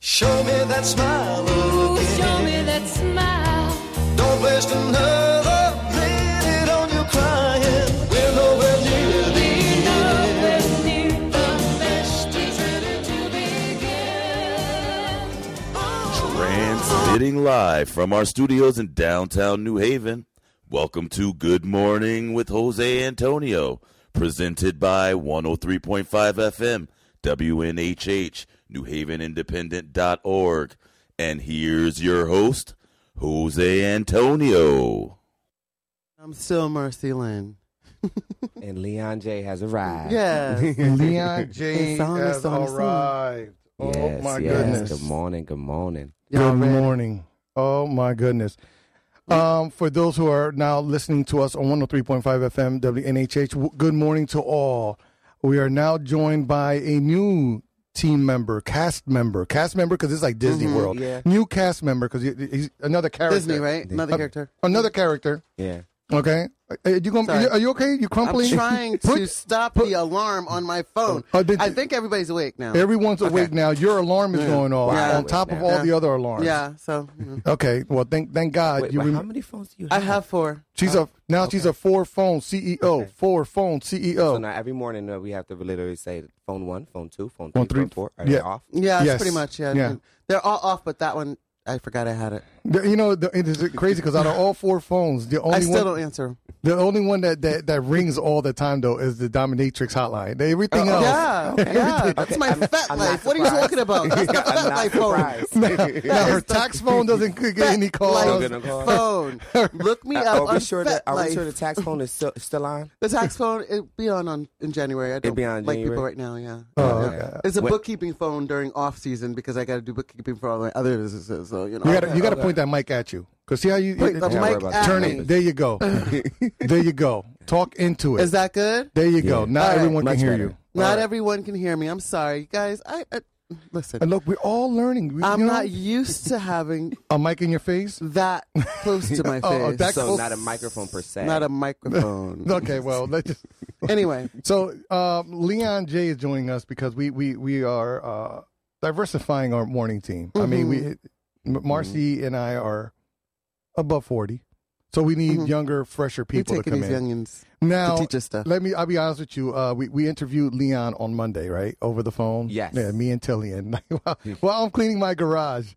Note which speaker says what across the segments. Speaker 1: Show me that smile
Speaker 2: Ooh,
Speaker 1: again.
Speaker 2: show me that smile.
Speaker 1: Don't waste another minute on your crying. We're nowhere near the
Speaker 2: We're nowhere near the best it's ready to begin. Oh,
Speaker 3: Transmitting live from our studios in downtown New Haven. Welcome to Good Morning with Jose Antonio, presented by 103.5 FM, WNHH, newhavenindependent.org. And here's your host, Jose Antonio.
Speaker 4: I'm still Mercy Lynn.
Speaker 5: And Leon J has arrived.
Speaker 4: Yeah.
Speaker 6: Leon J
Speaker 4: It's on,
Speaker 6: has
Speaker 4: it's on, it's on.
Speaker 6: arrived. Oh
Speaker 5: Yes,
Speaker 6: my
Speaker 5: yes.
Speaker 6: goodness.
Speaker 5: Good morning. Good morning.
Speaker 6: Good morning. Oh my goodness. Um, for those who are now listening to us on 103.5 FM WNHH, w- good morning to all. We are now joined by a new team member, cast member, cast member because it's like Disney World.
Speaker 5: yeah.
Speaker 6: New cast member because he's another character.
Speaker 4: Mm-hmm, Disney, right? Another
Speaker 6: Uh,
Speaker 4: character.
Speaker 6: Another character.
Speaker 5: Yeah.
Speaker 6: Okay. Are are you going?
Speaker 4: Sorry.
Speaker 6: Are you okay?
Speaker 5: oh,
Speaker 6: You
Speaker 4: I'm
Speaker 6: crumpling?
Speaker 4: trying
Speaker 6: Put-
Speaker 4: to stop the alarm on my
Speaker 5: Uh,
Speaker 4: phone.
Speaker 6: Oh, did
Speaker 4: I
Speaker 6: you-
Speaker 4: think everybody's awake now.
Speaker 6: Everyone's awake now. Your alarm is going off
Speaker 4: Yeah.
Speaker 6: on top of
Speaker 5: Yeah.
Speaker 6: all the other alarms.
Speaker 4: yeah, so you know.
Speaker 6: Okay. Well, thank thank God
Speaker 5: Wait,
Speaker 6: you.
Speaker 5: but
Speaker 6: Rem-
Speaker 5: how many phones do you
Speaker 4: I
Speaker 5: have?
Speaker 4: have four.
Speaker 6: she's a now she's a four phone CEO. Four phone E CEO.
Speaker 5: So now every morning uh, we have to literally say phone one, phone two, phone three,
Speaker 6: Phone three.
Speaker 5: phone four. Are they
Speaker 6: Yeah.
Speaker 5: off?
Speaker 4: Yeah, that's
Speaker 6: Yes.
Speaker 4: pretty much. Yeah.
Speaker 6: Yeah.
Speaker 4: They're all off, but that one, I forgot I had it.
Speaker 6: The- you know the, it is crazy because out of all four phones, the only
Speaker 4: I still
Speaker 6: one
Speaker 4: don't answer.
Speaker 6: the only one that, that that rings all the time though is the dominatrix hotline. Everything else.
Speaker 4: Oh, Yeah, yeah. That's my fat
Speaker 5: I'm not
Speaker 4: life. What are you
Speaker 5: surprised.
Speaker 4: talking about? That's the fat
Speaker 5: I'm not
Speaker 4: life phone.
Speaker 5: surprised.
Speaker 6: Now her tax phone doesn't get any
Speaker 4: Life
Speaker 6: calls.
Speaker 5: Still gonna call.
Speaker 4: phone. Look me up
Speaker 5: Are
Speaker 4: on
Speaker 5: we sure
Speaker 4: fat
Speaker 5: that are we
Speaker 4: life.
Speaker 5: sure the tax phone is still, still on?
Speaker 4: The tax phone it be on, on in January. I don't
Speaker 5: be on
Speaker 4: like people
Speaker 5: January?
Speaker 4: right now. Yeah,
Speaker 6: Oh,
Speaker 4: Yeah.
Speaker 6: okay.
Speaker 4: it's a
Speaker 5: When-
Speaker 4: bookkeeping phone during off season because I got to do bookkeeping for all my other businesses. So you know,
Speaker 6: You gotta
Speaker 4: I'll-
Speaker 6: you gotta point that mic at you because see how you
Speaker 4: Point the
Speaker 6: it-
Speaker 5: mic
Speaker 6: turn
Speaker 5: at
Speaker 6: turn
Speaker 5: me.
Speaker 6: it. There you go. there you go. Talk into it.
Speaker 4: Is that good?
Speaker 6: there you go. Now
Speaker 4: All right.
Speaker 6: everyone
Speaker 5: Much
Speaker 6: can hear
Speaker 5: better.
Speaker 6: you.
Speaker 4: Not everyone can hear me. I'm sorry, you guys. I, I listen.
Speaker 6: And look, we're all learning. We,
Speaker 4: I'm
Speaker 6: you know,
Speaker 4: not used to having
Speaker 6: a mic in your face.
Speaker 4: that close to my face.
Speaker 6: Oh, that's
Speaker 5: So
Speaker 6: Well,
Speaker 5: not a microphone per se.
Speaker 4: not a microphone.
Speaker 6: Okay, well, let's just,
Speaker 4: Anyway,
Speaker 6: so um, Leon J is joining us because we we we are uh, diversifying our morning team. I mean, we M-
Speaker 4: Mm-hmm.
Speaker 6: Marcy and I are above forty, so we need younger, fresher
Speaker 4: Mm-hmm. we're
Speaker 6: people to
Speaker 4: taking
Speaker 6: come
Speaker 4: these
Speaker 6: in.
Speaker 4: youngins.
Speaker 6: Now,
Speaker 4: to teach us stuff.
Speaker 6: let me. I'll be honest with you. Uh, we we interviewed Leon on Monday, right, over the phone.
Speaker 5: Yes.
Speaker 6: Yeah, me and Tillian. while, while I'm cleaning my garage.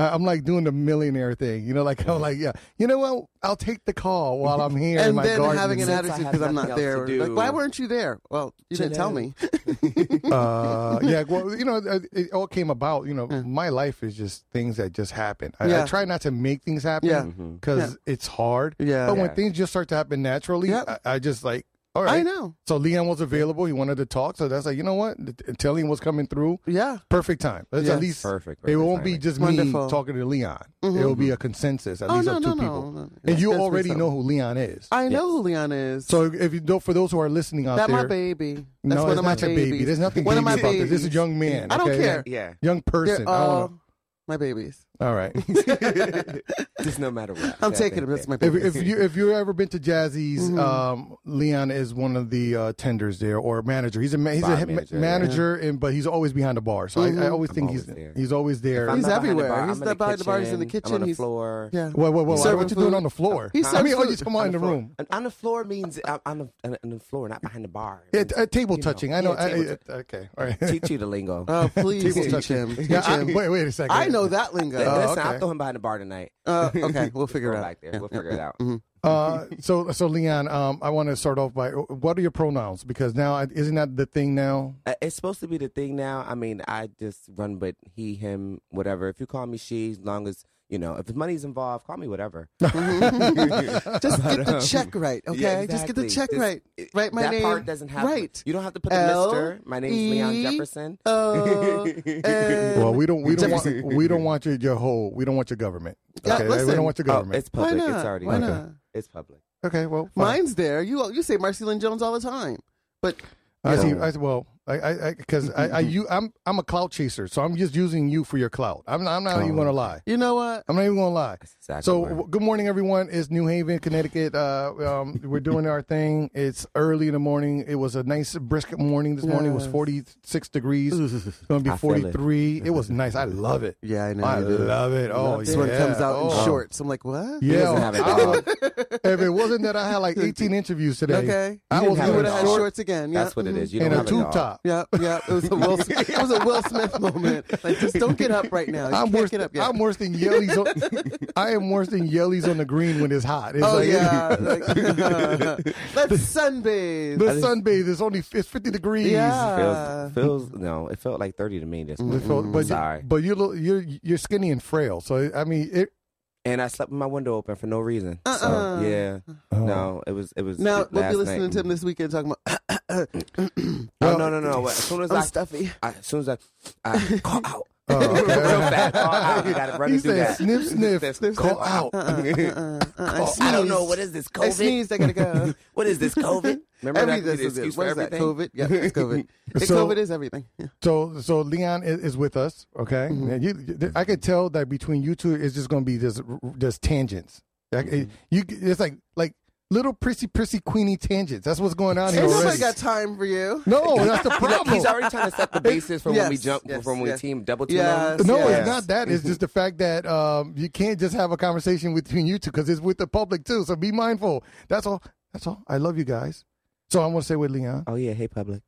Speaker 6: I- I'm like doing the millionaire thing, you know. Like I'm like, yeah, you know what? I'll take the call while I'm here in
Speaker 4: And
Speaker 6: my
Speaker 4: then
Speaker 6: garden.
Speaker 4: having an
Speaker 5: Since I
Speaker 4: attitude
Speaker 5: have
Speaker 4: because I'm not
Speaker 5: nothing
Speaker 4: there.
Speaker 5: else to
Speaker 4: Like,
Speaker 5: do.
Speaker 4: why weren't you there? Well, you didn't tell me.
Speaker 6: uh, yeah, well, you know, it, it all came about. You know, my life is just things that just happen. I,
Speaker 4: Yeah.
Speaker 6: I try not to make things happen
Speaker 4: Yeah.
Speaker 6: because it's hard.
Speaker 4: Yeah.
Speaker 6: but
Speaker 5: Yeah.
Speaker 6: when things just start to happen naturally,
Speaker 4: Yep.
Speaker 6: I, I just like, all right.
Speaker 4: I know.
Speaker 6: So Leon was available. He wanted to talk. So that's like, you know what? Telling was coming through.
Speaker 4: Yeah.
Speaker 6: Perfect time. That's
Speaker 4: Yes.
Speaker 6: at least
Speaker 5: Perfect,
Speaker 6: it
Speaker 5: perfect
Speaker 6: won't be
Speaker 5: timing.
Speaker 6: just
Speaker 4: Wonderful. Mm-hmm,
Speaker 6: me talking to Leon. It will be a consensus at
Speaker 4: Oh,
Speaker 6: least
Speaker 4: no,
Speaker 6: of
Speaker 4: no,
Speaker 6: two
Speaker 4: no,
Speaker 6: people.
Speaker 4: no.
Speaker 6: And you
Speaker 4: That's
Speaker 6: already
Speaker 4: what's
Speaker 6: know
Speaker 4: up.
Speaker 6: who Leon is.
Speaker 4: I know who Leon is.
Speaker 6: so if you don't, for those who are listening out
Speaker 4: That
Speaker 6: there,
Speaker 4: my baby. That's
Speaker 6: no,
Speaker 4: one
Speaker 6: it's
Speaker 4: of my
Speaker 6: not your
Speaker 4: babies.
Speaker 6: baby. There's nothing
Speaker 4: One
Speaker 6: baby
Speaker 4: of my
Speaker 6: about
Speaker 4: babies.
Speaker 6: this. This is young man.
Speaker 4: I don't
Speaker 6: okay?
Speaker 4: care.
Speaker 5: yeah.
Speaker 6: Young person.
Speaker 4: They're
Speaker 6: I don't
Speaker 4: all
Speaker 6: know.
Speaker 4: my babies.
Speaker 6: All right.
Speaker 5: Just no matter what.
Speaker 4: I'm
Speaker 5: Yeah,
Speaker 4: taking
Speaker 5: thank
Speaker 4: them. That's
Speaker 5: you.
Speaker 4: my
Speaker 6: if,
Speaker 4: baby.
Speaker 6: if you if you've ever been to Jazzy's,
Speaker 5: Mm-hmm.
Speaker 6: um, Leon is one of the uh, tenders there or manager. He's a ma- he's
Speaker 5: Bar
Speaker 6: a he-
Speaker 5: manager,
Speaker 6: manager,
Speaker 5: yeah. Mm-hmm.
Speaker 6: and but he's always behind the bar. So I, I always think
Speaker 5: always
Speaker 6: he's
Speaker 5: there.
Speaker 6: he's always there.
Speaker 5: If I'm
Speaker 4: He's
Speaker 5: not behind the
Speaker 4: everywhere.
Speaker 5: bar,
Speaker 4: He's
Speaker 5: I'm
Speaker 4: the
Speaker 5: in the
Speaker 4: bar- the bar, he's in the
Speaker 5: I'm on
Speaker 4: kitchen,
Speaker 5: the
Speaker 4: he's-
Speaker 5: floor.
Speaker 4: yeah.
Speaker 6: Whoa, whoa, whoa!
Speaker 4: He's
Speaker 6: what
Speaker 4: serving
Speaker 6: you doing
Speaker 4: food.
Speaker 6: on the floor?
Speaker 4: He
Speaker 6: I mean,
Speaker 4: serves
Speaker 6: oh, you
Speaker 4: food.
Speaker 6: come on in the
Speaker 5: floor.
Speaker 6: room.
Speaker 5: And on the floor means I'm on the on the- on the floor, not behind the bar.
Speaker 6: Yeah,
Speaker 5: It
Speaker 6: uh,
Speaker 5: means-
Speaker 6: table
Speaker 5: you
Speaker 6: touching. I know.
Speaker 5: Yeah,
Speaker 6: I,
Speaker 5: table
Speaker 6: I- okay, all right.
Speaker 5: touch- Teach you the lingo.
Speaker 4: Oh, please
Speaker 6: Table
Speaker 4: teach
Speaker 6: touching.
Speaker 4: him. Teach
Speaker 6: Yeah, I-
Speaker 4: him.
Speaker 6: wait, wait a second.
Speaker 4: I know that lingo.
Speaker 5: Listen,
Speaker 6: Oh,
Speaker 5: I'll
Speaker 6: okay.
Speaker 5: throw him behind the bar tonight.
Speaker 4: Uh, okay, we'll figure it
Speaker 5: Throw
Speaker 4: out.
Speaker 5: him back there.
Speaker 4: Yeah,
Speaker 5: We'll
Speaker 4: yeah.
Speaker 5: figure it out.
Speaker 6: Uh, so, so Leon, um, I want to start off by what are your pronouns? Because now I- isn't that the thing now?
Speaker 5: Uh, it's supposed to be the thing now. I mean, I just run with he, him, whatever. If you call me she, as long as you know, if money's involved, call me whatever.
Speaker 4: Just get the check right, okay?
Speaker 5: Yeah,
Speaker 4: Just get the
Speaker 5: exactly.
Speaker 4: check
Speaker 5: This-
Speaker 4: right. Write my
Speaker 5: that
Speaker 4: name.
Speaker 5: part doesn't have.
Speaker 4: right.
Speaker 5: You don't have to put a
Speaker 4: L-
Speaker 5: mister. My name's Leon
Speaker 4: E-
Speaker 5: Jefferson.
Speaker 4: Oh,
Speaker 6: Well, we don't, we don't want, we don't want your, your whole, we don't want your government.
Speaker 4: Yeah,
Speaker 6: Okay, we
Speaker 4: listen.
Speaker 6: don't want your
Speaker 5: Oh,
Speaker 6: government.
Speaker 5: it's public.
Speaker 4: not?
Speaker 5: It's already.
Speaker 4: Why
Speaker 5: public.
Speaker 4: not?
Speaker 5: It's public.
Speaker 6: okay, well, fine.
Speaker 4: mine's there. You you say Marcy Lynn Jones all the time, but
Speaker 6: I see.
Speaker 5: Yeah.
Speaker 6: I see- well, I, I, because I, I, you, I'm, I'm a clout chaser, so I'm just using you for your clout. I'm, I'm not even gonna lie.
Speaker 4: You know what?
Speaker 6: I'm not even gonna lie.
Speaker 5: exactly
Speaker 6: so,
Speaker 5: right.
Speaker 6: w- good morning, everyone. It's New Haven, Connecticut. Uh, um, we're doing our thing. It's early in the morning. It was a nice brisk morning this morning. It was
Speaker 4: Yes.
Speaker 6: 46 degrees. It's gonna be
Speaker 5: I feel it.
Speaker 6: 43. It. was nice. I love it.
Speaker 4: Yeah, I know.
Speaker 6: I
Speaker 4: you do.
Speaker 6: love it. Oh,
Speaker 4: This
Speaker 6: yeah.
Speaker 4: one comes out
Speaker 6: oh.
Speaker 4: in shorts. I'm like, what?
Speaker 6: Yeah,
Speaker 5: doesn't have it
Speaker 6: I- if it wasn't that I had like 18 interviews today,
Speaker 4: Okay.
Speaker 6: I
Speaker 5: didn't
Speaker 6: was
Speaker 5: have
Speaker 4: You
Speaker 5: it
Speaker 6: in
Speaker 4: would
Speaker 5: all.
Speaker 4: have had
Speaker 6: short
Speaker 4: shorts again. Yeah. mm-hmm.
Speaker 5: That's what it is. You
Speaker 6: and
Speaker 5: don't
Speaker 6: a
Speaker 5: have
Speaker 6: tube
Speaker 5: it all.
Speaker 6: top.
Speaker 4: Yeah, yeah. It was a Will Smith, it was a Will Smith moment. Like, just don't get up right now. You
Speaker 6: I'm
Speaker 4: can't
Speaker 6: worse,
Speaker 4: get up yet.
Speaker 6: I'm worse than Yellies. On, I am worse than Yellies on the green when it's hot. It's
Speaker 4: oh
Speaker 6: like-
Speaker 4: yeah. Like, let's sunbathe.
Speaker 6: the sunbathe is only it's 50 degrees.
Speaker 4: yeah.
Speaker 5: Feels, feels no. It felt like thirty to me this
Speaker 6: It
Speaker 5: morning.
Speaker 4: Mm-hmm.
Speaker 6: felt- but
Speaker 5: Mm, Sorry.
Speaker 6: but you're little- you're you're skinny and frail. So I mean, it,
Speaker 5: and I slept with my window open for no reason.
Speaker 4: Uh-uh.
Speaker 5: So yeah, no, it was it was.
Speaker 4: Now
Speaker 5: it-
Speaker 4: we'll
Speaker 5: last
Speaker 4: be listening
Speaker 5: night.
Speaker 4: to him this weekend talking about
Speaker 5: Oh, no, no, no. As soon as
Speaker 4: I'm
Speaker 5: I,
Speaker 4: stuffy.
Speaker 5: I as soon as I, I call out.
Speaker 6: Oh,
Speaker 5: Real
Speaker 6: okay.
Speaker 5: fast, call out. You got to run
Speaker 6: he
Speaker 5: and do
Speaker 6: said
Speaker 5: that.
Speaker 6: sniff sniff,
Speaker 5: Sniff,
Speaker 6: call
Speaker 5: sniff.
Speaker 6: out.
Speaker 4: uh, uh, I,
Speaker 5: Oh, I don't know
Speaker 4: sneezed.
Speaker 5: what is this
Speaker 4: I
Speaker 5: COVID.
Speaker 4: sneezed. I gotta go.
Speaker 5: What is this COVID? Remember that
Speaker 4: Everything
Speaker 5: could be the
Speaker 4: is
Speaker 5: excuse
Speaker 4: what
Speaker 5: for
Speaker 4: is that?
Speaker 5: everything.
Speaker 4: COVID. Yeah, it's COVID. It-
Speaker 6: So-
Speaker 4: COVID is everything. Yeah.
Speaker 6: So so Leon is, is with us. Okay,
Speaker 4: Mm-hmm.
Speaker 6: And you, I could tell that between you two it's just going to be just just tangents. Like,
Speaker 4: Mm-hmm.
Speaker 6: it- you it's like like little prissy prissy queenie tangents. That's what's going on here.
Speaker 4: Ain't nobody
Speaker 6: already.
Speaker 4: got time for you.
Speaker 6: no, that's the
Speaker 5: Look,
Speaker 6: problem.
Speaker 5: he's already trying to set the basis for when we
Speaker 4: Yes,
Speaker 5: jump,
Speaker 4: yes,
Speaker 5: from when we
Speaker 4: yes.
Speaker 5: team double team.
Speaker 4: Yes.
Speaker 5: them.
Speaker 6: No,
Speaker 4: Yes.
Speaker 6: it's not that. It's just the fact that um, you can't just have a conversation between you two because it's with the public too. So be mindful. That's all. That's all. I love you guys. So I want to say with Leon,
Speaker 5: Oh yeah, hey public.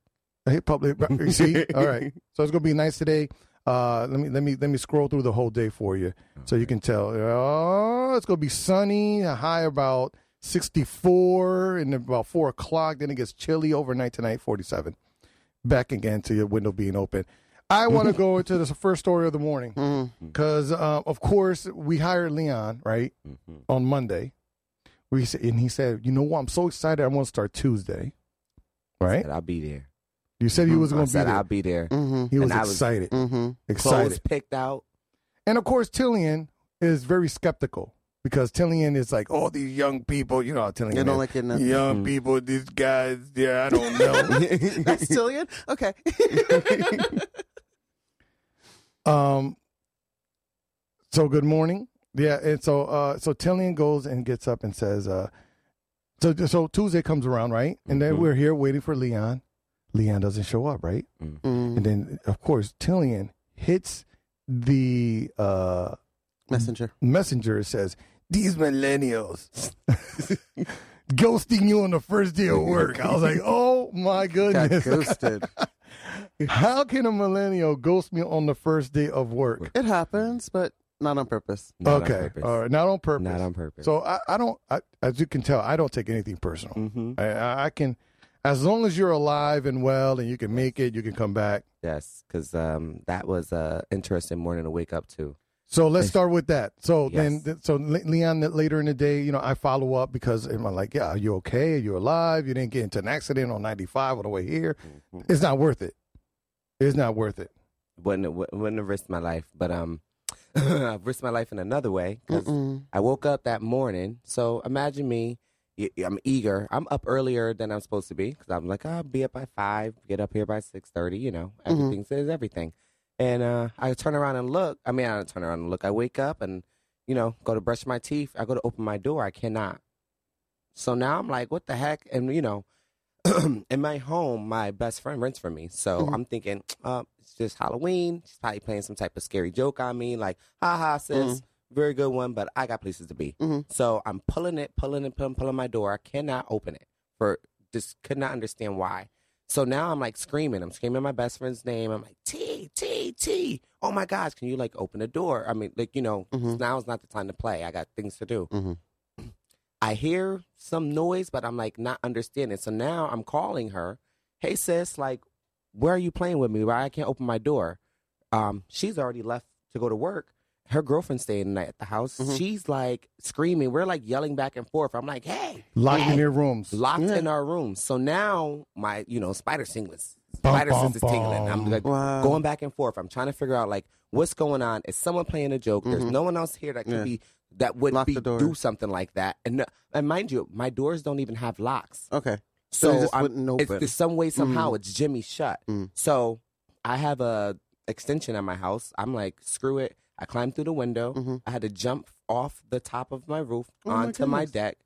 Speaker 6: hey public. You see, all right. So it's gonna be nice today. Uh, let me let me let me scroll through the whole day for you so you can tell. Oh, it's gonna be sunny. A high about sixty four, and about four o'clock. Then it gets chilly overnight tonight. Forty seven. Back again to your window being open. I want to go into the first story of the morning because uh, of course we hired Leon right on Monday. We sa- and he said, you know what? I'm so excited. I want to start Tuesday. Right?
Speaker 5: Said I'll be there.
Speaker 6: You said he was
Speaker 5: Mm-hmm. I
Speaker 6: going to be
Speaker 5: said I'll
Speaker 6: there.
Speaker 5: be there.
Speaker 4: Mm-hmm.
Speaker 6: He was
Speaker 5: and I was-
Speaker 6: excited,
Speaker 4: Mm-hmm.
Speaker 6: excited,
Speaker 5: Clothes picked out.
Speaker 6: and of course Tillian is very skeptical because Tillian is like, "Oh, these young people, you know, how Tillian,
Speaker 4: You
Speaker 6: is.
Speaker 4: don't like it now.
Speaker 6: young people, these guys, yeah, I don't know."
Speaker 4: That's Cillian? Okay.
Speaker 6: Um. So good morning. Yeah, and so uh, so Tillian goes and gets up and says, uh, "So so Tuesday comes around, right? And then
Speaker 5: Mhm.
Speaker 6: we're here waiting for Leon. Leon doesn't show up, right?
Speaker 4: Mm.
Speaker 6: And then of course Tillian hits the uh,
Speaker 4: Messenger.
Speaker 6: messenger. It says these millennials ghosting you on the first day of work. I was like, oh my
Speaker 4: Got
Speaker 6: goodness,
Speaker 4: ghosted.
Speaker 6: how can a millennial ghost me on the first day of work?
Speaker 4: it happens, but not on purpose.
Speaker 5: Not on
Speaker 6: okay,
Speaker 5: purpose.
Speaker 6: all right, not on purpose.
Speaker 5: Not on purpose.
Speaker 6: So I, I don't, I, as you can tell, I don't take anything personal.
Speaker 5: mm-hmm.
Speaker 6: I- I, I can, as long as you're alive and well and you can make it, you can come back.
Speaker 5: Yes, because um, that was a interesting morning to wake up to.
Speaker 6: So let's start with that. So
Speaker 5: Yes.
Speaker 6: then, so Le- Leon, later in the day, you know, I follow up because I'm like, yeah, are you okay? Are you alive? You didn't get into an accident on 95 on the way here.
Speaker 5: Mm-hmm.
Speaker 6: It's not worth it. It's not worth it.
Speaker 5: Wouldn't have- wouldn't have risked my life, but um, I've risked my life in another way 'cause I woke up that morning. So imagine me. y- I'm eager. I'm up earlier than I'm supposed to be because I'm like, I'll be up by five, get up here by six thirty. You know, everything says everything. And uh, I turn around and look. I mean, I don't turn around and look. I wake up and you know go to brush my teeth. I go to open my door. I cannot. So now I'm like, what the heck? And you know, in my home, my best friend rents for me. So I'm thinking, uh, it's just Halloween. She's probably playing some type of scary joke on me, like, ha ha, sis, very good one, but I got places to be. So I'm pulling it, pulling it, pulling, pulling my door. I cannot open it for just could not understand why. So now I'm like screaming. I'm screaming my best friend's name. I'm like, T, T, T. Oh my gosh, can you like open the door? I mean, like, you know, now is not the time to play. I got things to do. I hear some noise, but I'm like not understanding. So now I'm calling her. Hey sis, like, where are you playing with me? Why I can't open my door? Um, she's already left to go to work. Her girlfriend's staying the night at the house. She's like screaming. We're like yelling back and forth. I'm like, hey,
Speaker 6: Locked
Speaker 5: hey
Speaker 6: in your rooms.
Speaker 5: locked in our room. So now my, you know, spider singlets,
Speaker 6: Bum,
Speaker 5: spider
Speaker 6: bum,
Speaker 5: sense is tingling. I'm
Speaker 6: bum.
Speaker 5: like
Speaker 4: Wow.
Speaker 5: going back and forth. I'm trying to figure out like what's going on. Is someone playing a joke? There's no one else here that could
Speaker 4: Mm-hmm. Yeah.
Speaker 5: be that would
Speaker 4: Lock
Speaker 5: be
Speaker 4: the door.
Speaker 5: uh, do something like that. And and mind you, my doors don't even have locks.
Speaker 4: Okay. So it
Speaker 5: So
Speaker 4: just
Speaker 5: I'm,
Speaker 4: wouldn't
Speaker 5: it's,
Speaker 4: open.
Speaker 5: it's some way somehow it's Jimmy shut.
Speaker 4: Mm.
Speaker 5: So I have a extension at my house. I'm like, screw it. I climbed through the window.
Speaker 4: Mhm.
Speaker 5: I had to jump off the top of my roof
Speaker 6: Oh my
Speaker 5: onto my
Speaker 6: goodness.
Speaker 5: deck.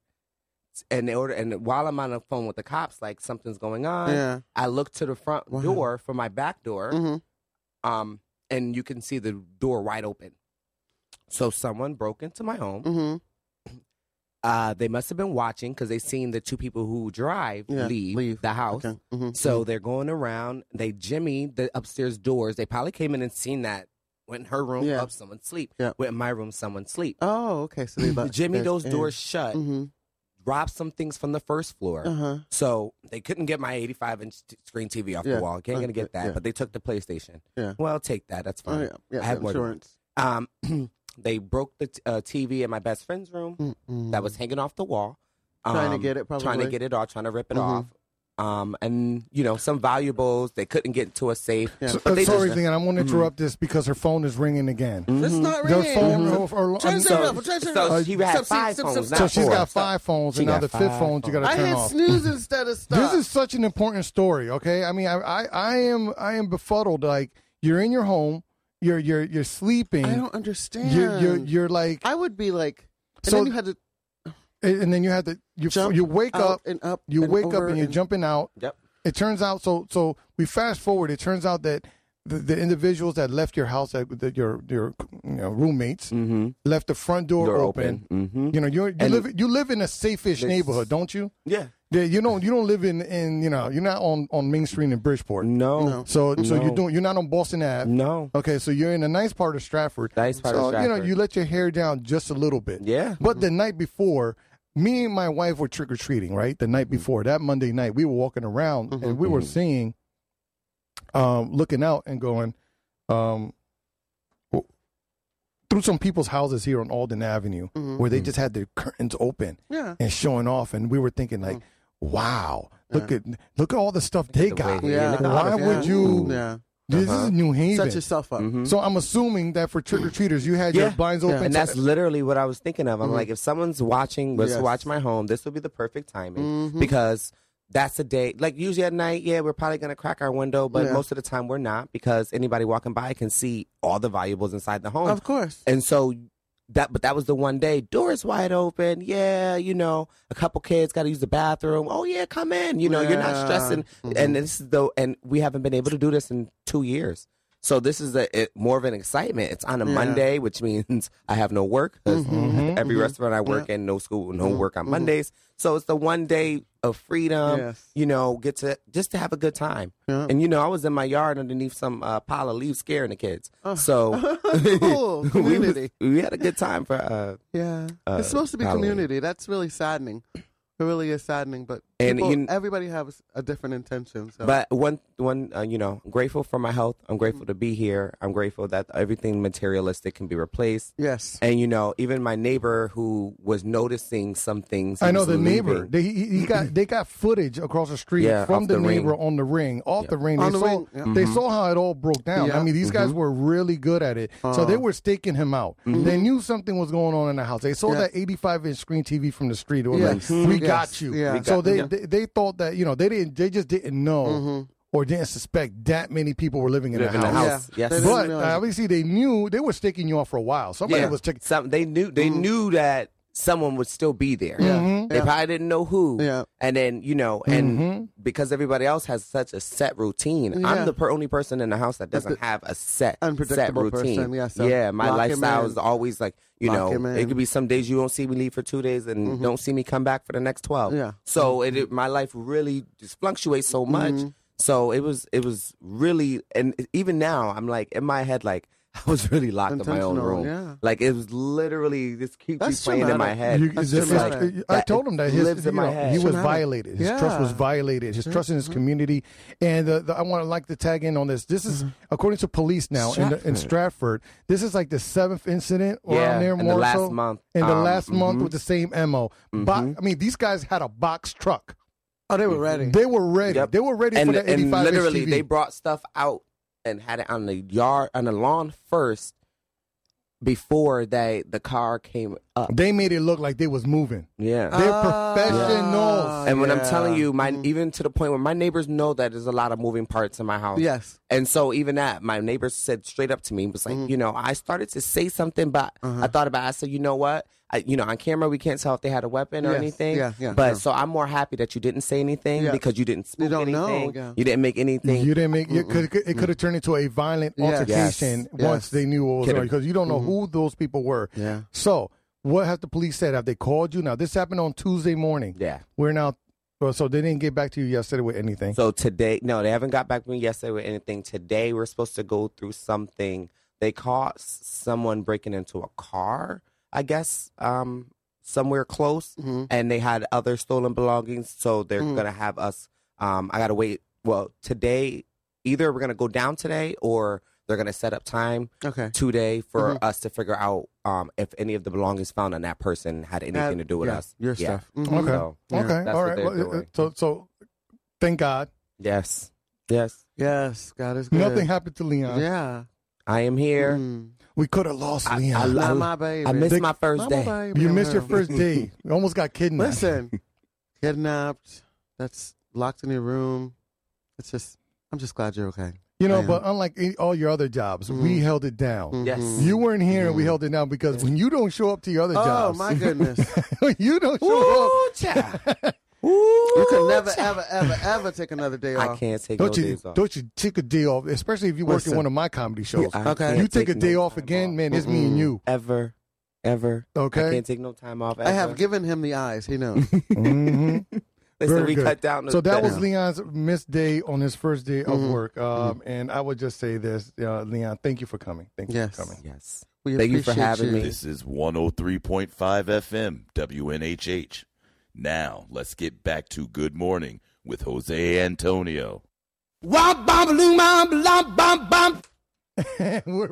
Speaker 5: And they order, and while I'm on the phone with the cops, like something's going on.
Speaker 4: yeah.
Speaker 5: I look to the front
Speaker 4: Wow.
Speaker 5: door for my back door,
Speaker 4: hmm
Speaker 5: um, and you can see the door wide open. So someone broke into my home.
Speaker 4: hmm
Speaker 5: Uh, they must have been watching because they seen the two people who drive
Speaker 4: Yeah,
Speaker 5: leave,
Speaker 4: leave.
Speaker 5: the house.
Speaker 4: Okay. hmm
Speaker 5: So they're going around. They jimmy the upstairs doors. They probably came in and seen that. Went in her room
Speaker 4: Yeah.
Speaker 5: up, someone sleep.
Speaker 4: Yeah.
Speaker 5: Went in my room, someone sleep.
Speaker 4: Oh, okay. So they let
Speaker 5: jimmy those doors shut.
Speaker 4: Mm-hmm.
Speaker 5: Robbed some things from the first floor.
Speaker 4: Uh huh.
Speaker 5: So they couldn't get my 85 inch t- screen TV off
Speaker 4: Yeah.
Speaker 5: the wall. Can't
Speaker 4: Uh,
Speaker 5: gonna get that.
Speaker 4: yeah.
Speaker 5: But they took the PlayStation.
Speaker 4: Yeah.
Speaker 5: Well, take that. That's
Speaker 4: Oh,
Speaker 5: fine.
Speaker 4: yeah. yeah.
Speaker 5: I have more than one.
Speaker 4: insurance.
Speaker 5: Um, they broke the t- uh, TV in my best friend's room
Speaker 4: Mm-mm.
Speaker 5: that was hanging off the wall.
Speaker 4: Mm-hmm. Trying to
Speaker 5: Um,
Speaker 4: get it,
Speaker 5: Trying to
Speaker 4: probably.
Speaker 5: get it off, trying to rip it
Speaker 4: Mhm.
Speaker 5: off. Um, and you know some valuables they couldn't get to a safe.
Speaker 4: Yeah.
Speaker 6: So-
Speaker 5: But
Speaker 6: uh,
Speaker 5: they
Speaker 6: sorry,
Speaker 5: just- Mm-hmm.
Speaker 6: thing, and I'm going to interrupt this because her phone is ringing again.
Speaker 5: Mhm.
Speaker 4: not
Speaker 6: Their phone, or, or-
Speaker 4: Change
Speaker 6: I'm-
Speaker 4: it up. Change it
Speaker 5: so
Speaker 4: up.
Speaker 5: she had
Speaker 4: Stop,
Speaker 5: five
Speaker 4: stop, stop,
Speaker 5: phones,
Speaker 6: so
Speaker 5: not
Speaker 4: stop.
Speaker 6: she's
Speaker 5: four.
Speaker 6: got five phones,
Speaker 5: She
Speaker 6: and now
Speaker 5: got
Speaker 6: the fifth
Speaker 5: five
Speaker 6: phone you got
Speaker 5: phones.
Speaker 6: to
Speaker 4: I
Speaker 6: turn
Speaker 4: hit
Speaker 6: off.
Speaker 4: snooze instead of stop.
Speaker 6: This is such an important story. Okay, I mean, I, I, I am, I am befuddled. Like you're in your home, you're, you're, you're sleeping.
Speaker 4: I don't understand.
Speaker 6: You're, you're, you're like,
Speaker 4: I would be like, and
Speaker 6: So-
Speaker 4: then you had to
Speaker 6: and and then you have to, you,
Speaker 4: jump.
Speaker 6: you wake
Speaker 4: out
Speaker 6: up,
Speaker 4: and up.
Speaker 6: you
Speaker 4: and
Speaker 6: wake up,
Speaker 4: over
Speaker 6: and you're jumping out.
Speaker 5: Yep.
Speaker 6: It turns out, so, so we fast forward. It turns out that the, the individuals that left your house, that, that your, your, you know, roommates
Speaker 5: Mm-hmm.
Speaker 6: left the front door open.
Speaker 5: Mm-hmm.
Speaker 6: You know, you're, you
Speaker 5: And-
Speaker 6: live, you live in a safe-ish
Speaker 5: This-
Speaker 6: neighborhood, don't you?
Speaker 5: Yeah.
Speaker 6: Yeah, you don't you don't live in in you know you're not on on Main Street in Bridgeport.
Speaker 5: No.
Speaker 6: So so
Speaker 5: No.
Speaker 6: you're doing you're not on Boston Ave.
Speaker 5: No.
Speaker 6: Okay, so you're in a nice part of Stratford.
Speaker 5: Nice part
Speaker 6: so
Speaker 5: of
Speaker 6: you know
Speaker 5: Stratford.
Speaker 6: you let your hair down just a little bit.
Speaker 5: Yeah.
Speaker 6: But the night before, me and my wife were trick or treating. Right, the
Speaker 5: Mm-hmm.
Speaker 6: night before that Monday night, we were walking around and we were seeing, um, looking out and going, um. w- Through some people's houses here on Alden Avenue,
Speaker 5: Mm-hmm.
Speaker 6: where they just had their curtains open,
Speaker 4: Yeah.
Speaker 6: and showing off, and we were thinking like,
Speaker 5: Mm-hmm.
Speaker 6: "Wow, look at look at all the stuff they
Speaker 5: the
Speaker 6: got.
Speaker 5: way they-
Speaker 4: Yeah.
Speaker 6: Why
Speaker 4: Yeah.
Speaker 6: would you?
Speaker 4: Yeah.
Speaker 6: This
Speaker 5: Uh-huh.
Speaker 6: is New Haven."
Speaker 4: Set yourself up.
Speaker 5: Mhm.
Speaker 6: so I'm assuming that for trick or treaters, you had your
Speaker 5: Yeah.
Speaker 6: blinds
Speaker 4: Yeah.
Speaker 6: open.
Speaker 5: And
Speaker 6: so-
Speaker 5: that's literally what I was thinking of. I'm like, if someone's watching, let's
Speaker 4: Mm-hmm. Yes.
Speaker 5: watch my home. This would be the perfect timing
Speaker 4: Mhm.
Speaker 5: because that's the day. Like usually at night, yeah, we're probably gonna crack our window, but
Speaker 4: Yeah.
Speaker 5: most of the time we're not because anybody walking by can see all the valuables inside the home.
Speaker 4: Of course.
Speaker 5: And so that, but that was the one day. Doors wide open. Yeah, you know, a couple kids got to use the bathroom. Oh yeah, come in. You know, you're
Speaker 4: Yeah.
Speaker 5: not
Speaker 4: Mm-hmm.
Speaker 5: stressing. Mm-hmm. And this is though, and we haven't been able to do this in two years. So this is a it, more of an excitement. It's on a
Speaker 4: Yeah. Mm-hmm.
Speaker 5: Monday, which means I have no work. 'cause Every restaurant I work in, no school, no work on Mondays. So it's the one day of freedom.
Speaker 4: Yes.
Speaker 5: You know, get to just to have a good time.
Speaker 4: Yeah.
Speaker 5: And you know, I was in my yard underneath some uh, pile of leaves, scaring the kids.
Speaker 6: Uh.
Speaker 5: So
Speaker 4: cool.
Speaker 5: we, was-
Speaker 4: Community.
Speaker 5: we had a good time for uh
Speaker 4: Yeah.
Speaker 5: Uh,
Speaker 4: it's supposed to be
Speaker 5: Halloween.
Speaker 4: community. That's really saddening. It really is saddening, but
Speaker 5: And
Speaker 4: people-
Speaker 5: you-
Speaker 4: everybody has a different intention. So.
Speaker 5: but one one uh, you know I'm grateful for my health i'm
Speaker 6: Mm-hmm.
Speaker 5: grateful to be here i'm grateful that everything materialistic can be replaced
Speaker 4: yes.
Speaker 5: and you know even my neighbor who was noticing some things he
Speaker 6: I know
Speaker 5: was
Speaker 6: the neighbor.
Speaker 5: leaving.
Speaker 6: They, he, he got they got footage across the street
Speaker 5: Yeah,
Speaker 6: from
Speaker 5: off
Speaker 6: the,
Speaker 5: the ring.
Speaker 6: neighbor on the ring, off the ring. They
Speaker 4: On the
Speaker 6: saw
Speaker 4: ring, yeah.
Speaker 6: they saw how it all broke down. I
Speaker 4: Yeah.
Speaker 6: mean, these guys were really good at it, so they were staking him out. They knew something was going on in the house. They saw
Speaker 4: Yeah.
Speaker 6: that eighty-five inch screen TV from the street. It was
Speaker 4: Yes.
Speaker 6: like, we
Speaker 4: Yes.
Speaker 6: got you.
Speaker 4: Yeah. We
Speaker 6: So
Speaker 5: got-
Speaker 6: they,
Speaker 5: yeah.
Speaker 6: they they thought that you know they didn't they just didn't know or didn't suspect that many people were living in
Speaker 5: Living in
Speaker 6: the
Speaker 5: the
Speaker 6: house.
Speaker 5: house. Yes.
Speaker 4: They didn't
Speaker 6: But uh,
Speaker 4: realize it.
Speaker 6: obviously they knew they were staking you off for a while. Somebody
Speaker 5: yeah
Speaker 6: was checking.
Speaker 5: some, they knew they knew that someone would still be there
Speaker 4: Mm. yeah.
Speaker 6: Mhm.
Speaker 5: They probably didn't know who.
Speaker 4: Yeah. Mm-hmm.
Speaker 5: And then, you know, and
Speaker 6: Mhm.
Speaker 5: because everybody else has such a set routine,
Speaker 4: Yeah.
Speaker 5: I'm the per- only person in the house that doesn't have a set, set
Speaker 4: Unpredictable
Speaker 5: routine.
Speaker 4: person, yeah, so
Speaker 5: yeah, my
Speaker 4: lock him
Speaker 5: lifestyle
Speaker 4: in.
Speaker 5: is always like, you
Speaker 4: Lock him
Speaker 5: know,
Speaker 4: in. Mm-hmm.
Speaker 5: it could be some days you don't see me leave for two days and don't see me come back for the next 12.
Speaker 4: Yeah.
Speaker 5: So it, it- my life really just fluctuates so much.
Speaker 4: Mm-hmm.
Speaker 5: So it was, it was really, and even now I'm like in my head, like, I was really locked in my own
Speaker 4: Intentional,
Speaker 5: room.
Speaker 4: yeah.
Speaker 5: Like it was literally this keep
Speaker 4: That's
Speaker 5: replaying in my
Speaker 4: traumatic.
Speaker 5: head.
Speaker 6: You-
Speaker 4: That's
Speaker 6: it's-
Speaker 4: traumatic.
Speaker 6: it's- I
Speaker 5: That
Speaker 6: told him that his,
Speaker 5: lives in
Speaker 6: you
Speaker 5: my
Speaker 6: know,
Speaker 5: head.
Speaker 6: he was
Speaker 4: Traumatic.
Speaker 6: violated. His trust was
Speaker 4: Yeah. Mm-hmm.
Speaker 6: violated. His trust in his community, and uh, the, I want to like to tag in on this. This is
Speaker 4: Mm-hmm.
Speaker 6: according to police now in, the, in Stratford. This is like the seventh incident around
Speaker 5: Yeah,
Speaker 6: there.
Speaker 5: in the
Speaker 6: more
Speaker 5: last
Speaker 6: so,
Speaker 5: month.
Speaker 6: In the
Speaker 5: Um, Mm-hmm.
Speaker 6: last month with the same mo. Bo- I mean, these guys had a box truck.
Speaker 4: Oh, they were ready.
Speaker 6: They were ready.
Speaker 5: Yep.
Speaker 6: They were ready
Speaker 5: and,
Speaker 6: for that
Speaker 5: and
Speaker 6: eighty-five inch
Speaker 5: literally
Speaker 6: TV.
Speaker 5: they brought stuff out and had it on the yard on the lawn first before they the car came up.
Speaker 6: They made it look like they was moving.
Speaker 5: Yeah.
Speaker 6: They're
Speaker 4: Ah,
Speaker 6: professionals.
Speaker 5: and when I'm
Speaker 6: Oh,
Speaker 5: telling you, my
Speaker 6: Mm-hmm.
Speaker 5: even to the point where my neighbors know that there's a lot of moving parts in my house.
Speaker 4: Yes.
Speaker 5: And so even that, my neighbor said straight up to me, was
Speaker 4: Mm-hmm.
Speaker 5: like, you know, I started to say something, but
Speaker 4: Uh-huh.
Speaker 5: I thought about. it. I said, you know what? I, you know, on camera we can't tell if they had a weapon or
Speaker 4: Yes.
Speaker 5: anything.
Speaker 4: Yeah, yeah,
Speaker 5: but
Speaker 4: sure.
Speaker 5: so I'm more happy that you didn't say anything
Speaker 4: Yeah.
Speaker 5: because you didn't spook
Speaker 4: don't know,
Speaker 5: anything.
Speaker 4: yeah.
Speaker 5: You didn't make anything.
Speaker 6: You didn't make it. Could, it could have turned into a violent
Speaker 4: Yes.
Speaker 6: altercation
Speaker 4: Yes.
Speaker 6: once
Speaker 4: Yes.
Speaker 6: they knew what was
Speaker 5: Could've-
Speaker 6: going because you don't know
Speaker 5: Mm-hmm.
Speaker 6: who those people were.
Speaker 4: Yeah.
Speaker 6: So what has the police said? Have they called you? Now this happened on Tuesday morning.
Speaker 5: yeah.
Speaker 6: We're now. Well, so they didn't get back to you yesterday with anything.
Speaker 5: So today, no, they haven't got back to me yesterday with anything. Today, we're supposed to go through something. They caught s- someone breaking into a car, I guess, um, somewhere close,
Speaker 4: Mm-hmm.
Speaker 5: and they had other stolen belongings. So they're
Speaker 6: Mm.
Speaker 5: gonna have us. Um, I gotta wait. Well, today, either we're gonna go down today, or they're gonna set up time
Speaker 4: Okay.
Speaker 5: today for
Speaker 6: Mm-hmm.
Speaker 5: us to figure out um, if any of the belongings found on that person had anything to do with
Speaker 4: yeah,
Speaker 5: us.
Speaker 4: Your
Speaker 5: Yeah.
Speaker 4: stuff. Mhm.
Speaker 6: Okay.
Speaker 5: So,
Speaker 6: okay.
Speaker 5: that's
Speaker 6: All
Speaker 5: what
Speaker 6: right.
Speaker 5: they're
Speaker 6: Well, uh,
Speaker 5: doing.
Speaker 6: so so thank God
Speaker 5: yes, yes,
Speaker 4: Yes, God is good.
Speaker 6: nothing happened to Leon.
Speaker 4: Yeah.
Speaker 5: I am here.
Speaker 4: Mm.
Speaker 6: We could have lost
Speaker 5: I-
Speaker 6: Leon.
Speaker 5: I lo-
Speaker 4: Not my baby.
Speaker 5: I missed
Speaker 6: They-
Speaker 5: my first
Speaker 4: Not my
Speaker 5: day.
Speaker 4: baby,
Speaker 6: you
Speaker 4: I'm
Speaker 6: missed your
Speaker 4: here.
Speaker 6: first day. You almost got kidnapped.
Speaker 4: Listen, kidnapped. That's locked in your room. It's just. I'm just glad you're okay.
Speaker 6: You know,
Speaker 4: Man.
Speaker 6: but unlike any- all your other jobs,
Speaker 4: Mm.
Speaker 6: we held it down.
Speaker 5: Yes.
Speaker 6: You weren't here, and we held it down because when you don't show up to your other
Speaker 4: Mm-hmm. Oh
Speaker 6: jobs,
Speaker 4: my goodness!
Speaker 6: when you don't show up.
Speaker 5: Ooh, child. Ooh,
Speaker 4: You could never, ever, ever, ever take another day off.
Speaker 5: I can't take
Speaker 6: Don't
Speaker 5: no
Speaker 6: you
Speaker 5: days off.
Speaker 6: don't you take a day off, especially if you work in
Speaker 4: Listen.
Speaker 6: one of my comedy shows.
Speaker 5: I
Speaker 4: Okay.
Speaker 5: can't
Speaker 6: you take, a
Speaker 5: no
Speaker 6: day off
Speaker 5: time
Speaker 6: again, man. It's me and you.
Speaker 5: Ever, ever. I
Speaker 6: Okay.
Speaker 5: can't take no time off. Ever.
Speaker 4: I have given him the eyes. He knows.
Speaker 6: Mhm.
Speaker 5: Listen,
Speaker 6: Very
Speaker 5: we
Speaker 6: good.
Speaker 5: cut down. the-
Speaker 6: So that
Speaker 5: the-
Speaker 6: was Leon's missed day on his first day of work. Um, And I would just say this, uh, Leon, thank you for coming. Thank you
Speaker 4: Yes.
Speaker 6: for coming.
Speaker 5: Yes.
Speaker 4: We
Speaker 5: Thank you for
Speaker 4: appreciate
Speaker 5: having me.
Speaker 3: This is 103.5 FM, WNHH. Now, let's get back to Good Morning with Jose Antonio.
Speaker 6: We're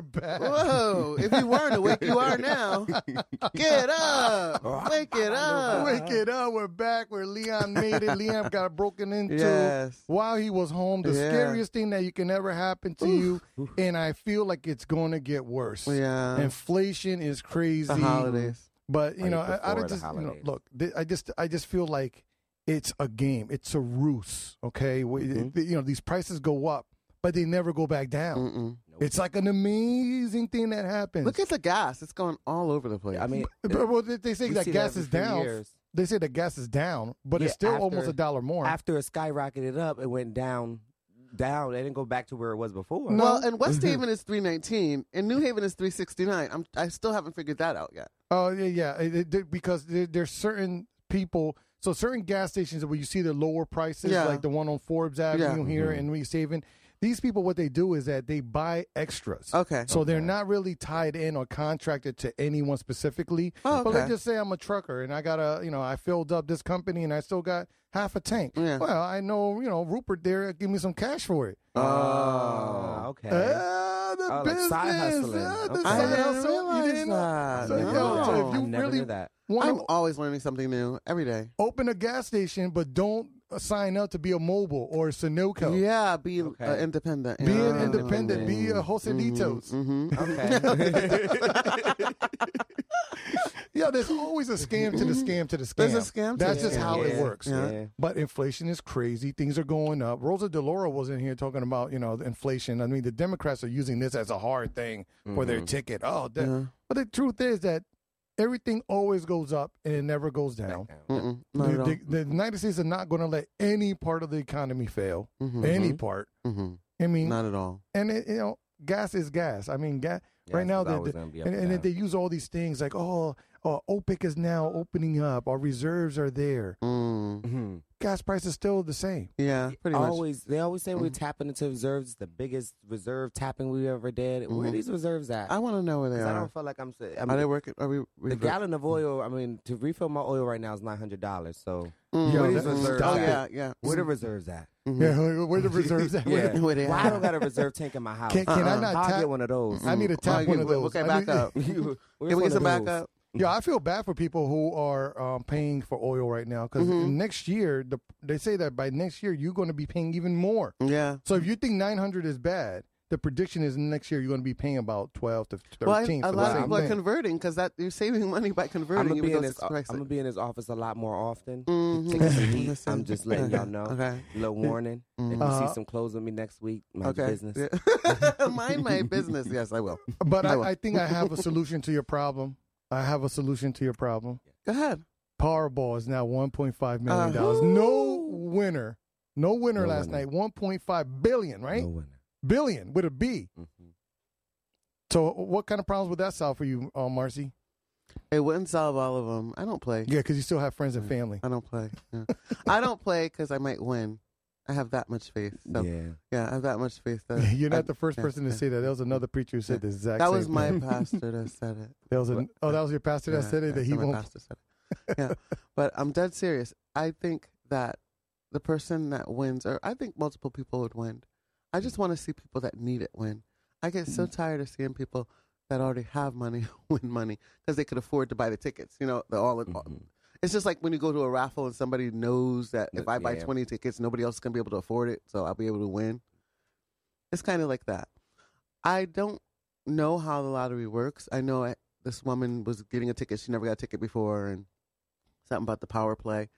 Speaker 6: back.
Speaker 4: Whoa! If you weren't awake, you are now. Get
Speaker 5: Oh,
Speaker 4: up! Wake it up!
Speaker 6: Wake it up. We're back where Leon made it. Leon got broken into
Speaker 4: Yes.
Speaker 6: while he was home. The
Speaker 4: Yeah.
Speaker 6: scariest thing that you can ever happen to you. And I feel like it's going to get worse.
Speaker 4: Yeah.
Speaker 6: Inflation is crazy.
Speaker 4: The holidays.
Speaker 6: But, you
Speaker 5: Right
Speaker 6: know, I, I
Speaker 5: before the
Speaker 6: just, you know,
Speaker 5: holidays.
Speaker 6: look, th- I just, I just feel like it's a game. It's a ruse. Okay. We-
Speaker 5: Mm-hmm.
Speaker 6: th- You know, these prices go up, but they never go back down.
Speaker 4: Mm-mm.
Speaker 6: It's like an amazing thing that happens.
Speaker 4: Look at the gas. It's going all over the place.
Speaker 5: I mean,
Speaker 6: But- well, they they say
Speaker 5: we
Speaker 6: that
Speaker 5: see that
Speaker 6: gas
Speaker 5: every
Speaker 6: is
Speaker 5: few
Speaker 6: down.
Speaker 5: years.
Speaker 6: They say that gas is down, but
Speaker 5: Yeah,
Speaker 6: it's still
Speaker 5: after-
Speaker 6: almost a dollar more.
Speaker 5: after it skyrocketed up, it went down, down. It didn't go back to where it was before.
Speaker 4: well, and West
Speaker 6: Mm-hmm.
Speaker 4: Haven is 319 and New Haven is 369. I'm, I still haven't figured that out yet.
Speaker 6: Oh yeah, yeah. It- it- there- because there, there's certain people, so certain gas stations where you see the lower prices,
Speaker 4: Yeah.
Speaker 6: like the one on Forbes Avenue here
Speaker 5: Mm-hmm.
Speaker 6: in East Haven. These people, what they do is that they buy extras.
Speaker 4: Okay.
Speaker 6: So they're not really tied in or contracted to anyone specifically.
Speaker 4: Oh,
Speaker 6: But
Speaker 4: okay.
Speaker 6: let's just say I'm a trucker and I got a, you know, I filled up this company and I still got half a tank.
Speaker 4: Yeah.
Speaker 6: Well, I know, you know, Rupert there, give me some cash for it.
Speaker 4: Uh,
Speaker 6: oh. Uh,
Speaker 5: Ah, okay.
Speaker 6: Ah, the
Speaker 5: Oh, like
Speaker 6: business.
Speaker 5: side hustling.
Speaker 6: Ah, the
Speaker 4: I
Speaker 5: Okay.
Speaker 6: side
Speaker 4: didn't
Speaker 6: hustle.
Speaker 4: realize
Speaker 6: you didn't know.
Speaker 4: that.
Speaker 6: So,
Speaker 5: I Uh, never
Speaker 6: yo,
Speaker 5: knew
Speaker 6: so
Speaker 5: that.
Speaker 6: if you
Speaker 5: I never
Speaker 6: really
Speaker 5: knew that.
Speaker 6: want
Speaker 4: I'm
Speaker 6: to
Speaker 4: always learning something new every day.
Speaker 6: open a gas station, but don't uh, sign up to be a mobile or a Sunoco.
Speaker 4: Yeah, be uh,
Speaker 5: Okay.
Speaker 4: independent.
Speaker 6: Be an
Speaker 4: Yeah. Mm-hmm.
Speaker 6: independent. Be uh, a Joselitos.
Speaker 5: Okay.
Speaker 6: Yeah, there's always a scam to the scam to the scam.
Speaker 4: There's a scam to
Speaker 6: That's
Speaker 4: the
Speaker 6: just
Speaker 4: scam.
Speaker 6: how it
Speaker 5: Yeah,
Speaker 6: works.
Speaker 5: yeah. Yeah.
Speaker 6: But inflation is crazy. Things are going up. Rosa DeLauro was in here talking about you know the inflation. I mean, the Democrats are using this as a hard thing for their ticket. Oh, that, but the truth is that everything always goes up and it never goes down.
Speaker 4: Mm-mm, Mm-hmm.
Speaker 6: The,
Speaker 4: not at all.
Speaker 6: the- the United States are not going to let any part of the economy fail.
Speaker 4: Mhm.
Speaker 6: Any Mm-hmm. part.
Speaker 4: Mhm.
Speaker 6: I mean,
Speaker 4: Not at all.
Speaker 6: and it, you know, gas is gas. I mean, gas. right
Speaker 5: Gas
Speaker 6: now,
Speaker 5: is
Speaker 6: they,
Speaker 5: always
Speaker 6: they-
Speaker 5: gonna be up
Speaker 6: and,
Speaker 5: and
Speaker 6: and
Speaker 5: down.
Speaker 6: they use all these things like, oh, uh, OPEC is now opening up. Our reserves are there.
Speaker 4: Mm.
Speaker 6: Gas price is still the same.
Speaker 4: Yeah, pretty much.
Speaker 5: Mm-hmm. always, they always say we're
Speaker 6: Mm-hmm.
Speaker 5: tapping into reserves. The biggest reserve tapping we ever did.
Speaker 6: Mm-hmm.
Speaker 5: Where are these reserves at?
Speaker 4: I want to know where they
Speaker 5: 'Cause I
Speaker 4: are.
Speaker 5: don't feel like I'm. s- I
Speaker 4: Are they
Speaker 5: mean,
Speaker 4: working? Are we?
Speaker 5: the
Speaker 4: we've-
Speaker 5: gallon of oil. I mean, to refill my oil right now is nine hundred dollars. So
Speaker 4: Mm.
Speaker 6: Yo,
Speaker 4: Where
Speaker 6: that-
Speaker 4: these reserves
Speaker 6: stop
Speaker 4: at?
Speaker 6: it.
Speaker 4: yeah, Mm-hmm. yeah.
Speaker 5: where the reserves at?
Speaker 6: Yeah, where the reserves at? Where the-
Speaker 4: Where they
Speaker 5: Why
Speaker 4: at?
Speaker 5: I don't got a reserve tank in my house? Uh-uh.
Speaker 6: Can, can I not
Speaker 5: I'll
Speaker 6: tap?
Speaker 5: get one of those.
Speaker 6: I need to
Speaker 4: Well,
Speaker 6: tap one of
Speaker 4: okay,
Speaker 6: those.
Speaker 4: Okay,
Speaker 6: I
Speaker 4: back
Speaker 6: need-
Speaker 4: up.
Speaker 5: You- where's
Speaker 4: Can we
Speaker 5: one
Speaker 4: get
Speaker 5: of
Speaker 4: some back
Speaker 5: those?
Speaker 4: up?
Speaker 6: Yeah, I feel bad for people who are um, paying for oil right now because
Speaker 4: Mm-hmm.
Speaker 6: next year, the, they say that by next year you're going to be paying even more.
Speaker 4: Yeah.
Speaker 6: So if you think 900 is bad, the prediction is next year you're going to be paying about twelve to
Speaker 4: Well,
Speaker 6: thirteen.
Speaker 4: a
Speaker 6: for the
Speaker 4: lot of
Speaker 6: same
Speaker 4: people are
Speaker 6: thing.
Speaker 4: converting because that you're saving money by converting.
Speaker 5: I'm gonna
Speaker 4: even
Speaker 5: be
Speaker 4: though
Speaker 5: in
Speaker 4: it's
Speaker 5: his. I'm
Speaker 4: Brexit.
Speaker 5: gonna be in his office a lot more often.
Speaker 4: Mhm.
Speaker 5: Take some heat.
Speaker 4: Listen.
Speaker 5: I'm just letting y'all know.
Speaker 4: Okay. Mm-hmm.
Speaker 5: Little warning. If you
Speaker 6: Uh,
Speaker 5: see some clothes with me next week, mind
Speaker 4: Okay.
Speaker 5: your business.
Speaker 4: Yeah. Mind my business. Yes, I will.
Speaker 6: But
Speaker 4: I will.
Speaker 6: I, I think I have a solution to your problem. I have a solution to your problem.
Speaker 4: Go ahead.
Speaker 6: Powerball is now 1.5 million
Speaker 4: Uh-huh.
Speaker 6: dollars. No winner. No winner
Speaker 5: No
Speaker 6: last
Speaker 5: winner.
Speaker 6: night. 1.5 billion, right?
Speaker 5: No winner.
Speaker 6: Billion with a B.
Speaker 4: Mm-hmm.
Speaker 5: Mhm.
Speaker 6: So what kind of problems would that solve for you, uh, Marcy?
Speaker 4: It wouldn't solve all of them. I don't play.
Speaker 6: Yeah, because you still have
Speaker 4: Mm.
Speaker 6: friends and family.
Speaker 4: I don't play. Yeah. I don't play because I might win. I have that much faith. So yeah,
Speaker 5: Yeah.
Speaker 4: I have that much faith. That
Speaker 6: You're
Speaker 4: Uh, I-
Speaker 6: not the first
Speaker 4: yeah,
Speaker 6: person to
Speaker 4: yeah.
Speaker 6: say that. That was another preacher who said the exact
Speaker 4: That
Speaker 6: same
Speaker 4: was my
Speaker 6: thing.
Speaker 4: pastor that said it.
Speaker 6: That was an, oh, that was your pastor that
Speaker 4: Yeah,
Speaker 6: said it.
Speaker 4: yeah,
Speaker 6: that he
Speaker 4: so my
Speaker 6: won't.
Speaker 4: pastor said it. Yeah, but I'm dead serious. I think that the person that wins, or I think multiple people would win. I just want to see people that need it win. I get
Speaker 6: Mm.
Speaker 4: so tired of seeing people that already have money win money because they could afford to buy the tickets. You know, the all in.
Speaker 5: Mm-hmm.
Speaker 4: all It's just like when you go to a raffle and somebody knows that if I buy
Speaker 5: Yeah.
Speaker 4: 20 tickets, nobody else is going to be able to afford it, so I'll be able to win. It's kind of like that. I don't know how the lottery works. I know I, this woman was getting a ticket. She never got a ticket before, and something about the power play.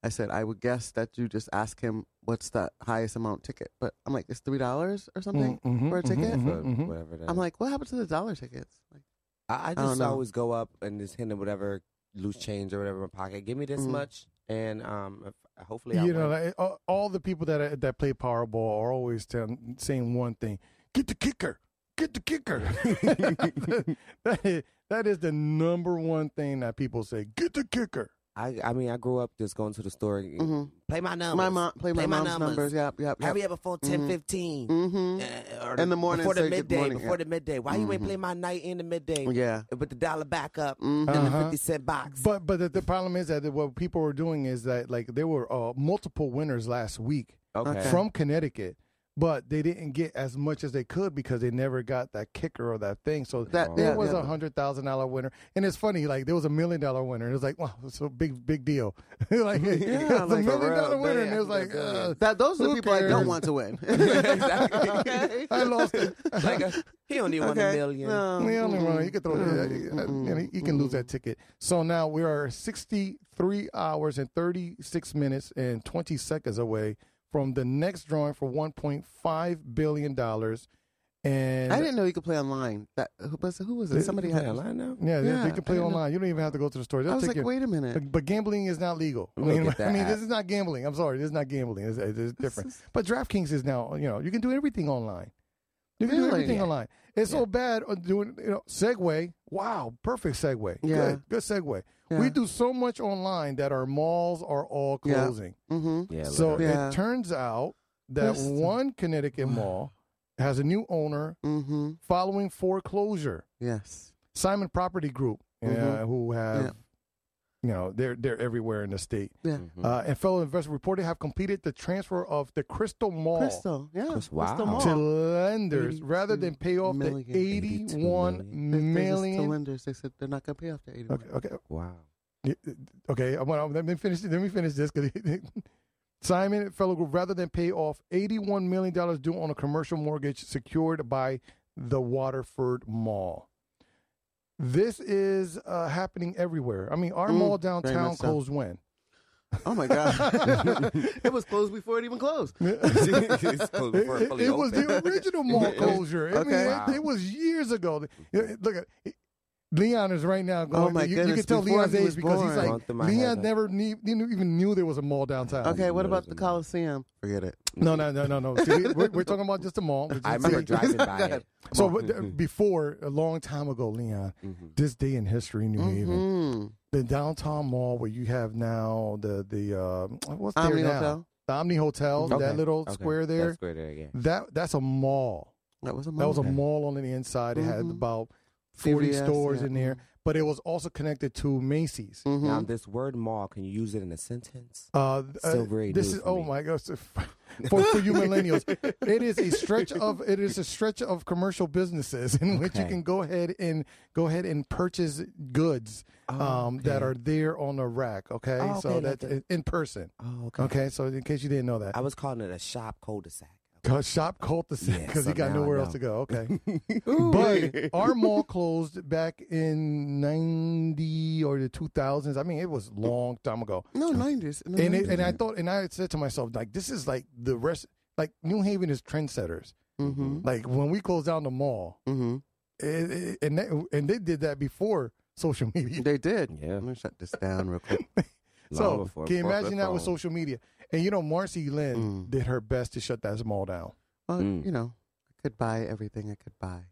Speaker 4: I said, I would guess that you just ask him what's the highest amount ticket. But I'm like, it's $3 or something
Speaker 6: Mhm,
Speaker 4: for a
Speaker 6: mhm,
Speaker 4: ticket?
Speaker 5: So,
Speaker 6: mhm, mhm.
Speaker 5: Mm-hmm. whatever that
Speaker 4: Mm-hmm. I'm
Speaker 5: is.
Speaker 4: like, what happened to the dollar tickets? Like,
Speaker 5: I, I
Speaker 4: don't
Speaker 5: just
Speaker 4: know.
Speaker 5: always go up and just hit whatever loose change or whatever in my pocket. Give me this
Speaker 4: Mm.
Speaker 5: much, and um, if, hopefully I
Speaker 6: You know,
Speaker 5: win.
Speaker 6: like, uh, all the people that that play Powerball are always tell, saying one thing: get the kicker, get the kicker. that, is, that is the number one thing that people say: get the kicker.
Speaker 5: I I mean, I grew up just going to the store. and
Speaker 4: Mhm.
Speaker 5: Play my numbers.
Speaker 4: my mom, play my mom's numbers. Yep, yep, yep.
Speaker 5: Hurry up before ten fifteen.
Speaker 4: Mm-hmm.
Speaker 5: Uh, or
Speaker 4: In the morning,
Speaker 5: before
Speaker 4: say
Speaker 5: the
Speaker 4: good
Speaker 5: midday,
Speaker 4: morning,
Speaker 5: before
Speaker 4: yeah. Mm-hmm.
Speaker 5: the midday. Why you ain't play my night in the midday?
Speaker 4: Yeah.
Speaker 5: with the dollar back up
Speaker 4: Mhm.
Speaker 5: in the
Speaker 6: Uh-huh.
Speaker 5: fifty cent box.
Speaker 6: But but the, the problem is that what people were doing is that like there were uh, multiple winners last week
Speaker 5: okay,
Speaker 6: from Connecticut, but they didn't get as much as they could because they never got that kicker or that thing. So
Speaker 4: That-
Speaker 6: there
Speaker 4: yeah,
Speaker 6: was
Speaker 4: yeah.
Speaker 6: a hundred thousand dollar winner, and it's funny like there was a million dollar winner. And it was like wow, it's a big big deal. like it
Speaker 4: like
Speaker 6: was
Speaker 4: a
Speaker 6: a million
Speaker 4: real
Speaker 6: dollar winner, and
Speaker 5: big-
Speaker 6: it was like
Speaker 5: big
Speaker 6: uh,
Speaker 4: That those are the
Speaker 6: Who
Speaker 4: people I don't
Speaker 6: cares?
Speaker 4: want to win.
Speaker 5: Exactly.
Speaker 4: okay.
Speaker 6: I lost it.
Speaker 5: like a, he only won a million.
Speaker 4: No.
Speaker 6: We only run. You can throw. that.
Speaker 4: Mm,
Speaker 6: uh,
Speaker 4: mm,
Speaker 6: you know, you can lose that ticket. So now we are 63 hours and 36 minutes and 20 seconds away from the next drawing for 1.5 billion dollars. And
Speaker 4: I didn't know you could play online. That who was who was it? Somebody had
Speaker 5: line now.
Speaker 6: Yeah, they-
Speaker 4: Yeah,
Speaker 6: they can play
Speaker 4: I didn't know.
Speaker 6: online. You don't even have to go to the store. They'll
Speaker 4: I was
Speaker 6: take
Speaker 4: like,
Speaker 6: your-
Speaker 4: wait a minute.
Speaker 6: But, but gambling is not legal. I
Speaker 5: Look
Speaker 6: mean,
Speaker 5: at that
Speaker 6: I mean,
Speaker 5: app.
Speaker 6: this is not gambling. I'm sorry, this is not gambling. It's, it's different. But DraftKings is now, you know, you can do everything online. You can do
Speaker 4: Really?
Speaker 6: everything
Speaker 4: Yeah.
Speaker 6: online. It's so bad uh, doing, you know, Segway. Wow, perfect Segway.
Speaker 4: Yeah.
Speaker 6: Good, good Segway.
Speaker 4: Yeah.
Speaker 6: We do so much online that our malls are all
Speaker 4: Yeah.
Speaker 6: closing.
Speaker 4: Mm-hmm.
Speaker 5: Yeah,
Speaker 6: So
Speaker 4: Yeah.
Speaker 6: it turns out that
Speaker 4: Yes.
Speaker 6: one Connecticut mall has a new owner
Speaker 4: Mm-hmm.
Speaker 6: following foreclosure.
Speaker 4: Yes.
Speaker 6: Simon Property Group, uh,
Speaker 4: Mhm.
Speaker 6: who have,
Speaker 4: Yeah.
Speaker 6: you know, they're they're everywhere in the state.
Speaker 4: Yeah.
Speaker 5: Mm-hmm.
Speaker 6: Uh, and fellow investors reported have completed the transfer of the Crystal Mall
Speaker 4: Crystal. Yeah.
Speaker 5: Chris- wow.
Speaker 4: Crystal
Speaker 6: to
Speaker 4: Mall.
Speaker 6: lenders
Speaker 4: 82
Speaker 6: rather than pay off
Speaker 4: million.
Speaker 6: the
Speaker 5: 82
Speaker 4: They-
Speaker 6: eighty-one
Speaker 4: they just- to
Speaker 6: million.
Speaker 4: lenders. They said they're not going to pay off the eighty.
Speaker 6: Okay, okay,
Speaker 5: Wow.
Speaker 6: Yeah, okay. I want let me finish. Let me finish this because Simon and fellow group rather than pay off eighty-one million dollars due on a commercial mortgage secured by the Waterford Mall. This is uh, happening everywhere. I mean, our
Speaker 4: Mm,
Speaker 6: mall
Speaker 4: very
Speaker 6: downtown
Speaker 4: much so.
Speaker 6: closed when?
Speaker 4: Oh my god! it was closed before it even closed.
Speaker 6: It, it- it was the original mall closure. I mean,
Speaker 4: Okay.
Speaker 6: it- it, was years ago. Yeah, Look at it- Leon is right now going.
Speaker 4: Oh my
Speaker 6: you, you
Speaker 4: goodness,
Speaker 6: can tell
Speaker 4: before
Speaker 6: Leon's
Speaker 4: he
Speaker 6: age
Speaker 4: was
Speaker 6: because
Speaker 4: born.
Speaker 6: he's
Speaker 5: Going through my
Speaker 6: like
Speaker 5: head,
Speaker 6: Leon
Speaker 5: like-
Speaker 6: never knew, didn't even knew there was a mall downtown.
Speaker 4: Okay. What
Speaker 5: It
Speaker 4: about
Speaker 5: was
Speaker 4: the
Speaker 5: a mall.
Speaker 4: Coliseum? Forget it.
Speaker 6: No, no, no, no, no. See, we- we're, we're talking about just a mall.
Speaker 5: I remember driving by it.
Speaker 6: So but th- before, a long time ago, Leon,
Speaker 5: Mm-hmm.
Speaker 6: this day in history, New Haven,
Speaker 4: Mm.
Speaker 6: the downtown mall where you have now the the uh, what's there
Speaker 4: Omni
Speaker 6: now?
Speaker 4: Hotel.
Speaker 6: The Omni Hotel,
Speaker 5: Okay.
Speaker 6: that little
Speaker 5: Okay.
Speaker 6: square
Speaker 5: That
Speaker 6: there.
Speaker 5: square there, yeah.
Speaker 6: That that's a mall.
Speaker 4: That was a mall.
Speaker 6: That was a mall on the inside. It had
Speaker 5: Mm-hmm.
Speaker 4: Mhm.
Speaker 6: about forty
Speaker 4: CVS,
Speaker 6: stores
Speaker 4: yeah.
Speaker 6: in there, but it was also connected to Macy's.
Speaker 4: Mhm.
Speaker 5: Now, this word mall, can you use it in a sentence?
Speaker 6: Uh, th-
Speaker 5: Still
Speaker 6: uh,
Speaker 5: very
Speaker 6: this
Speaker 5: new
Speaker 6: is
Speaker 5: for
Speaker 6: oh
Speaker 5: me.
Speaker 6: my gosh for, for you millennials it is a stretch of it is a stretch of commercial businesses in which you
Speaker 5: Okay.
Speaker 6: can go ahead and go ahead and purchase goods um, that are there on the rack okay,
Speaker 5: Oh,
Speaker 6: so
Speaker 5: okay, like
Speaker 6: that's
Speaker 5: a-
Speaker 6: in person
Speaker 5: Oh,
Speaker 6: okay so in case you didn't know that
Speaker 5: I was calling it a shop cul-de-sac.
Speaker 6: co- shop called the set
Speaker 5: Yeah,
Speaker 6: because
Speaker 5: so
Speaker 6: he got
Speaker 5: now I
Speaker 6: nowhere
Speaker 5: know.
Speaker 6: else to go. Okay. but our mall closed back in 90 or the 2000s. I mean, it was a long time ago.
Speaker 4: No, 90s. In the
Speaker 6: And,
Speaker 4: 90s.
Speaker 6: it, and
Speaker 5: Mm-hmm.
Speaker 6: I thought, and I said to myself, like, this is like the rest, like, New Haven is trendsetters.
Speaker 5: Mm-hmm.
Speaker 4: Mhm.
Speaker 6: Like, when we closed down the mall,
Speaker 4: Mhm.
Speaker 6: it, it- and, they, and they did that before social media.
Speaker 4: They did.
Speaker 5: Yeah.
Speaker 4: I'm going to shut this down real quick.
Speaker 5: Long
Speaker 6: So,
Speaker 5: before
Speaker 6: can you
Speaker 5: corporate
Speaker 6: imagine that with
Speaker 5: phone.
Speaker 6: social media? And, you know, Marcy Lynn
Speaker 4: Mm.
Speaker 6: did her best to shut that mall down.
Speaker 4: Well,
Speaker 5: Mm.
Speaker 4: you know, I could buy everything I could buy.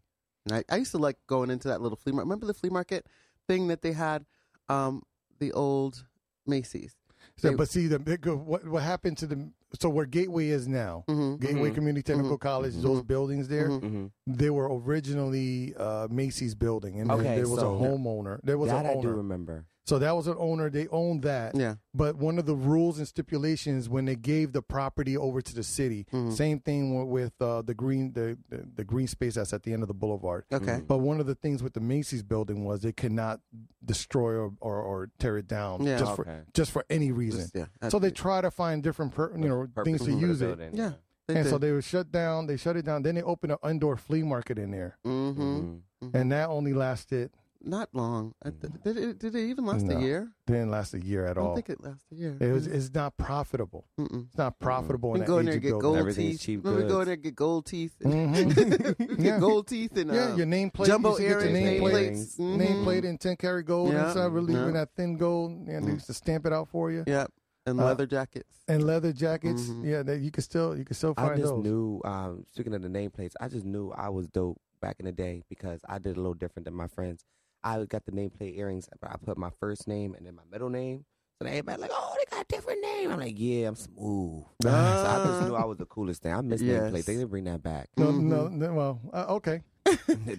Speaker 4: And I, I used to like going into that little flea market. Remember the flea market thing that they had? Um, the old Macy's.
Speaker 6: So,
Speaker 4: They-
Speaker 6: but see, the big, what what happened to the so where Gateway is now,
Speaker 5: Mm-hmm.
Speaker 4: Mhm.
Speaker 6: Gateway Community Technical College, those buildings there,
Speaker 4: Mm-hmm.
Speaker 5: Mhm.
Speaker 6: they were originally uh, Macy's building, and then
Speaker 5: Okay,
Speaker 6: there was
Speaker 5: so-
Speaker 6: a homeowner. There was
Speaker 5: that
Speaker 6: an
Speaker 5: I do
Speaker 6: owner,
Speaker 5: remember.
Speaker 6: so that was an owner. They owned that.
Speaker 4: Yeah.
Speaker 6: But one of the rules and stipulations when they gave the property over to the city,
Speaker 4: Mm-hmm.
Speaker 6: same thing wi- with uh, the green the, the the green space that's at the end of the boulevard.
Speaker 4: Okay.
Speaker 6: But one of the things with the Macy's building was they could not destroy or, or, or tear it down
Speaker 4: Yeah.
Speaker 6: just
Speaker 5: Okay.
Speaker 6: for just for any reason.
Speaker 4: Just- yeah.
Speaker 6: So they try to find different, per, you know, things
Speaker 5: Purpose
Speaker 6: to
Speaker 5: for
Speaker 6: use
Speaker 5: the
Speaker 6: it.
Speaker 5: building,
Speaker 4: Yeah. Mm-hmm. They
Speaker 6: and
Speaker 4: did.
Speaker 6: so they were shut down. They shut it down. Then they opened an indoor flea market in there,
Speaker 4: Mhm.
Speaker 6: Mm-hmm.
Speaker 5: Mhm.
Speaker 6: and that only lasted
Speaker 4: Not long. I th- Did it, did it even last
Speaker 6: Mm-hmm. No.
Speaker 4: a year?
Speaker 6: didn't last a year at
Speaker 4: I don't
Speaker 6: all.
Speaker 4: think it lasted a year.
Speaker 6: it was, it's not profitable.
Speaker 4: Mm-mm.
Speaker 6: It's not profitable
Speaker 4: We
Speaker 6: in that
Speaker 4: go in
Speaker 6: age
Speaker 4: there and
Speaker 6: of
Speaker 4: get
Speaker 6: building.
Speaker 4: gold
Speaker 5: Everything's
Speaker 4: teeth.
Speaker 5: cheap
Speaker 4: Remember we go in
Speaker 5: goods.
Speaker 4: there and get gold teeth.
Speaker 6: Mhm.
Speaker 4: get
Speaker 6: Yeah.
Speaker 4: gold teeth and
Speaker 6: Yeah,
Speaker 4: uh,
Speaker 6: your nameplate.
Speaker 4: jumbo
Speaker 6: you used to get
Speaker 4: earrings,
Speaker 6: your
Speaker 5: name
Speaker 6: nameplate,
Speaker 5: plates.
Speaker 4: nameplates. Mhm.
Speaker 6: nameplate in ten karat gold
Speaker 4: Yeah.
Speaker 6: inside, really
Speaker 4: Yeah.
Speaker 6: with that thin gold, and they
Speaker 4: Mm.
Speaker 6: used to stamp it out for you.
Speaker 4: Yep. And
Speaker 6: Uh,
Speaker 4: leather jackets.
Speaker 6: And leather jackets.
Speaker 4: Mhm.
Speaker 6: Yeah, that you could still you could still
Speaker 5: I
Speaker 6: find
Speaker 5: just
Speaker 6: those.
Speaker 5: knew. Um, speaking of the nameplates, I just knew I was dope back in the day because I did a little different than my friends. I got the nameplate earrings, but I put my first name and then my middle name. So then everybody like, oh, they got a different name. I'm like, yeah, I'm smooth. so I just knew I was the coolest thing. I miss
Speaker 4: Ah. Yes.
Speaker 5: nameplate. They need to bring that back.
Speaker 6: No, no, no, well, uh, okay.
Speaker 5: they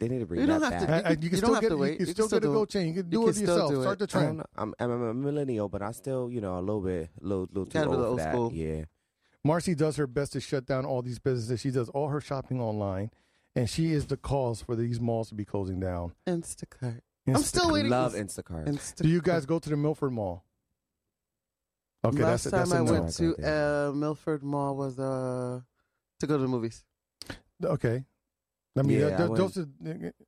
Speaker 5: need to
Speaker 4: Mm-hmm.
Speaker 5: bring
Speaker 4: You don't
Speaker 5: that
Speaker 4: have
Speaker 5: back.
Speaker 4: to
Speaker 6: I, I, you
Speaker 4: You
Speaker 6: can
Speaker 4: don't
Speaker 6: still
Speaker 4: have
Speaker 6: get
Speaker 4: to wait.
Speaker 6: You,
Speaker 4: You
Speaker 6: can
Speaker 4: can
Speaker 6: still
Speaker 4: still
Speaker 6: get a
Speaker 4: do
Speaker 6: gold
Speaker 4: it.
Speaker 6: chain. You can
Speaker 4: You
Speaker 6: do
Speaker 4: can
Speaker 6: it
Speaker 4: still
Speaker 6: yourself.
Speaker 4: do
Speaker 6: Start
Speaker 4: it.
Speaker 6: the
Speaker 5: I don't
Speaker 6: trend.
Speaker 5: know. I'm, I'm a millennial, but I still, you know, a little bit, little, little too
Speaker 4: Gotta be
Speaker 5: old,
Speaker 4: the
Speaker 5: for
Speaker 4: old
Speaker 5: that.
Speaker 4: school.
Speaker 5: Yeah.
Speaker 6: Marcy does her best to shut down all these businesses. She does all her shopping online, and she is the cause for these malls to be closing down.
Speaker 4: Instacart. I'm still waiting.
Speaker 5: Love
Speaker 4: for-
Speaker 5: Instacart.
Speaker 4: Instacart.
Speaker 6: Do you guys go to the Milford Mall? Okay,
Speaker 4: Last
Speaker 6: that's a, that's
Speaker 4: time
Speaker 6: a
Speaker 4: I
Speaker 6: no.
Speaker 4: went to
Speaker 5: I got
Speaker 4: uh, Milford Mall was uh, to go to the movies.
Speaker 6: Okay, I mean,
Speaker 5: Yeah,
Speaker 6: uh,
Speaker 5: I
Speaker 6: those are-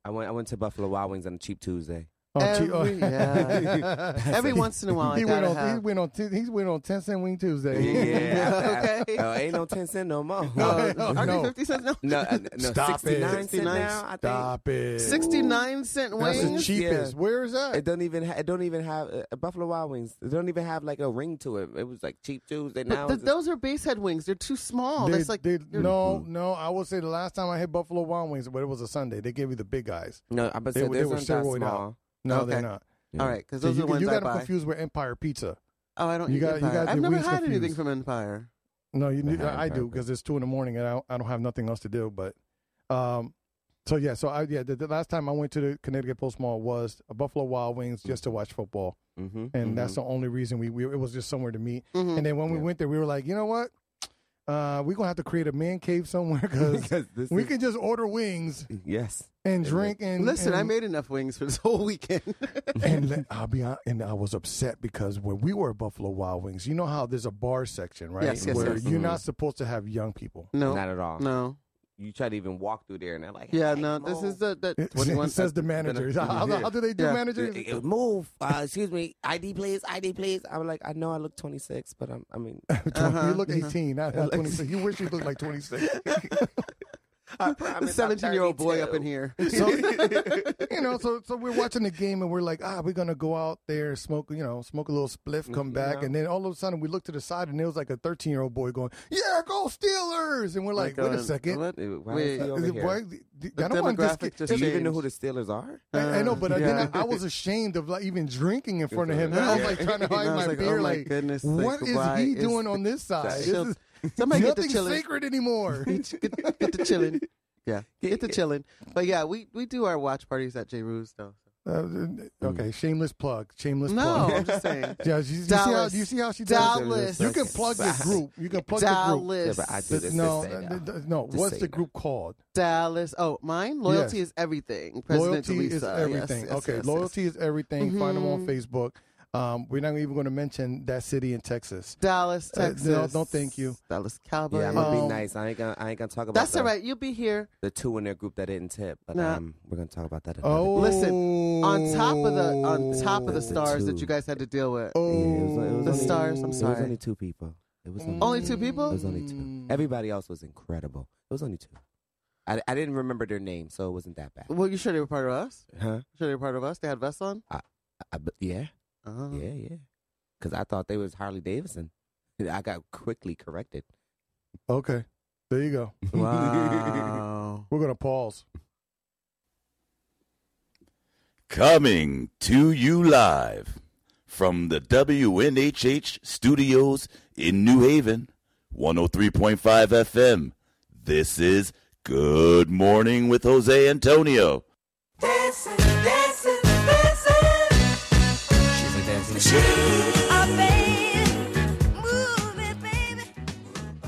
Speaker 5: I went. I went to Buffalo Wild Wings on a cheap Tuesday.
Speaker 6: oh,
Speaker 4: Every-
Speaker 6: gee, oh.
Speaker 4: yeah. Every once in a while, I
Speaker 6: he went
Speaker 4: gotta
Speaker 6: on. He
Speaker 4: have.
Speaker 6: went on. T- he went on ten cent wing Tuesday.
Speaker 5: Yeah.
Speaker 4: Okay.
Speaker 5: Oh, ain't no ten cent no more.
Speaker 4: Uh,
Speaker 6: No,
Speaker 4: are
Speaker 6: no.
Speaker 4: they fifty cents now?
Speaker 5: no, uh, no,
Speaker 6: Stop it.
Speaker 5: 69 cent
Speaker 4: 69.
Speaker 5: now. I think
Speaker 6: Stop it.
Speaker 4: Sixty-nine cent
Speaker 6: That's the
Speaker 4: wings.
Speaker 6: cheapest. Where is that?
Speaker 5: it don't even. Ha- it don't even have uh, Buffalo Wild Wings. It don't even have like a ring to it. It was like cheap Tuesday. Now
Speaker 4: But th-
Speaker 5: it's-
Speaker 4: those are basehead wings. They're too small.
Speaker 6: They-
Speaker 4: That's like
Speaker 6: they-
Speaker 4: you're-
Speaker 6: no, no. I will say the last time I hit Buffalo Wild Wings, but it was a Sunday. They gave you the big guys.
Speaker 5: no, I but
Speaker 6: They
Speaker 5: said
Speaker 6: were- they
Speaker 5: those
Speaker 6: were
Speaker 5: aren't that
Speaker 6: steroid out.
Speaker 5: small.
Speaker 6: No,
Speaker 4: Okay.
Speaker 6: they're not.
Speaker 4: all right because
Speaker 6: So
Speaker 4: those
Speaker 6: you,
Speaker 4: are the ones
Speaker 6: you
Speaker 4: I
Speaker 6: got them
Speaker 4: buy.
Speaker 6: confused with Empire Pizza.
Speaker 4: Oh, I don't
Speaker 6: You
Speaker 4: eat
Speaker 6: got- you
Speaker 4: Empire.
Speaker 6: got
Speaker 4: I've
Speaker 6: your
Speaker 4: never
Speaker 6: wings
Speaker 4: had anything
Speaker 6: confused.
Speaker 4: from Empire.
Speaker 6: No, you.
Speaker 5: They
Speaker 6: Need,
Speaker 5: had
Speaker 6: I, I do
Speaker 5: Empire
Speaker 6: because it's two in the morning and I, don't- I don't have nothing else to do. But, um, so yeah, so I yeah the, the last time I went to the Connecticut Post Mall was a Buffalo Wild Wings just to watch football,
Speaker 5: Mm-hmm.
Speaker 6: and that's the only reason we, we it was just somewhere to meet.
Speaker 4: Mhm.
Speaker 6: And then when we went there, we were like, you know what, uh, we're gonna have to create a man cave somewhere because we can just order wings
Speaker 5: Yes.
Speaker 6: and drink and
Speaker 4: Listen, I
Speaker 6: and-
Speaker 4: made enough wings for this whole weekend.
Speaker 6: and le- I'll be hon- and I was upset because when we were at Buffalo Wild Wings, you know how there's a bar section, right?
Speaker 4: Yes, yes,
Speaker 6: Where
Speaker 4: yes. Mm-hmm.
Speaker 6: you're not supposed to have young people.
Speaker 4: no,
Speaker 5: Not at all.
Speaker 4: no.
Speaker 5: You try to even walk through there, and they're like,
Speaker 4: Yeah,
Speaker 5: "Hey,
Speaker 4: no. This
Speaker 5: move."
Speaker 4: is the uh, that
Speaker 6: It
Speaker 4: 21
Speaker 6: says the managers. How, how- how do they do
Speaker 4: Yeah.
Speaker 6: managers?
Speaker 5: Uh, move. Uh, excuse me. ID, please. ID, please. I'm like, I know I look 26, but I'm. I mean,
Speaker 4: uh-huh.
Speaker 6: You look 18, not, not 26. You wish you looked like 26.
Speaker 5: I promise I'm
Speaker 4: 17 year old boy up
Speaker 5: 32.
Speaker 4: in here.
Speaker 6: So you know, so so we're watching the game and we're like, ah, we're gonna go out there smoke, you know, smoke a little spliff,
Speaker 4: Mm-hmm.
Speaker 6: come back, and then all of a sudden we look to the side and there was like a 13 year old boy going, yeah, go Steelers, and we're like, wait a
Speaker 4: going,
Speaker 6: second.
Speaker 4: uh,
Speaker 6: Uh,
Speaker 4: What?
Speaker 5: Dude, why
Speaker 4: Wait,
Speaker 5: is he over
Speaker 6: Is it-
Speaker 5: here?
Speaker 6: why- I don't want this
Speaker 4: demographic
Speaker 6: kid-
Speaker 4: just
Speaker 5: Do you even know who the
Speaker 4: changed.
Speaker 5: Steelers are?
Speaker 6: I, I know, but
Speaker 4: Uh,
Speaker 6: then I,
Speaker 4: yeah.
Speaker 6: I was ashamed of like even drinking in front of him. I was like trying to
Speaker 4: Yeah.
Speaker 6: hide
Speaker 4: I was
Speaker 6: my
Speaker 4: like, oh
Speaker 6: beer.
Speaker 4: my
Speaker 6: like,
Speaker 4: goodness, like,
Speaker 6: what is
Speaker 4: why
Speaker 6: he
Speaker 4: is
Speaker 6: doing
Speaker 4: the-
Speaker 6: on this side? This
Speaker 4: Chill-
Speaker 6: is
Speaker 4: Somebody get the
Speaker 6: nothing
Speaker 4: chilling.
Speaker 6: sacred anymore.
Speaker 4: Get, get the chilling. Yeah, get the chilling. But yeah, we, we do our watch parties at J. Rue's though.
Speaker 6: Uh, okay, shameless plug. Shameless
Speaker 4: hmm. No,
Speaker 6: plug.
Speaker 4: I'm just saying.
Speaker 6: Yeah, you, you see how
Speaker 4: Dallas.
Speaker 6: you see how she does.
Speaker 4: Dallas.
Speaker 6: it? You can plug the group. You can plug the
Speaker 4: Dallas.
Speaker 5: Yeah, but I do
Speaker 6: group.
Speaker 5: this.
Speaker 6: no,
Speaker 5: this,
Speaker 6: uh, th- no.
Speaker 5: Just
Speaker 6: What's
Speaker 5: say
Speaker 6: the
Speaker 5: no.
Speaker 6: group called?
Speaker 4: Dallas. Oh, mine. Loyalty
Speaker 6: Yes.
Speaker 4: is everything. President
Speaker 6: loyalty
Speaker 4: Lisa. Mm-hmm.
Speaker 6: is everything. okay, loyalty is everything. Find them on Facebook. Um, we're not even going to mention that city in Texas.
Speaker 4: Dallas,
Speaker 6: Uh, no,
Speaker 4: Texas.
Speaker 6: no, thank you.
Speaker 4: Dallas Cowboys.
Speaker 5: Yeah, I'm gonna
Speaker 6: Um,
Speaker 5: be nice. I ain't gonna. I ain't gonna talk about.
Speaker 4: That's
Speaker 5: the,
Speaker 4: all right. You'll be here.
Speaker 5: The two in their group that didn't tip, but
Speaker 4: Nah.
Speaker 5: um, we're gonna talk about that. Another
Speaker 6: Oh,
Speaker 5: day.
Speaker 4: Listen, On top of the on top of the
Speaker 5: That's a
Speaker 4: stars
Speaker 5: two.
Speaker 4: that you guys had to deal with.
Speaker 5: Yeah, it was- it was
Speaker 4: The
Speaker 5: only-
Speaker 4: stars, I'm
Speaker 5: It was
Speaker 4: sorry.
Speaker 5: only two people. It was only,
Speaker 4: Only two people?
Speaker 5: It was only two.
Speaker 6: Mm.
Speaker 5: Everybody else was incredible. It was only two. I, I didn't remember their name, so it wasn't that bad.
Speaker 4: Well, you sure they were part of us?
Speaker 5: Huh?
Speaker 4: Sure they were part of us? They had vests on.
Speaker 5: I, but yeah,
Speaker 4: Uh-huh.
Speaker 5: yeah, yeah. Because I thought they was Harley Davidson. I got quickly corrected.
Speaker 6: Okay, there you go.
Speaker 4: Wow.
Speaker 6: We're gonna pause.
Speaker 3: Coming to you live from the WNHH studios in New Haven, 103.5 FM. This is Good Morning with Jose Antonio.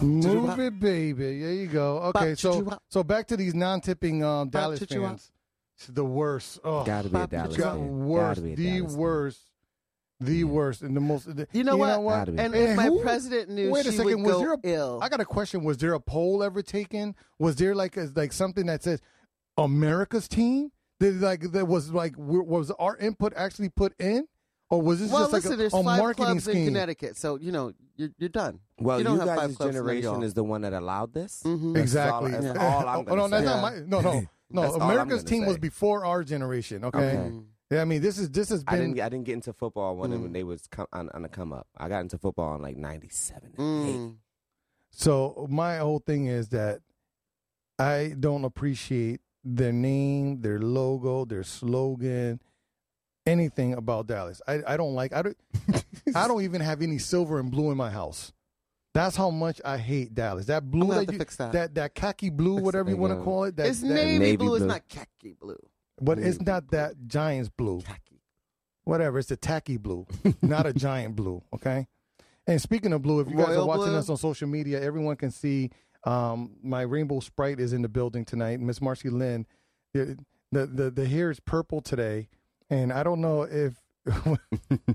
Speaker 6: Move it, baby. There you go. Okay, so
Speaker 4: Ba-choo-choo-wop.
Speaker 6: so back to these non-tipping um, Dallas
Speaker 4: Ba-choo-choo-wop.
Speaker 6: fans. It's the worst. Oh,
Speaker 5: Gotta be a
Speaker 4: Pop,
Speaker 5: Dallas
Speaker 6: got
Speaker 5: fan.
Speaker 6: worse.
Speaker 5: Gotta be a
Speaker 6: The
Speaker 5: Dallas fan.
Speaker 6: worst. The worst and the most. the-
Speaker 4: You know what?
Speaker 5: Gotta be
Speaker 4: And
Speaker 5: bad.
Speaker 4: if my
Speaker 6: who-
Speaker 4: president knew
Speaker 6: Wait a
Speaker 4: she
Speaker 6: second.
Speaker 4: would
Speaker 6: Was
Speaker 4: go
Speaker 6: there a,
Speaker 4: ill.
Speaker 6: I got a question. Was there a poll ever taken? Was there like a, like something that says America's team? Did like there was like w- was our input actually put in, or was this
Speaker 4: well,
Speaker 6: just like
Speaker 4: listen,
Speaker 6: a,
Speaker 4: there's
Speaker 6: a
Speaker 4: five
Speaker 6: marketing
Speaker 4: clubs in
Speaker 6: scheme?
Speaker 4: Connecticut, so you know you're, you're done.
Speaker 5: Well,
Speaker 4: you
Speaker 5: you,
Speaker 4: don't have five
Speaker 5: guys'
Speaker 4: clubs, none of
Speaker 5: generation
Speaker 4: y'all.
Speaker 5: is the one that allowed this.
Speaker 4: Mhm.
Speaker 5: That's all-
Speaker 6: Exactly.
Speaker 5: that's all I'm
Speaker 6: oh, no,
Speaker 5: gonna
Speaker 6: that's
Speaker 5: say.
Speaker 6: not my. No, no, no.
Speaker 5: That's all I'm
Speaker 6: America's
Speaker 5: gonna
Speaker 6: team
Speaker 5: say.
Speaker 6: was before our generation. Okay?
Speaker 5: Okay.
Speaker 6: Yeah, I mean, this is this has
Speaker 5: I didn't.
Speaker 6: been.
Speaker 5: I didn't get into football when, when they was come, on, on a come up. I got into football in like '97.
Speaker 4: Mm.
Speaker 6: So my whole thing is that I don't appreciate their name, their logo, their slogan, anything about Dallas. I, I don't like. I don't. I don't even have any silver and blue in my house. That's how much I hate Dallas. That blue
Speaker 4: gonna
Speaker 6: that,
Speaker 4: have to
Speaker 6: you,
Speaker 4: fix that.
Speaker 6: that that khaki blue,
Speaker 5: Fix
Speaker 6: whatever
Speaker 5: it,
Speaker 6: you want to
Speaker 5: yeah.
Speaker 6: call it. That,
Speaker 4: it's
Speaker 6: that-
Speaker 4: navy,
Speaker 5: navy
Speaker 4: blue. It's
Speaker 5: blue.
Speaker 4: not khaki blue.
Speaker 6: but it's not that Giants blue.
Speaker 4: Khaki.
Speaker 6: whatever. It's a tacky blue, not a giant blue. Okay. And speaking of blue, if you guys are
Speaker 4: Royal
Speaker 6: watching
Speaker 4: blue?
Speaker 6: us on social media, everyone can see um, my rainbow sprite is in the building tonight. Miss Marcy Lynn, the, the the the hair is purple today, and I don't know if you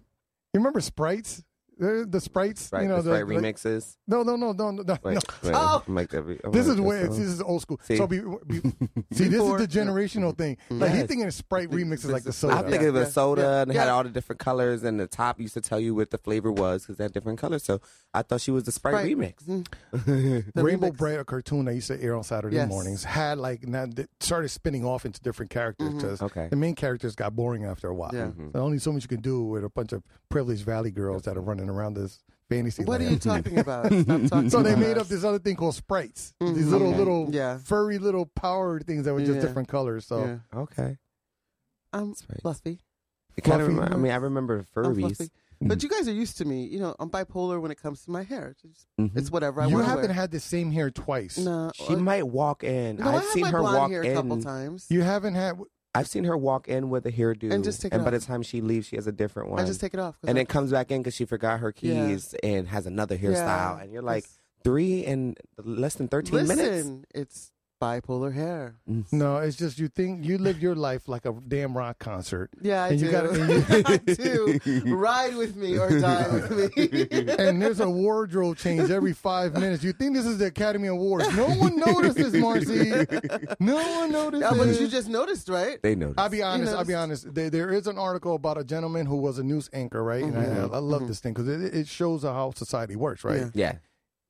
Speaker 6: remember sprites. The, the sprites,
Speaker 5: Right,
Speaker 6: you know,
Speaker 5: the Sprite
Speaker 6: like-
Speaker 5: remixes.
Speaker 6: no, no, no, no, no, no.
Speaker 5: Wait, wait,
Speaker 4: Oh!
Speaker 5: I'm like, every- I'm
Speaker 6: This
Speaker 5: like,
Speaker 6: is where
Speaker 5: oh.
Speaker 6: it's, this is old school.
Speaker 5: See?
Speaker 6: So be, be, see, this is
Speaker 4: Before-
Speaker 6: the generational thing. Like he's thinking of Sprite remixes like the soda.
Speaker 5: I'm thinking of a
Speaker 4: yeah,
Speaker 5: soda
Speaker 4: yeah,
Speaker 5: and it had all the different colors, and the top used to tell you what the flavor was because they had different colors. So I thought she was the Sprite,
Speaker 4: Right.
Speaker 5: remix.
Speaker 4: The
Speaker 6: Rainbow
Speaker 4: remix.
Speaker 6: Bright, a cartoon that used to air on Saturday
Speaker 4: Yes.
Speaker 6: mornings, had like not, that started spinning off into different characters because
Speaker 5: Okay. Mm-hmm.
Speaker 6: the main characters got boring after a while.
Speaker 4: Mm-hmm. Yeah.
Speaker 6: So only so much you can do with a bunch of privileged valley girls that are running around this fantasy.
Speaker 4: What are
Speaker 6: land.
Speaker 4: you talking about? Stop talking
Speaker 6: So they
Speaker 4: about
Speaker 6: made
Speaker 4: us.
Speaker 6: up this other thing called sprites. These little
Speaker 4: Okay.
Speaker 6: little
Speaker 4: Yeah.
Speaker 6: furry little power things that were just
Speaker 4: Yeah.
Speaker 6: different colors. So
Speaker 4: Yeah.
Speaker 5: Okay,
Speaker 4: I'm
Speaker 5: Sprite.
Speaker 4: fluffy.
Speaker 5: it kind of
Speaker 6: Fluffy
Speaker 5: remind, I mean, I remember
Speaker 4: I'm
Speaker 5: Furbies.
Speaker 4: fluffy.
Speaker 5: Mm.
Speaker 4: But you guys are used to me. You know, I'm bipolar when it comes to my hair. It's, just-
Speaker 5: Mm.
Speaker 4: it's whatever I
Speaker 6: you
Speaker 4: want to
Speaker 6: haven't
Speaker 4: wear.
Speaker 6: had the same hair twice.
Speaker 4: no,
Speaker 5: Mm-hmm. She
Speaker 4: uh,
Speaker 5: might walk in.
Speaker 4: no, I
Speaker 5: I've
Speaker 4: had
Speaker 5: seen
Speaker 4: my
Speaker 5: her
Speaker 4: blonde
Speaker 5: walk
Speaker 4: hair a
Speaker 5: in.
Speaker 4: couple times.
Speaker 6: You haven't had.
Speaker 5: I've seen her walk in with a hairdo,
Speaker 4: And just take it
Speaker 5: by the
Speaker 4: off.
Speaker 5: time she leaves, she has a different one.
Speaker 4: I just take it off. 'cause
Speaker 5: and
Speaker 4: I-
Speaker 5: then comes back in because she forgot her
Speaker 4: Yeah.
Speaker 5: keys and has another hairstyle,
Speaker 4: Yeah,
Speaker 5: and you're like
Speaker 4: 'cause-
Speaker 5: three in less than thirteen minutes.
Speaker 4: listen, it's bipolar hair.
Speaker 6: No, it's just you think you live your life like a damn rock concert.
Speaker 4: Yeah, I
Speaker 6: And
Speaker 4: do.
Speaker 6: you gotta-
Speaker 4: I do. Ride with me or die with me.
Speaker 6: and there's a wardrobe change every five minutes. You think this is the Academy Awards? No one notices, Marcy. No one notices.
Speaker 4: yeah, but you just noticed, right?
Speaker 5: They noticed.
Speaker 6: I'll be honest. I'll be
Speaker 4: noticed.
Speaker 6: honest. There, there is an article about a gentleman who was a news anchor, right?
Speaker 4: Mm-hmm.
Speaker 6: And I, I love this thing because it, it shows how society works, right?
Speaker 4: Yeah.
Speaker 5: yeah.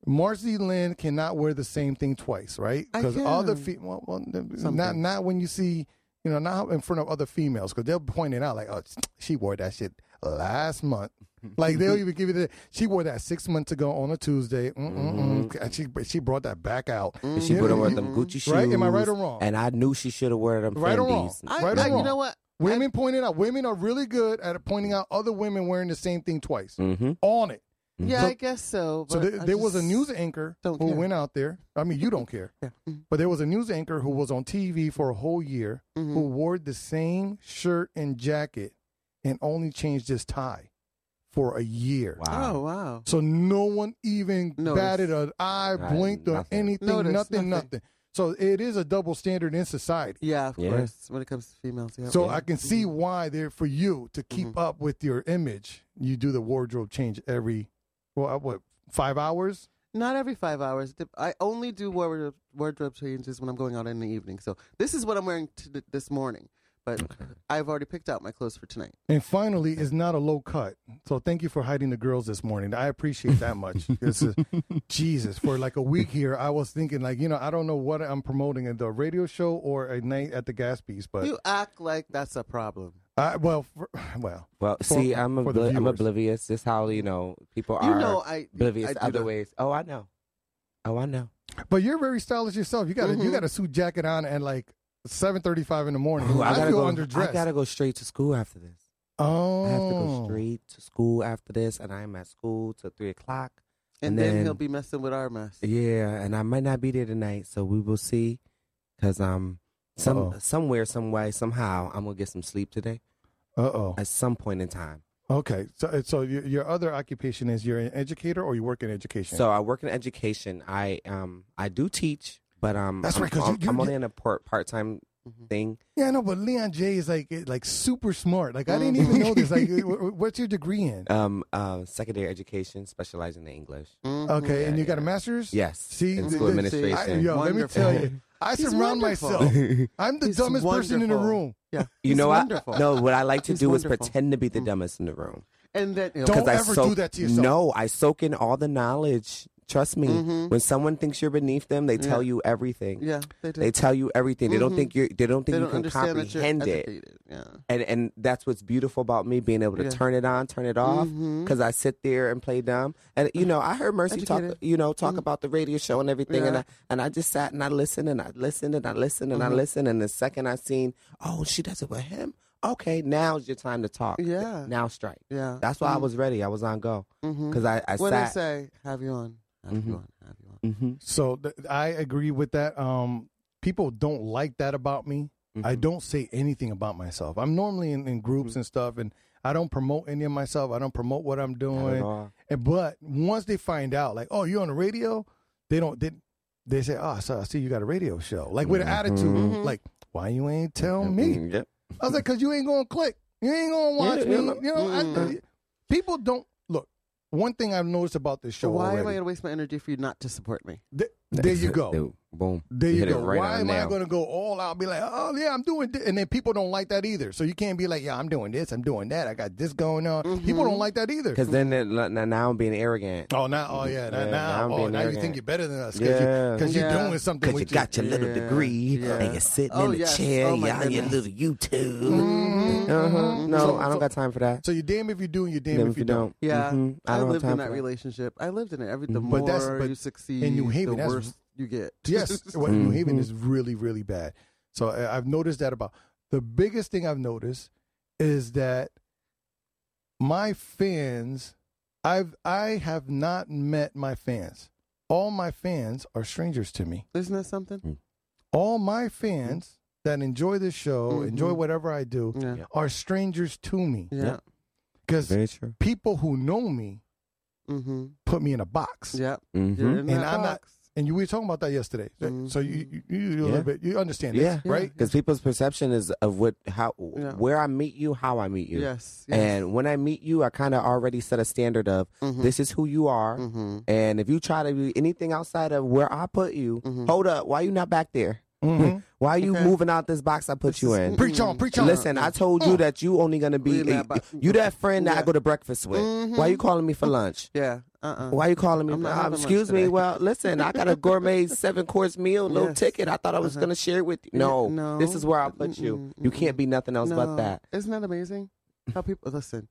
Speaker 6: Marcy Lynn cannot wear the same thing twice, right?
Speaker 4: I
Speaker 6: Because all the
Speaker 4: can.
Speaker 6: fe- well, well, not not when you see you know not in front of other females because they'll point it out like oh she wore that shit last month. Like they'll even give you the she wore that six months ago on a Tuesday. Mm-mm-mm.
Speaker 4: Mm-hmm.
Speaker 6: And she but she brought that back out.
Speaker 5: And she
Speaker 6: You
Speaker 5: would
Speaker 6: know,
Speaker 5: have worn
Speaker 6: you-
Speaker 5: them Gucci shoes.
Speaker 6: Right? Am I right or wrong?
Speaker 5: And I knew she should have worn them Mm-hmm.
Speaker 6: Right or wrong?
Speaker 5: Fendi's.
Speaker 4: I,
Speaker 6: Right or
Speaker 4: I, you
Speaker 6: wrong?
Speaker 4: know what?
Speaker 6: Women pointed out. Women are really good at pointing out other women wearing the same thing twice
Speaker 4: Mm.
Speaker 5: Mhm.
Speaker 6: on it.
Speaker 4: Yeah,
Speaker 6: So-
Speaker 4: I guess so. But
Speaker 6: So there,
Speaker 4: I
Speaker 6: there was a
Speaker 4: just-
Speaker 6: news anchor who
Speaker 4: don't care. Mm-hmm.
Speaker 6: went out there. I mean, you don't care. But there was a news anchor who was on TV for a whole year who
Speaker 4: Mm-hmm.
Speaker 6: wore the same shirt and jacket and only changed his tie for a year.
Speaker 5: Wow.
Speaker 4: Oh wow!
Speaker 6: So no one even
Speaker 4: Noticed.
Speaker 6: batted an eye,
Speaker 5: Right,
Speaker 6: blinked, or
Speaker 5: nothing.
Speaker 6: anything,
Speaker 4: Noticed,
Speaker 6: nothing, nothing,
Speaker 4: nothing.
Speaker 6: So it is a double standard in society.
Speaker 4: Yeah, of
Speaker 5: Yeah.
Speaker 4: course. When it comes to females, yeah. Mm-hmm.
Speaker 6: So I can see why they're for you to keep up with your image. You do the wardrobe change every, well, uh, what five hours?
Speaker 4: Not every five hours. Dep- I only do wardrobe, wardrobe changes when I'm going out in the evening. So this is what I'm wearing t- th- this morning. But I've already picked out my clothes for tonight.
Speaker 6: And finally, it's not a low cut. So thank you for hiding the girls this morning. I appreciate that much. This is- Jesus, for like a week here, I was thinking like, you know, I don't know what I'm promoting in the radio show or a night at the gas piece, but
Speaker 4: You act like that's a problem.
Speaker 6: I, well, for, well,
Speaker 5: Well,
Speaker 6: For-
Speaker 5: see, I'm
Speaker 6: for the
Speaker 5: obli- I'm
Speaker 6: viewers.
Speaker 5: oblivious. This how you know people
Speaker 4: You
Speaker 5: are
Speaker 4: know, I
Speaker 5: oblivious
Speaker 4: I do
Speaker 5: other
Speaker 4: that.
Speaker 5: ways. Oh, I know. Oh, I know.
Speaker 6: but you're very stylish yourself. You got to you
Speaker 5: Mm-hmm.
Speaker 4: Mhm.
Speaker 6: got a suit jacket on at like 7:35 in the morning.
Speaker 5: Ooh,
Speaker 6: I,
Speaker 5: gotta
Speaker 6: feel
Speaker 5: go,
Speaker 6: underdressed.
Speaker 5: I gotta go straight to school after this.
Speaker 6: oh,
Speaker 5: I have to go straight to school after this, and I'm at school till three o'clock.
Speaker 4: And,
Speaker 5: And
Speaker 4: then,
Speaker 5: then-
Speaker 4: he'll be messing with our mess.
Speaker 5: Yeah, and I might not be there tonight, so we will see. Cause um, some
Speaker 6: Uh-oh.
Speaker 5: somewhere, some way, somehow, I'm gonna get some sleep today
Speaker 6: Uh oh.
Speaker 5: at some point in time.
Speaker 6: Okay, so so your, your other occupation is you're an educator or you work in education.
Speaker 5: So I work in education. I um, I do teach, but um,
Speaker 6: That's
Speaker 5: I'm,
Speaker 6: right, 'cause you-
Speaker 5: I'm, I'm
Speaker 6: you- you- Mm-hmm.
Speaker 5: only in a part part time
Speaker 4: Mhm.
Speaker 5: thing.
Speaker 6: yeah, no, but Leon J is like eh, like super smart. Like I didn't even know this. Like, eh, wh- wh- what's your degree in?
Speaker 5: Um, Mm-hmm. uh, secondary education, specializing in English.
Speaker 4: Mhm.
Speaker 6: Okay, and you got a
Speaker 5: mm-hmm. yeah.
Speaker 6: master's.
Speaker 5: Yes,
Speaker 6: See,
Speaker 5: in
Speaker 6: th-
Speaker 5: school
Speaker 4: th- see,
Speaker 6: I,
Speaker 5: administration.
Speaker 6: yo, let me
Speaker 4: Wonderful.
Speaker 6: tell you, I
Speaker 4: He's
Speaker 6: surround
Speaker 4: wonderful.
Speaker 6: myself. I'm the
Speaker 4: He's
Speaker 6: dumbest person in the
Speaker 4: wonderful.
Speaker 6: room.
Speaker 4: Yeah.
Speaker 5: you
Speaker 4: he's
Speaker 5: know, I,
Speaker 4: wonderful.
Speaker 5: no. What I like to
Speaker 4: He's
Speaker 5: do
Speaker 4: wonderful. Mm.
Speaker 5: is pretend to be the dumbest in the room.
Speaker 4: And then you know,
Speaker 6: Don't
Speaker 5: 'Cause I
Speaker 6: ever
Speaker 5: soak-
Speaker 6: do that to yourself.
Speaker 5: No, I soak in all the knowledge. Trust me.
Speaker 4: Mhm.
Speaker 5: When someone thinks you're beneath them, they tell you everything.
Speaker 4: Yeah, they do.
Speaker 5: They tell you everything. They don't
Speaker 4: Mhm.
Speaker 5: think you. are They don't think
Speaker 4: They
Speaker 5: you
Speaker 4: don't
Speaker 5: can
Speaker 4: understand that you're
Speaker 5: comprehend it.
Speaker 4: educated. Yeah.
Speaker 5: And and that's what's beautiful about me being able to
Speaker 4: Yeah.
Speaker 5: turn it on, turn it off.
Speaker 6: Mm-hmm.
Speaker 4: Mhm.
Speaker 5: Because I sit there and play dumb. And you know, I heard Mercy talk.
Speaker 4: Educated.
Speaker 5: You know, talk
Speaker 6: Mm-hmm.
Speaker 5: about the radio show and everything. And
Speaker 4: Yeah.
Speaker 5: I and I just sat and I listened and I listened and I listened
Speaker 6: Mm-hmm.
Speaker 5: and I listened. And the second I seen, oh, she does it with him. Okay, now's your time to talk.
Speaker 4: Yeah.
Speaker 5: Now strike.
Speaker 4: Yeah.
Speaker 5: That's
Speaker 6: Mm.
Speaker 5: why I was ready. I was on go
Speaker 4: Mhm.
Speaker 5: because I, I
Speaker 4: What they
Speaker 5: sat.
Speaker 4: say, have you on, have
Speaker 5: Mhm.
Speaker 4: you on, have you on.
Speaker 5: Mm-hmm.
Speaker 6: So th- I agree with that. Um, people don't like that about me. I
Speaker 5: Mm-hmm.
Speaker 6: don't say anything about myself. I'm normally in, in groups and stuff, and I don't promote any of myself. I don't promote what I'm doing. And, but once they find out, like, oh, you're on the radio, they don't. They, they say, oh, so I see you got a radio show. Like with an attitude,
Speaker 4: Mm-hmm.
Speaker 5: Mhm.
Speaker 6: like, why you ain't tell me?
Speaker 5: Yep.
Speaker 6: I was like, because you ain't gonna click. You ain't gonna watch
Speaker 5: Mm-hmm. Yeah,
Speaker 6: me.
Speaker 5: yeah, Mm-hmm.
Speaker 6: You know,
Speaker 5: no.
Speaker 6: I, people don't look. One thing I've noticed about this show.
Speaker 4: Why am I
Speaker 6: already-
Speaker 4: going to waste my energy for you not to support me?
Speaker 6: Th- there you go.
Speaker 5: Boom.
Speaker 6: There you,
Speaker 5: hit it
Speaker 6: go.
Speaker 5: right
Speaker 6: Why
Speaker 5: on
Speaker 6: am I
Speaker 5: now.
Speaker 6: going to go all out? Be like, oh yeah, I'm doing, this. and then people don't like that either. So you can't be like, yeah, I'm doing this, I'm doing that, I got this going on. People
Speaker 4: Mm-hmm.
Speaker 6: don't like that either.
Speaker 5: Because then it, now- now I'm being arrogant.
Speaker 6: Oh now, oh yeah, now,
Speaker 5: Yeah, now
Speaker 6: now,
Speaker 5: I'm
Speaker 6: oh,
Speaker 5: being
Speaker 6: now you
Speaker 5: arrogant.
Speaker 6: think you're better than us because
Speaker 5: Yeah.
Speaker 6: you, are
Speaker 4: Yeah.
Speaker 6: doing something.
Speaker 5: Because you
Speaker 6: with
Speaker 5: got your little
Speaker 4: Yeah,
Speaker 5: degree
Speaker 4: yeah.
Speaker 5: and you're sitting
Speaker 4: Oh,
Speaker 5: in a
Speaker 4: yes.
Speaker 5: chair,
Speaker 4: Oh,
Speaker 5: and
Speaker 4: my
Speaker 5: you're on your
Speaker 4: goodness.
Speaker 5: little YouTube.
Speaker 6: Mhm.
Speaker 5: Uh-huh. No,
Speaker 6: So-
Speaker 5: I don't
Speaker 6: so-
Speaker 5: got time for that.
Speaker 6: So you're damn if you do, and you're damn
Speaker 5: Then
Speaker 6: if you don't.
Speaker 4: Yeah,
Speaker 5: Mhm. I
Speaker 4: I,
Speaker 5: don't have
Speaker 4: lived
Speaker 5: time
Speaker 4: in
Speaker 5: for
Speaker 4: that
Speaker 5: that.
Speaker 4: relationship. I lived in it. Every the
Speaker 6: Mm-hmm. But
Speaker 4: more
Speaker 6: that's- but
Speaker 4: you succeed,
Speaker 6: in New Haven,
Speaker 4: the
Speaker 6: that's-
Speaker 4: worse you get.
Speaker 6: Yes, what New
Speaker 5: Mm-hmm.
Speaker 6: Haven is really, really bad. So I, I've noticed that about the biggest thing I've noticed is that my fans, I've I have not met my fans. All my fans are strangers to me.
Speaker 4: Isn't that something?
Speaker 6: All my fans that enjoy this show,
Speaker 5: Mm-hmm.
Speaker 4: Mhm.
Speaker 6: enjoy whatever I do,
Speaker 4: Yeah.
Speaker 5: Yeah.
Speaker 6: are strangers to me
Speaker 4: Yeah.
Speaker 6: because
Speaker 5: Very true.
Speaker 6: people who know me
Speaker 4: Mm-hmm.
Speaker 6: put me in a box.
Speaker 4: Yeah.
Speaker 5: Mm-hmm.
Speaker 4: You're in
Speaker 6: And
Speaker 4: that
Speaker 6: I'm not-
Speaker 4: box.
Speaker 6: And you we were talking about that yesterday.
Speaker 4: Mhm.
Speaker 6: So you you, you, a little
Speaker 5: Yeah.
Speaker 6: bit you understand this,
Speaker 5: Yeah.
Speaker 6: right?
Speaker 5: Because people's perception is of what, how,
Speaker 4: Yeah.
Speaker 5: where I meet you, how I meet you.
Speaker 4: Yes. yes.
Speaker 5: And when I meet you, I kind of already set a standard of
Speaker 4: Mhm.
Speaker 5: this is who you are.
Speaker 4: Mhm.
Speaker 5: And if you try to do anything outside of where I put you,
Speaker 4: Mhm.
Speaker 5: hold up. Why you not back there?
Speaker 6: Mhm.
Speaker 4: Mm-hmm.
Speaker 5: Why you
Speaker 4: Okay.
Speaker 5: moving out this box I put you in?
Speaker 6: Preach on, preach on.
Speaker 5: Listen, I told you that you only gonna
Speaker 4: Mm. We
Speaker 5: be
Speaker 4: in that box.
Speaker 5: you that friend that I
Speaker 4: Yeah.
Speaker 5: go to breakfast with. Why you calling me for lunch?
Speaker 4: yeah. Uh. uh
Speaker 5: Why you calling me?
Speaker 4: I'm
Speaker 5: For,
Speaker 4: not
Speaker 5: um,
Speaker 4: having lunch
Speaker 5: excuse me.
Speaker 4: today.
Speaker 5: Well, listen, I got a gourmet seven course meal, little
Speaker 4: Yes.
Speaker 5: ticket. I thought I was gonna share it with you.
Speaker 4: Yeah,
Speaker 5: No,
Speaker 4: no.
Speaker 5: this is where I put you.
Speaker 4: Mm-mm,
Speaker 5: You
Speaker 4: mm-mm.
Speaker 5: can't be nothing else but that.
Speaker 4: Isn't that amazing? How people listen.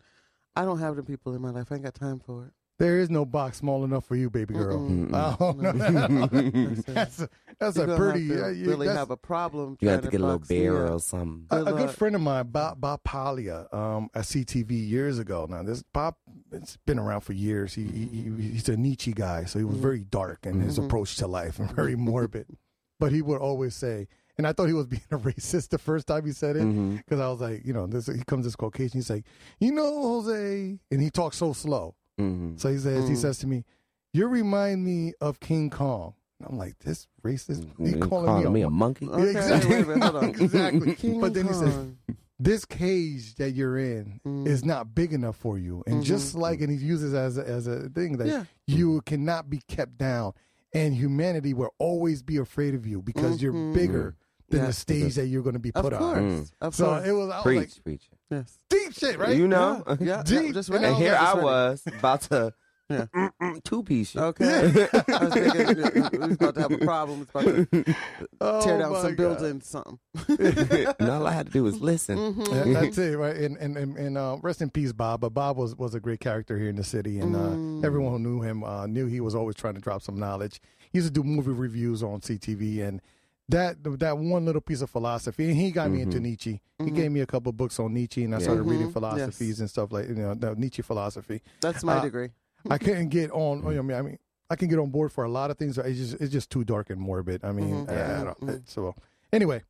Speaker 4: I don't have the people in my life. I ain't got time for it.
Speaker 6: There is no box small enough for you, baby girl.
Speaker 4: Mm-mm. Uh,
Speaker 6: Oh, no,
Speaker 4: Listen,
Speaker 6: that's a, that's
Speaker 4: you're
Speaker 6: a
Speaker 4: gonna
Speaker 6: pretty.
Speaker 4: have to
Speaker 6: uh, you-
Speaker 4: really
Speaker 6: that's-
Speaker 4: have a problem.
Speaker 5: You
Speaker 4: trying
Speaker 5: have to get a little
Speaker 4: box me up.
Speaker 5: bear or something.
Speaker 6: a, a
Speaker 4: good
Speaker 6: good
Speaker 4: luck.
Speaker 6: friend of mine, Bob, Bob Paglia, um, at CTV years ago. Now, this Bob, it's been around for years. He, he, he- he's a Nietzsche guy, so he
Speaker 4: Mm.
Speaker 6: was very dark in
Speaker 4: Mm-hmm.
Speaker 6: his approach to life and very morbid. but he would always say, and I thought he was being a racist the first time he said
Speaker 4: Mm-hmm.
Speaker 6: it,
Speaker 5: Mm-hmm.
Speaker 6: because I was like, you know, this, he comes this Caucasian, he's like, you know, Jose, and he talks so slow.
Speaker 5: Mhm.
Speaker 4: Mm.
Speaker 6: So he says, he says to me, "You remind me of King Kong." And I'm like, this racist.
Speaker 4: Mm,
Speaker 5: You
Speaker 6: He calling me,
Speaker 5: Mm-hmm.
Speaker 6: a
Speaker 5: a monkey?
Speaker 6: Yeah, exactly.
Speaker 4: wait a minute, hold on.
Speaker 6: Exactly.
Speaker 4: King
Speaker 6: But then he said,
Speaker 4: Kong.
Speaker 6: this cage that you're in
Speaker 4: Mm. Mm-hmm.
Speaker 6: is not big enough for you. And just like, and he uses as a, as a thing that
Speaker 4: Yeah.
Speaker 6: you cannot be kept down, and humanity will always be afraid of you because
Speaker 4: Mm-hmm.
Speaker 6: you're bigger than
Speaker 4: Yeah.
Speaker 6: the stage that you're going to be
Speaker 4: Of
Speaker 6: put
Speaker 4: course.
Speaker 6: on.
Speaker 5: Mm.
Speaker 4: Of
Speaker 6: So
Speaker 4: course.
Speaker 6: it was, I was
Speaker 5: preach,
Speaker 6: like,
Speaker 5: preach.
Speaker 4: yes.
Speaker 6: deep shit, right?
Speaker 5: You know?
Speaker 4: Yeah.
Speaker 6: Deep.
Speaker 4: Just
Speaker 6: And
Speaker 4: went
Speaker 6: I
Speaker 5: and
Speaker 4: out
Speaker 5: here
Speaker 4: there,
Speaker 5: I
Speaker 4: just went-
Speaker 5: was about to
Speaker 4: Yeah.
Speaker 5: two piece you.
Speaker 4: Okay. I was thinking yeah, we was about to have a problem. It's about to
Speaker 6: Oh,
Speaker 4: tear down
Speaker 6: my
Speaker 4: some
Speaker 6: God.
Speaker 4: buildings, something.
Speaker 5: and all I had to do was listen.
Speaker 6: Yeah,
Speaker 4: Mm-hmm.
Speaker 5: Mm-hmm.
Speaker 6: that's it, right? And and and, and uh, rest in peace, Bob. But Bob was was a great character here in the city, and uh, everyone who knew him uh, knew he was always trying to drop some knowledge. He used to do movie reviews on CTV, and that that one little piece of philosophy, and he got me into Nietzsche.
Speaker 4: Mm-hmm.
Speaker 6: He gave me a couple books on Nietzsche, and I started reading philosophies and stuff like you know the Nietzsche philosophy.
Speaker 4: That's my
Speaker 6: Uh,
Speaker 4: degree.
Speaker 6: I couldn't get on. oh, I mean, I mean, I can get on board for a lot of things. But it's just it's just too dark and morbid. I mean,
Speaker 4: Mm-hmm.
Speaker 6: I- I don't- so anyway,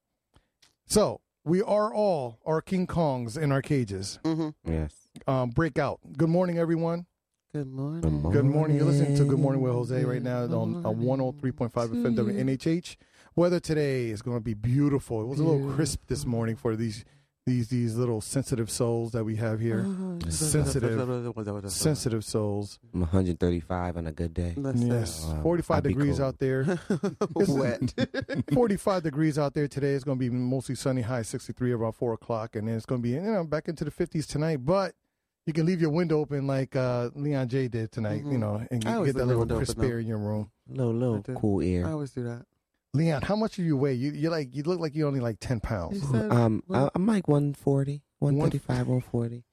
Speaker 6: so we are all our King Kongs in our cages.
Speaker 4: Mm-hmm.
Speaker 5: Yes.
Speaker 6: Um, breakout. Good morning, everyone.
Speaker 4: Good morning.
Speaker 6: Good morning. You're listening to Good Mm-hmm. Morning with Jose right now on uh, 103.5 FM WNHH. Weather today is going to be beautiful. It was a little crisp this morning for these these these little sensitive souls that we have here.
Speaker 4: Mm-hmm.
Speaker 6: sensitive, Uh-huh. sensitive souls.
Speaker 5: I'm 135 on a good day.
Speaker 4: Listen.
Speaker 6: Yes,
Speaker 5: Wow.
Speaker 6: 45
Speaker 5: I'd be
Speaker 6: degrees
Speaker 5: cold.
Speaker 6: out there.
Speaker 4: Wet.
Speaker 6: 45 degrees out there today. It's going to be mostly sunny, high 63 around 4 o'clock. And then it's going to be, you know, back into the 50s tonight. But you can leave your window open like uh, Leon J did tonight, you know, and
Speaker 4: Mm-hmm. I
Speaker 6: you
Speaker 4: always
Speaker 6: get that
Speaker 4: leave my
Speaker 6: little
Speaker 4: window open,
Speaker 6: crisp
Speaker 4: though.
Speaker 6: air in your room.
Speaker 5: Low,
Speaker 4: I
Speaker 5: low,
Speaker 4: do.
Speaker 5: cool
Speaker 4: I
Speaker 5: air.
Speaker 4: always do that.
Speaker 6: Leon, how much do you weigh? You, you're like, you look like you only like 10
Speaker 4: You
Speaker 6: pounds.
Speaker 4: said,
Speaker 5: Um, I,
Speaker 4: Well-
Speaker 5: I'm like 140, 135, 140.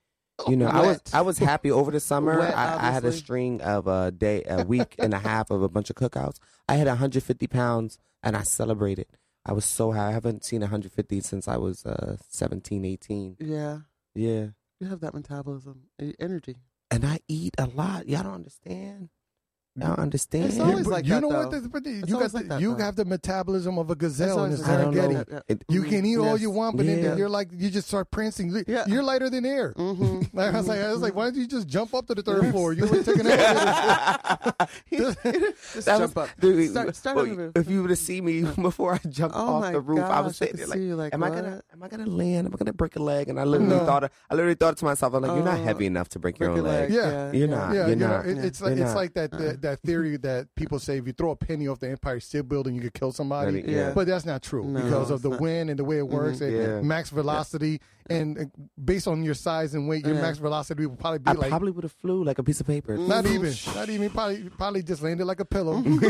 Speaker 5: You know, I was
Speaker 4: Wet.
Speaker 5: I was happy over the summer.
Speaker 4: Wet,
Speaker 5: I, I had a
Speaker 4: obviously.
Speaker 5: string of a day, a week and a half of a bunch of cookouts. I had 150 pounds, and I celebrated. I was so high. I haven't seen 150 since I was uh, 17, 18.
Speaker 4: yeah,
Speaker 5: Yeah,
Speaker 4: you have that metabolism, e- energy.
Speaker 5: and I eat a lot. Y'all don't understand. Y'all understand.
Speaker 4: It's always
Speaker 6: but
Speaker 4: like
Speaker 6: you
Speaker 4: that,
Speaker 6: know
Speaker 4: though.
Speaker 6: what? This, but you
Speaker 4: It's
Speaker 6: got
Speaker 4: always
Speaker 6: the,
Speaker 4: like that,
Speaker 6: you
Speaker 4: though.
Speaker 6: have the metabolism of a
Speaker 4: That's
Speaker 6: gazelle in
Speaker 4: always
Speaker 6: this
Speaker 4: like
Speaker 5: I
Speaker 4: that.
Speaker 5: don't
Speaker 6: Serengeti.
Speaker 5: know.
Speaker 4: Yeah.
Speaker 5: It-
Speaker 6: You can eat all
Speaker 4: Yes.
Speaker 6: you want, but
Speaker 5: Yeah.
Speaker 6: then you're like you just start prancing.
Speaker 4: Yeah.
Speaker 6: You're lighter than air.
Speaker 4: Mm-hmm.
Speaker 6: Like, I was like, I was like, why don't you just jump up to the third floor? You were taking it.
Speaker 4: Just
Speaker 5: That
Speaker 4: jump
Speaker 5: was-
Speaker 4: up.
Speaker 5: dude,
Speaker 4: start start
Speaker 5: well,
Speaker 4: on the roof.
Speaker 5: If you would have seen me before I jumped
Speaker 4: Oh
Speaker 5: off
Speaker 4: my
Speaker 5: the roof, I was
Speaker 4: gosh, I
Speaker 5: sitting there
Speaker 4: could
Speaker 5: like,
Speaker 4: see you, like,
Speaker 5: "Am I gonna?
Speaker 4: what?
Speaker 5: Am I gonna land? Am I gonna break a leg?" And I literally thought, I literally thought to myself, "I'm like, you're not
Speaker 4: Oh,
Speaker 5: heavy enough to break your
Speaker 4: Break
Speaker 5: own
Speaker 4: your
Speaker 5: leg."
Speaker 4: leg.
Speaker 6: Yeah.
Speaker 5: You're not.
Speaker 6: Yeah,
Speaker 5: you're
Speaker 6: you know,
Speaker 5: not.
Speaker 6: it, it's like
Speaker 5: You're
Speaker 6: it's
Speaker 5: not.
Speaker 6: like that, that that theory that people say if you throw a penny off the Empire State Building, you could kill somebody.
Speaker 5: That'd be- yeah.
Speaker 6: But that's not true
Speaker 4: No,
Speaker 6: because of
Speaker 4: it's
Speaker 6: the
Speaker 4: not.
Speaker 6: wind and the way it works, and
Speaker 5: Mm-hmm, Yeah.
Speaker 6: max velocity, and uh, based on your size and weight, your
Speaker 4: Yeah.
Speaker 6: max velocity would probably be
Speaker 5: I
Speaker 6: like
Speaker 5: probably would have flew like a piece of paper.
Speaker 6: not even, not even probably probably just landed like a pillow.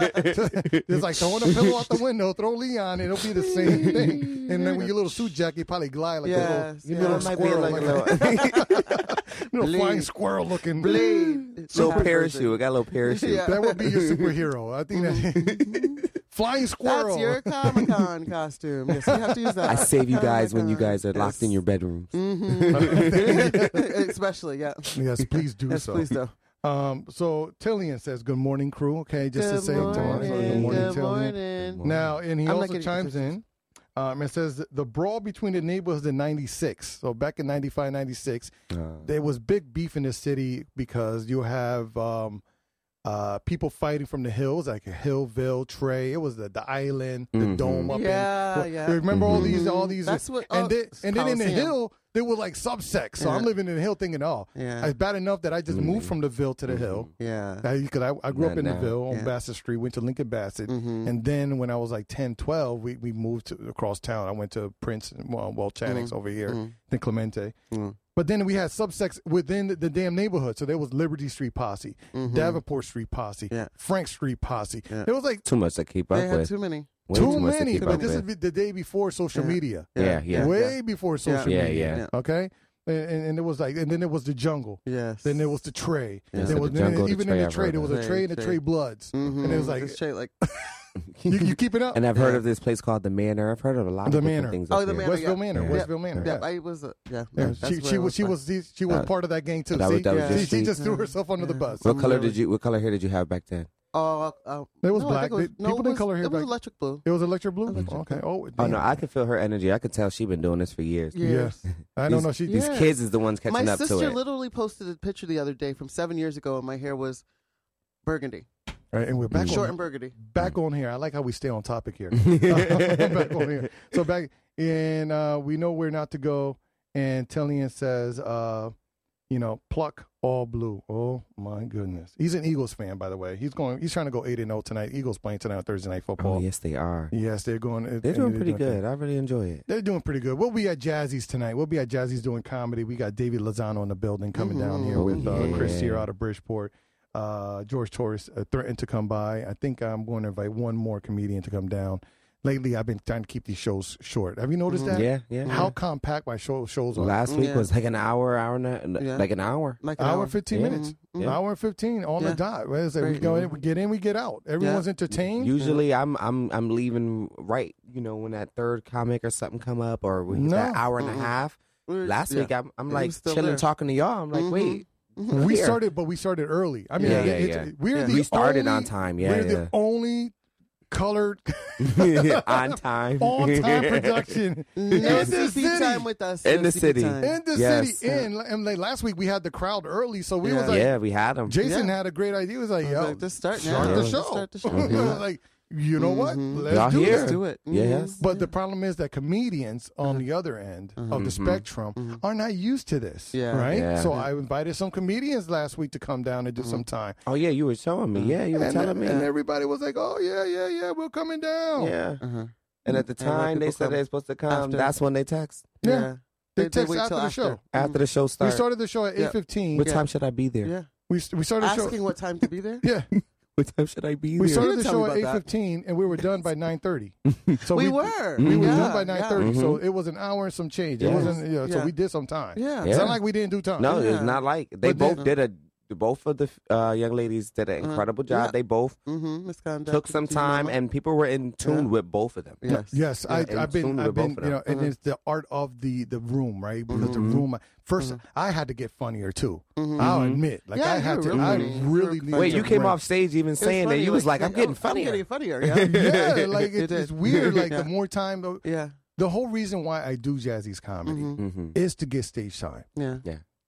Speaker 6: it's like throwing a pillow out the window, throw Leon, it'll be the same thing. And then with your little suit jacket, probably glide like a little.
Speaker 4: Yes,
Speaker 5: You
Speaker 4: yes.
Speaker 5: know, it
Speaker 6: little
Speaker 5: might be
Speaker 6: squirrel,
Speaker 5: like a
Speaker 6: like-
Speaker 5: little,
Speaker 6: little flying
Speaker 4: Blade.
Speaker 6: squirrel looking
Speaker 4: Blade.
Speaker 5: little parachute. I got a little parachute.
Speaker 4: Yeah.
Speaker 6: That would be your superhero. I think that flying squirrel.
Speaker 4: Mm-hmm. That's your Comic Con costume. Yes, you have to use that.
Speaker 5: I save you
Speaker 4: Comic
Speaker 5: guys when you
Speaker 4: Con.
Speaker 5: guys are locked in your bedrooms.
Speaker 4: Mm. Mhm. Especially, yeah.
Speaker 6: yes, please do
Speaker 4: Yes,
Speaker 6: so.
Speaker 4: please do.
Speaker 6: Um, so Tillian says, "Good morning, crew." Okay, just to say
Speaker 4: good
Speaker 6: Tillian,
Speaker 4: morning.
Speaker 6: so
Speaker 4: Good morning.
Speaker 6: Tillian. Now, and he
Speaker 4: I'm not
Speaker 6: also
Speaker 4: getting
Speaker 6: chimes in.
Speaker 4: confused.
Speaker 6: Um, and says the brawl between the neighborhoods in 96 so back in 95 96
Speaker 5: Uh,
Speaker 6: there was big beef in the city because you have um, uh, people fighting from the hills like hillville trey it was the, the island the dome up
Speaker 4: Mm-hmm. Yeah,
Speaker 6: in,
Speaker 4: yeah.
Speaker 6: remember
Speaker 5: Mm-hmm.
Speaker 6: all these all these
Speaker 4: That's what-
Speaker 6: and,
Speaker 4: oh,
Speaker 6: then, and then in the
Speaker 4: Coliseum.
Speaker 6: hill there were like subsects so
Speaker 4: Yeah.
Speaker 6: i'm living in the hill thinking oh
Speaker 4: Yeah.
Speaker 6: it's bad enough that i just
Speaker 5: Mm-hmm.
Speaker 6: moved from the ville to the hill
Speaker 4: Yeah.
Speaker 6: because I, I grew up
Speaker 5: Nah,
Speaker 6: in
Speaker 5: nah.
Speaker 6: DeVille on
Speaker 4: Yeah.
Speaker 6: Bassett Street, went to Lincoln Bassett.
Speaker 5: Mm-hmm.
Speaker 6: And then when I was like 10, 12, we, we moved to, across town. I went to Prince and well, well Channix
Speaker 5: Mm-hmm.
Speaker 6: over here, then Clemente. But then we had subsects within the, the damn neighborhood. So there was Liberty Street Posse,
Speaker 5: Mm-hmm.
Speaker 4: Mm-hmm.
Speaker 6: Davenport Street Posse,
Speaker 4: Yeah.
Speaker 6: Frank Street Posse.
Speaker 4: Yeah.
Speaker 6: It was like
Speaker 5: Too much to keep
Speaker 4: They
Speaker 5: up
Speaker 4: had
Speaker 5: with.
Speaker 4: too many.
Speaker 5: Way
Speaker 6: too,
Speaker 5: much to
Speaker 6: many.
Speaker 5: keep
Speaker 6: But
Speaker 5: up
Speaker 6: this is
Speaker 5: with.
Speaker 6: be- the day before social media.
Speaker 5: Yeah, yeah.
Speaker 6: Way before social
Speaker 5: Yeah,
Speaker 6: media.
Speaker 5: yeah.
Speaker 6: Okay? And, and, and it was like, and then it was the jungle.
Speaker 4: Yes.
Speaker 6: Then there was the tray.
Speaker 5: Yeah,
Speaker 6: There
Speaker 5: so
Speaker 6: was
Speaker 5: the jungle, the
Speaker 6: even
Speaker 5: tray,
Speaker 6: in the
Speaker 5: I've
Speaker 6: tray.
Speaker 5: heard
Speaker 6: There was
Speaker 4: of
Speaker 6: a
Speaker 4: it.
Speaker 6: tray and the
Speaker 4: Tray.
Speaker 6: tray bloods, and it was like
Speaker 4: It's straight Mm-hmm. like
Speaker 6: you, you keep it up.
Speaker 5: And I've heard of this place called the Manor. I've heard of a lot of
Speaker 6: The
Speaker 5: different
Speaker 6: Manor.
Speaker 5: things.
Speaker 4: Oh,
Speaker 5: up
Speaker 4: the
Speaker 5: here.
Speaker 4: Manor.
Speaker 6: Westville
Speaker 4: yeah.
Speaker 6: Manor,
Speaker 5: Yeah.
Speaker 6: Westville Manor.
Speaker 4: yeah,
Speaker 6: yeah.
Speaker 4: I was uh, yeah.
Speaker 6: Yeah,
Speaker 4: that's
Speaker 6: she
Speaker 4: where
Speaker 6: she
Speaker 4: it
Speaker 6: was she
Speaker 4: like-
Speaker 6: was she, she was
Speaker 5: Uh,
Speaker 6: part of that gang too.
Speaker 5: that was-
Speaker 6: See?
Speaker 5: that was
Speaker 6: See,
Speaker 4: just
Speaker 6: she
Speaker 5: me.
Speaker 6: just threw
Speaker 4: Yeah.
Speaker 6: herself under the
Speaker 4: Yeah.
Speaker 6: bus.
Speaker 5: What color
Speaker 4: Really?
Speaker 5: did you? What color hair did you have back then?
Speaker 4: Oh, uh,
Speaker 6: It was
Speaker 4: no, I think
Speaker 6: black.
Speaker 4: It was,
Speaker 6: They-
Speaker 4: no,
Speaker 6: people
Speaker 4: it
Speaker 6: didn't
Speaker 4: was,
Speaker 6: color hair
Speaker 4: It was
Speaker 6: back-
Speaker 4: electric blue.
Speaker 6: It was electric blue.
Speaker 4: Electric
Speaker 6: okay. Oh,
Speaker 5: Oh
Speaker 6: damn.
Speaker 5: no, I can feel her energy. I could tell she's been doing this for years.
Speaker 4: Yeah.
Speaker 6: yeah. I don't
Speaker 5: These-
Speaker 6: know. She
Speaker 5: These
Speaker 4: Yeah.
Speaker 5: kids is the ones catching
Speaker 4: My
Speaker 5: up to
Speaker 4: sister
Speaker 5: it.
Speaker 4: literally posted a picture the other day from seven years ago, and my hair was burgundy.
Speaker 6: All right, and we're back
Speaker 4: Short
Speaker 6: on
Speaker 4: and burgundy.
Speaker 6: back on here. I like how we stay on topic here. back on here. So back and uh, we know where not to go. And Tellian says, uh, you know, pluck all blue. Oh my goodness, he's an Eagles fan, by the way. He's going. He's trying to go eight and zero tonight. Eagles playing tonight on Thursday night football.
Speaker 5: Oh, yes, they are.
Speaker 6: Yes, they're going.
Speaker 5: They're doing pretty good. I really enjoy it.
Speaker 6: They're doing pretty good. We'll be at Jazzy's tonight. We'll be at Jazzy's doing comedy. We got David Lozano in the building coming down here
Speaker 5: Oh,
Speaker 6: with uh, Chris
Speaker 5: yeah.
Speaker 6: Sear out of Bridgeport. Uh, George Torres uh, threatened to come by. I think I'm going to invite one more comedian to come down. Lately, I've been trying to keep these shows short. Have you noticed that?
Speaker 5: Yeah, Mm-hmm. yeah.
Speaker 6: How compact my show, shows are.
Speaker 5: Last week
Speaker 4: Yeah.
Speaker 5: was like an hour, hour and a,
Speaker 4: Yeah.
Speaker 5: like an hour.
Speaker 4: Like an
Speaker 6: Hour and 15
Speaker 5: Yeah. Mm-hmm.
Speaker 6: minutes.
Speaker 5: Yeah.
Speaker 6: Hour and 15 on the
Speaker 4: Yeah.
Speaker 6: dot. What is it? We
Speaker 4: Great.
Speaker 6: go in, we get in, we get out. Everyone's entertained.
Speaker 5: Usually, I'm I'm I'm leaving right. You know, when that third comic or something come up, or when
Speaker 6: No.
Speaker 5: that hour and
Speaker 4: Mm-mm.
Speaker 5: a half.
Speaker 4: We're-
Speaker 5: Last
Speaker 4: Mm, yeah.
Speaker 5: week, I'm I'm
Speaker 4: It
Speaker 5: like
Speaker 4: was still
Speaker 5: chilling,
Speaker 4: there.
Speaker 5: talking to y'all. I'm like,
Speaker 6: Mm-hmm.
Speaker 4: Mhm.
Speaker 5: wait,
Speaker 6: we
Speaker 5: here.
Speaker 6: started, but we started early. I mean,
Speaker 5: Yeah,
Speaker 6: it-
Speaker 5: yeah,
Speaker 6: it's-
Speaker 5: yeah.
Speaker 6: we're
Speaker 4: Yeah.
Speaker 6: the
Speaker 5: we started on
Speaker 6: only-
Speaker 5: time. Yeah,
Speaker 6: we're
Speaker 5: yeah.
Speaker 6: the only colored
Speaker 5: on time.
Speaker 6: on time production in
Speaker 4: No
Speaker 6: the
Speaker 4: CP time
Speaker 6: city.
Speaker 4: with us.
Speaker 5: In
Speaker 4: no
Speaker 5: the
Speaker 4: CP
Speaker 5: city.
Speaker 4: time.
Speaker 6: In the
Speaker 5: Yes.
Speaker 6: city. In and like last week we had the crowd early, so we
Speaker 4: Yeah.
Speaker 6: was like,
Speaker 5: yeah, we had them.
Speaker 6: Jason
Speaker 4: Yeah.
Speaker 6: had a great idea. He was like,
Speaker 4: I
Speaker 6: yo,
Speaker 4: was like, just start now.
Speaker 6: start the
Speaker 5: Yeah.
Speaker 6: show.
Speaker 4: Just Start the show.
Speaker 5: Mm-hmm.
Speaker 6: I was like, you know what?
Speaker 4: Mhm.
Speaker 6: Let's
Speaker 5: Y'all
Speaker 6: do
Speaker 5: here.
Speaker 6: this.
Speaker 4: Let's do it. Mm-hmm. Mhm.
Speaker 5: Yes.
Speaker 6: But the problem is that comedians on the other end of the spectrum are not used to this,
Speaker 4: Mm-hmm. Yeah.
Speaker 6: right?
Speaker 5: Mm-hmm. Yeah.
Speaker 6: So I invited some comedians last week to come down and do
Speaker 4: Mm-hmm.
Speaker 6: some time.
Speaker 5: Oh yeah, you were showing me. Yeah, you were
Speaker 6: And,
Speaker 5: telling me.
Speaker 6: and everybody was like, "Oh yeah, yeah, yeah, we're coming down."
Speaker 5: Yeah.
Speaker 4: Uh-huh.
Speaker 5: And at the
Speaker 4: And when
Speaker 5: time they
Speaker 4: people
Speaker 5: said
Speaker 4: come
Speaker 5: they're supposed to come,
Speaker 4: after-
Speaker 5: that's when they text.
Speaker 6: Yeah.
Speaker 4: Yeah. They-
Speaker 6: They,
Speaker 4: they
Speaker 6: text
Speaker 4: wait
Speaker 6: after
Speaker 4: till
Speaker 6: the
Speaker 4: after.
Speaker 6: show.
Speaker 5: After the show
Speaker 6: We
Speaker 5: starts.
Speaker 6: started the show at
Speaker 4: Yeah.
Speaker 6: eight fifteen.
Speaker 5: what
Speaker 4: yeah.
Speaker 5: time should I be there?
Speaker 4: Yeah.
Speaker 6: We st- we started the
Speaker 4: Mm-hmm. Asking
Speaker 6: show.
Speaker 4: what time to be there.
Speaker 6: Yeah,
Speaker 5: What time should I be
Speaker 6: we
Speaker 5: there?
Speaker 6: started the
Speaker 4: didn't tell
Speaker 6: show
Speaker 4: me
Speaker 6: at eight
Speaker 4: about that.
Speaker 6: fifteen, and we were done by nine thirty. So
Speaker 4: we, were.
Speaker 5: Mm-hmm.
Speaker 6: we were
Speaker 4: yeah, Mm-hmm.
Speaker 6: done by nine thirty.
Speaker 5: Mhm.
Speaker 6: So it was an hour and some change. It
Speaker 5: Yeah.
Speaker 6: wasn't. Yeah, So
Speaker 4: Yeah.
Speaker 6: we did some time.
Speaker 4: Yeah.
Speaker 6: It's
Speaker 5: Yeah.
Speaker 6: not like we didn't do time.
Speaker 5: no,
Speaker 4: Yeah.
Speaker 5: it's not like they
Speaker 6: But then-
Speaker 5: both did a both of the uh, young ladies did an
Speaker 4: Uh-huh.
Speaker 5: incredible job.
Speaker 4: Yeah.
Speaker 5: They both
Speaker 4: Mm-hmm. Misconduct.
Speaker 5: took some time and people were in tune
Speaker 4: Yeah.
Speaker 5: with both of them.
Speaker 4: yes.
Speaker 6: Yes, I,
Speaker 5: and
Speaker 6: I've been,
Speaker 5: soon we
Speaker 6: I've
Speaker 5: were
Speaker 6: been,
Speaker 5: both
Speaker 6: you know,
Speaker 5: of
Speaker 6: and
Speaker 4: Mm-hmm.
Speaker 6: it's the art of the the room, right? Because the room, 1st I had to get funnier too. I'll admit,
Speaker 4: Mm-hmm.
Speaker 6: like
Speaker 4: Yeah,
Speaker 6: I
Speaker 4: you
Speaker 6: had
Speaker 4: were
Speaker 6: to,
Speaker 4: really
Speaker 6: I
Speaker 4: funny.
Speaker 6: really need
Speaker 5: Wait,
Speaker 6: to
Speaker 5: you came
Speaker 6: break.
Speaker 5: off stage even
Speaker 4: It
Speaker 5: saying that
Speaker 4: funny,
Speaker 5: you was like, I'm getting
Speaker 4: oh,
Speaker 5: funnier.
Speaker 4: I'm getting funnier. Yeah.
Speaker 6: Yeah, like
Speaker 4: You
Speaker 6: it's,
Speaker 4: did.
Speaker 6: it's weird. Like
Speaker 4: Yeah.
Speaker 6: the more time,
Speaker 4: yeah.
Speaker 6: the whole reason why I do Jazzy's comedy
Speaker 5: mm-hmm.
Speaker 6: is to get stage time.
Speaker 4: Yeah.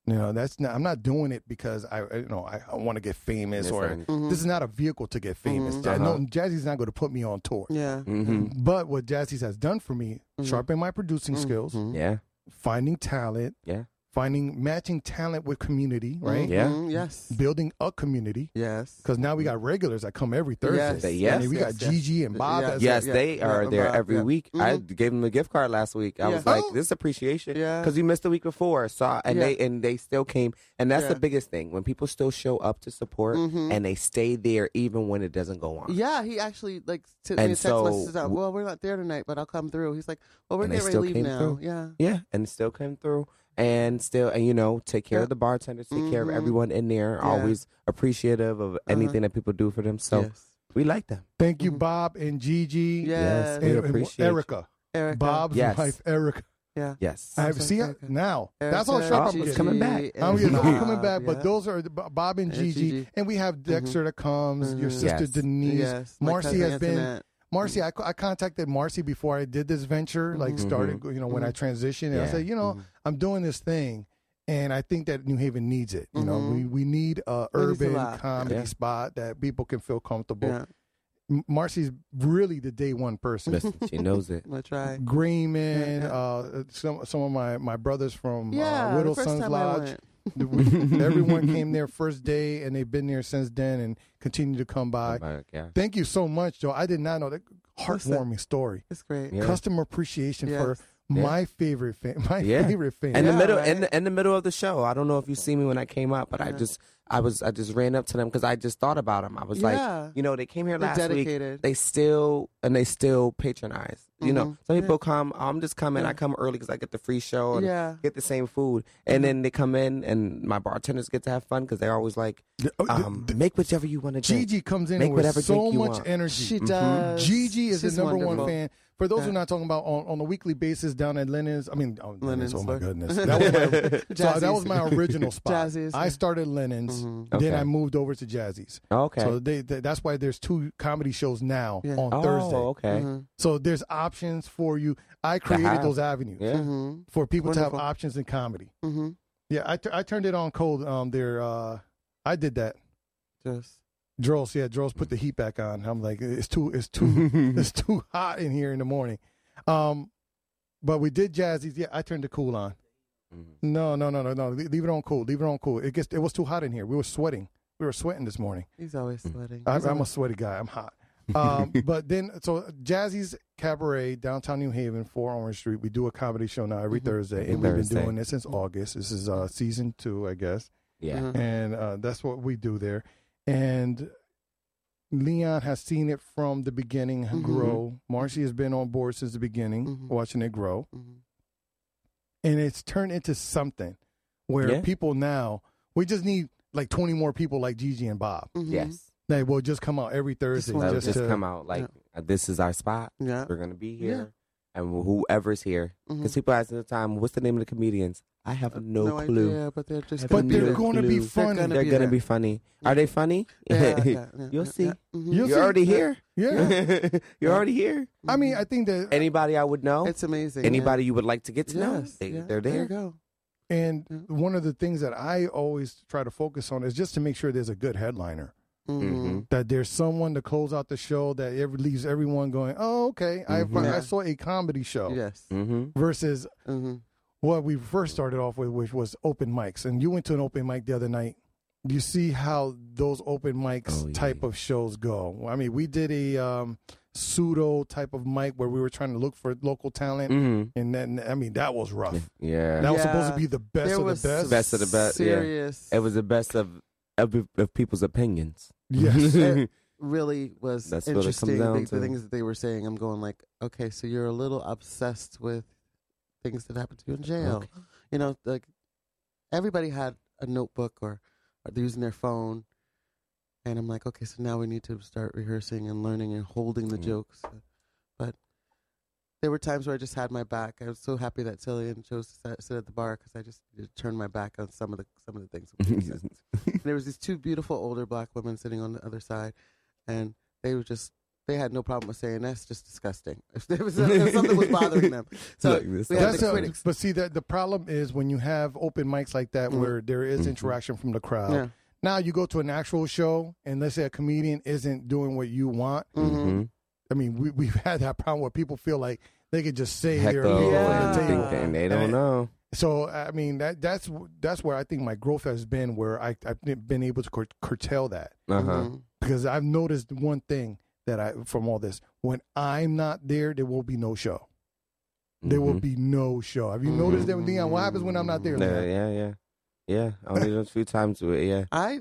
Speaker 6: You know, that's not, I'm not doing it because I, you know, I, I want to get famous or this is not a vehicle to get famous.
Speaker 5: Mhm.
Speaker 6: No,
Speaker 5: Uh-huh.
Speaker 6: Jazzy's not going to put me on tour.
Speaker 4: Yeah.
Speaker 5: Mm-hmm.
Speaker 6: But what Jazzy's has done for me, sharpen my producing
Speaker 4: Mm-hmm.
Speaker 6: skills,
Speaker 5: Yeah.
Speaker 6: finding talent,
Speaker 5: Yeah.
Speaker 6: finding matching talent with community, right?
Speaker 5: Mm-hmm. Yeah.
Speaker 4: Mhm. Yes.
Speaker 6: Building a community
Speaker 4: Yes.
Speaker 6: because now we got regulars that come every
Speaker 4: Yes.
Speaker 6: Thursday.
Speaker 5: They- yes,
Speaker 6: I mean, we
Speaker 4: yes,
Speaker 6: got
Speaker 4: yes.
Speaker 6: Gigi and Bob.
Speaker 4: Yeah.
Speaker 6: as-
Speaker 5: Yes,
Speaker 4: Yeah,
Speaker 5: they
Speaker 4: yeah,
Speaker 5: are
Speaker 4: and
Speaker 5: there
Speaker 4: Bob,
Speaker 5: every
Speaker 4: yeah. Mm-hmm.
Speaker 5: week. I gave them a gift card last week. I
Speaker 4: Yeah.
Speaker 5: was like,
Speaker 6: Oh.
Speaker 5: "This is appreciation,"
Speaker 4: Yeah.
Speaker 5: because you missed the week before. So and
Speaker 4: Yeah.
Speaker 5: they and they still came, and that's the
Speaker 4: Yeah. Mm-hmm.
Speaker 5: biggest thing when people still show up to support and they stay there even when it doesn't go on.
Speaker 4: Yeah, he actually like sent me a
Speaker 5: And
Speaker 4: text
Speaker 5: so-
Speaker 4: message out. Well, we're not there tonight, but I'll come through. He's like, well, we're
Speaker 5: And they
Speaker 4: getting ready to
Speaker 5: still
Speaker 4: leave
Speaker 5: came
Speaker 4: now.
Speaker 5: through.
Speaker 4: Yeah.
Speaker 5: Yeah, and still came through and still and you know take care
Speaker 4: Yeah.
Speaker 5: of the bartenders, take care of
Speaker 4: Mhm.
Speaker 5: everyone in there.
Speaker 4: Yeah. Uh-huh.
Speaker 5: Always appreciative of anything that people do for them. So
Speaker 4: yes.
Speaker 5: we like them.
Speaker 6: Thank you, Bob and Gigi.
Speaker 4: Yes.
Speaker 5: we
Speaker 6: And, and
Speaker 5: appreciate you.
Speaker 6: Erica,
Speaker 4: Erica.
Speaker 6: Bob's
Speaker 5: Yes.
Speaker 6: wife, Erica.
Speaker 4: Yeah.
Speaker 5: Yes.
Speaker 6: I
Speaker 4: Sounds like
Speaker 6: see I-
Speaker 4: Erica.
Speaker 6: now.
Speaker 4: Erica,
Speaker 6: That's how sharp I'm
Speaker 5: Gigi.
Speaker 6: getting.
Speaker 5: coming back.
Speaker 6: I'm,
Speaker 4: and
Speaker 6: getting- I'm
Speaker 4: Bob,
Speaker 6: coming back, but
Speaker 4: Oh, yeah.
Speaker 6: those are the- B- Bob and
Speaker 4: And
Speaker 6: Gigi,
Speaker 4: Gigi.
Speaker 6: and we have Dexter that comes. Your
Speaker 4: Mhm.
Speaker 6: sister
Speaker 5: Yes.
Speaker 6: Denise,
Speaker 4: Yes. my
Speaker 6: Marcy
Speaker 4: cousin
Speaker 6: has been.
Speaker 4: Antoinette. Mm-hmm.
Speaker 6: Marcy, I, I contacted Marcy before I did this venture. Like
Speaker 4: Mm-hmm.
Speaker 6: started, you know, when I transitioned, and I
Speaker 5: Yeah. Mm-hmm.
Speaker 6: said, you know, I'm doing this thing, and I think that New Haven needs it. You know, we we need a
Speaker 4: Mm-hmm. It needs a
Speaker 6: urban
Speaker 4: lot.
Speaker 6: comedy
Speaker 5: Yeah.
Speaker 6: spot that people can feel comfortable.
Speaker 4: Yeah.
Speaker 6: M- Marcy's really the day one person.
Speaker 5: Listen, she knows it.
Speaker 4: I'm gonna try.
Speaker 6: Grayman,
Speaker 4: Yeah, yeah.
Speaker 6: uh, some some of my, my brothers from
Speaker 4: Yeah.
Speaker 6: uh,
Speaker 4: the
Speaker 6: Whittle
Speaker 4: first
Speaker 6: Sons
Speaker 4: time I
Speaker 6: Lodge.
Speaker 4: went.
Speaker 6: The- we- Everyone came there first day, and they've been there since then, and continue to come by.
Speaker 5: But, yeah.
Speaker 6: Thank you so much, Joe. I did not know that heartwarming story.
Speaker 4: It's great.
Speaker 5: Yeah.
Speaker 6: Customer appreciation for
Speaker 4: Yes.
Speaker 6: my favorite fan. My
Speaker 5: Yeah.
Speaker 6: favorite fan.
Speaker 5: in
Speaker 4: Yeah,
Speaker 5: the middle
Speaker 4: right.
Speaker 5: in, the, in the middle of the show i don't know if you see me when i came up but i
Speaker 4: Yeah.
Speaker 5: just i was i just ran up to them because i just thought about them i was
Speaker 4: Yeah.
Speaker 5: like you know they came here
Speaker 4: They're
Speaker 5: last
Speaker 4: dedicated.
Speaker 5: week they still and they still patronize you know
Speaker 4: Mhm.
Speaker 5: some
Speaker 4: Yeah.
Speaker 5: people come "Oh, i'm just coming
Speaker 4: Yeah.
Speaker 5: i come early because i get the free show and
Speaker 4: Yeah. Mm-hmm.
Speaker 5: get the same food and then they come in and my bartenders get to have fun because they're always like
Speaker 6: The- oh, the-
Speaker 5: um,
Speaker 6: the-
Speaker 5: make whichever you want to drink
Speaker 6: Gigi comes in
Speaker 5: Make
Speaker 6: with
Speaker 5: whatever
Speaker 6: so
Speaker 5: drink you
Speaker 6: much
Speaker 5: want.
Speaker 6: energy.
Speaker 4: She does.
Speaker 6: Mm-hmm. Gigi is
Speaker 4: She's
Speaker 6: the number
Speaker 4: wonderful.
Speaker 6: one fan. For those who are
Speaker 4: Yeah.
Speaker 6: not talking about on, on a weekly basis down at Lennon's, I mean, oh,
Speaker 4: Lennon's,
Speaker 6: Lennon's, oh my
Speaker 4: sorry.
Speaker 6: goodness. That was my, so that was my
Speaker 4: Jazzy's.
Speaker 6: original spot.
Speaker 4: Jazzy's,
Speaker 6: I
Speaker 4: yeah.
Speaker 6: started Lennon's, then
Speaker 5: Okay.
Speaker 6: I moved over to Jazzy's.
Speaker 5: okay
Speaker 6: So they, they, that's why there's two comedy shows now
Speaker 4: Yeah.
Speaker 6: on
Speaker 5: oh
Speaker 6: Thursday.
Speaker 5: okay
Speaker 4: Mm-hmm.
Speaker 6: So there's options for you. I created
Speaker 5: have.
Speaker 6: those avenues
Speaker 5: yeah
Speaker 4: Mm-hmm.
Speaker 6: for people to
Speaker 4: Wonderful.
Speaker 6: have options in comedy.
Speaker 4: Mm-hmm.
Speaker 6: Yeah, I tu- I turned it on cold um, there. Uh, I did that.
Speaker 4: Just
Speaker 6: Dros, yeah, Dros put the heat back on. I'm like, it's too, it's too,
Speaker 5: Mm-hmm.
Speaker 6: it's too hot in here in the morning. Um, but we did Jazzy's. Yeah, I turned the cool on. No, no, no, no, no. Le- Leave it on cool. Leave it on cool. It gets. It was too hot in here. We were sweating. We were sweating this morning.
Speaker 4: He's always
Speaker 5: Mm.
Speaker 4: sweating.
Speaker 6: I,
Speaker 4: He's
Speaker 6: I'm a
Speaker 4: always-
Speaker 6: sweaty guy. I'm hot. Um, but then, so Jazzy's Cabaret, downtown New Haven, 4 Orange Street. We do a comedy show now every
Speaker 5: Mm-hmm.
Speaker 6: Thursday.
Speaker 5: Every
Speaker 6: and we've
Speaker 5: Thursday.
Speaker 6: been doing this since August. This is uh, season two, I guess.
Speaker 5: Yeah.
Speaker 4: Mhm.
Speaker 6: And uh, that's what we do there. And Leon has seen it from the beginning
Speaker 5: Mm-hmm.
Speaker 6: grow. Marcy has been on board since the beginning,
Speaker 4: Mhm.
Speaker 6: watching it grow.
Speaker 4: Mhm.
Speaker 6: And it's turned into something where
Speaker 5: Yeah.
Speaker 6: people now, we just need like 20 more people like Gigi and Bob.
Speaker 4: Mhm.
Speaker 5: Yes.
Speaker 6: They will just come out every Thursday.
Speaker 4: wanna
Speaker 5: That'll
Speaker 6: Mm-hmm. just
Speaker 5: just
Speaker 6: to-
Speaker 5: come out like uh, this is our spot.
Speaker 4: Yeah.
Speaker 5: We're gonna be
Speaker 4: Yeah.
Speaker 5: here, and whoever's here. Because
Speaker 4: Mhm.
Speaker 5: people ask at the time, "What's the name of the comedians?" I have no,
Speaker 4: Uh, no
Speaker 5: clue.
Speaker 4: idea, but they're just.
Speaker 5: Have
Speaker 6: But
Speaker 5: no
Speaker 6: they're going to be
Speaker 5: clue.
Speaker 6: funny.
Speaker 4: gonna
Speaker 5: They're
Speaker 4: be
Speaker 5: gonna
Speaker 4: there.
Speaker 5: be funny. Are they funny?
Speaker 4: Yeah, yeah, yeah,
Speaker 5: You'll
Speaker 4: yeah,
Speaker 5: see.
Speaker 4: yeah. Mhm.
Speaker 6: You'll
Speaker 5: You're
Speaker 6: see.
Speaker 5: already here.
Speaker 6: Yeah.
Speaker 5: You're already here.
Speaker 6: I mean, I think that,
Speaker 5: Anybody I would know,
Speaker 4: Mm-hmm. It's amazing.
Speaker 5: anybody you would like to get
Speaker 4: yeah.
Speaker 5: to know,
Speaker 4: Yes,
Speaker 5: they,
Speaker 4: yeah.
Speaker 5: they're
Speaker 4: There
Speaker 5: there.
Speaker 4: you go.
Speaker 6: and
Speaker 4: Yeah.
Speaker 6: one of the things that I always try to focus on is just to make sure there's a good headliner,
Speaker 5: Mm-hmm.
Speaker 4: Mhm.
Speaker 6: that there's someone to close out the show that ever leaves everyone going, oh, okay,
Speaker 5: Mhm.
Speaker 6: I, I
Speaker 4: Yeah.
Speaker 6: saw a comedy show
Speaker 4: Yes.
Speaker 5: Mm-hmm.
Speaker 6: versus
Speaker 4: Mm-hmm.
Speaker 6: what we first started off with, which was open mics. And you went to an open mic the other night. You see how those open mics
Speaker 5: Oh, yeah.
Speaker 6: type of shows go. I mean, we did a um, pseudo type of mic where we were trying to look for local talent.
Speaker 5: Mm-hmm.
Speaker 6: And then, I mean, that was rough.
Speaker 5: Yeah.
Speaker 6: That was
Speaker 4: Yeah.
Speaker 6: supposed to be the best
Speaker 4: there
Speaker 6: of
Speaker 4: was
Speaker 6: the best.
Speaker 5: Best of the best, yeah.
Speaker 4: Serious.
Speaker 5: It was the best of of, of people's opinions.
Speaker 6: Yes.
Speaker 4: It really was
Speaker 5: That's what it comes
Speaker 4: interesting.
Speaker 5: down
Speaker 4: the, the
Speaker 5: to.
Speaker 4: things that they were saying, I'm going like, okay, so you're a little obsessed with things that happened to you in jail.
Speaker 5: Okay.
Speaker 4: You know, like everybody had a notebook or, or they're using their phone, and I'm like, okay, so now we need to start rehearsing and learning and holding the
Speaker 5: Mm.
Speaker 4: jokes. But there were times where I just had my back. I was so happy that Cillian chose to uh, sit- sit at the bar because I just turned my back on some of the some of the things. that were being said. And there was these two beautiful older black women sitting on the other side, and they were just they had no problem with saying that's just disgusting. If there was if something was bothering them, so
Speaker 5: Look, this
Speaker 4: we had
Speaker 6: That's
Speaker 4: the
Speaker 6: a-
Speaker 4: critics.
Speaker 6: but see that the problem is when you have open mics like that
Speaker 4: Mhm.
Speaker 6: where there is
Speaker 5: Mhm.
Speaker 6: interaction from the crowd.
Speaker 4: Yeah.
Speaker 6: Now you go to an actual show and let's say a comedian isn't doing what you want.
Speaker 4: Mhm.
Speaker 5: Mm-hmm.
Speaker 6: I mean, we we've had that problem where people feel like they could just say their
Speaker 5: Heckle
Speaker 4: Yeah.
Speaker 5: and, think that- and they don't know.
Speaker 6: So I mean that that's that's where I think my growth has been where I I've been able to cur- curtail that
Speaker 5: Uh huh.
Speaker 4: Mhm.
Speaker 6: because I've noticed one thing that I from all this when I'm not there there will be no show. There
Speaker 5: Mm-hmm.
Speaker 6: will be no show. Have you noticed that, Leon? What happens when I'm not there?
Speaker 5: Yeah,
Speaker 6: Leon?
Speaker 5: yeah, yeah, yeah. Only those few times. With, yeah.
Speaker 4: I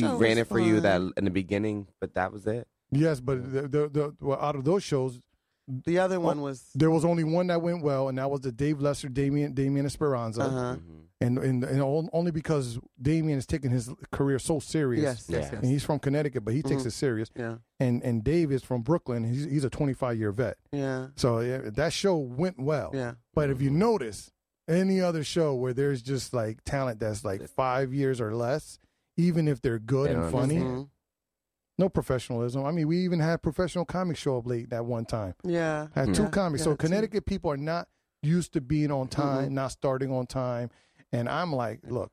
Speaker 4: my show was
Speaker 5: ran it for you that
Speaker 4: fun.
Speaker 5: in the beginning, but that was it.
Speaker 6: Yes, but the, the, the, well, out of those shows,
Speaker 4: the other one was
Speaker 6: there was only one that went well, and that was the Dave Lester, Damien, Damien Esperanza,
Speaker 4: uh-huh.
Speaker 5: Mm-hmm.
Speaker 6: and and, and on- only because Damien is taking his career so serious.
Speaker 4: yes yes
Speaker 5: Yeah.
Speaker 6: and
Speaker 4: yes
Speaker 6: he's from Connecticut, but he takes
Speaker 4: Mhm.
Speaker 6: it serious.
Speaker 4: yeah
Speaker 6: And and Dave is from Brooklyn. He's he's a 25 year vet,
Speaker 4: yeah
Speaker 6: so yeah, that show went well.
Speaker 4: yeah
Speaker 6: But if you notice any other show where there's just like talent that's like five years or less, even if they're good
Speaker 5: They
Speaker 6: and
Speaker 5: don't
Speaker 6: funny,
Speaker 5: understand.
Speaker 4: Mhm.
Speaker 6: no professionalism. I mean, we even had professional comics show up late that one time.
Speaker 4: yeah
Speaker 6: Had
Speaker 5: Mm.
Speaker 6: two
Speaker 4: Yeah,
Speaker 6: comics.
Speaker 4: yeah,
Speaker 6: so
Speaker 4: two.
Speaker 6: Connecticut people are not used to being on
Speaker 5: Mm-hmm.
Speaker 6: time,
Speaker 4: Mhm.
Speaker 6: not starting on time. And I'm like, look,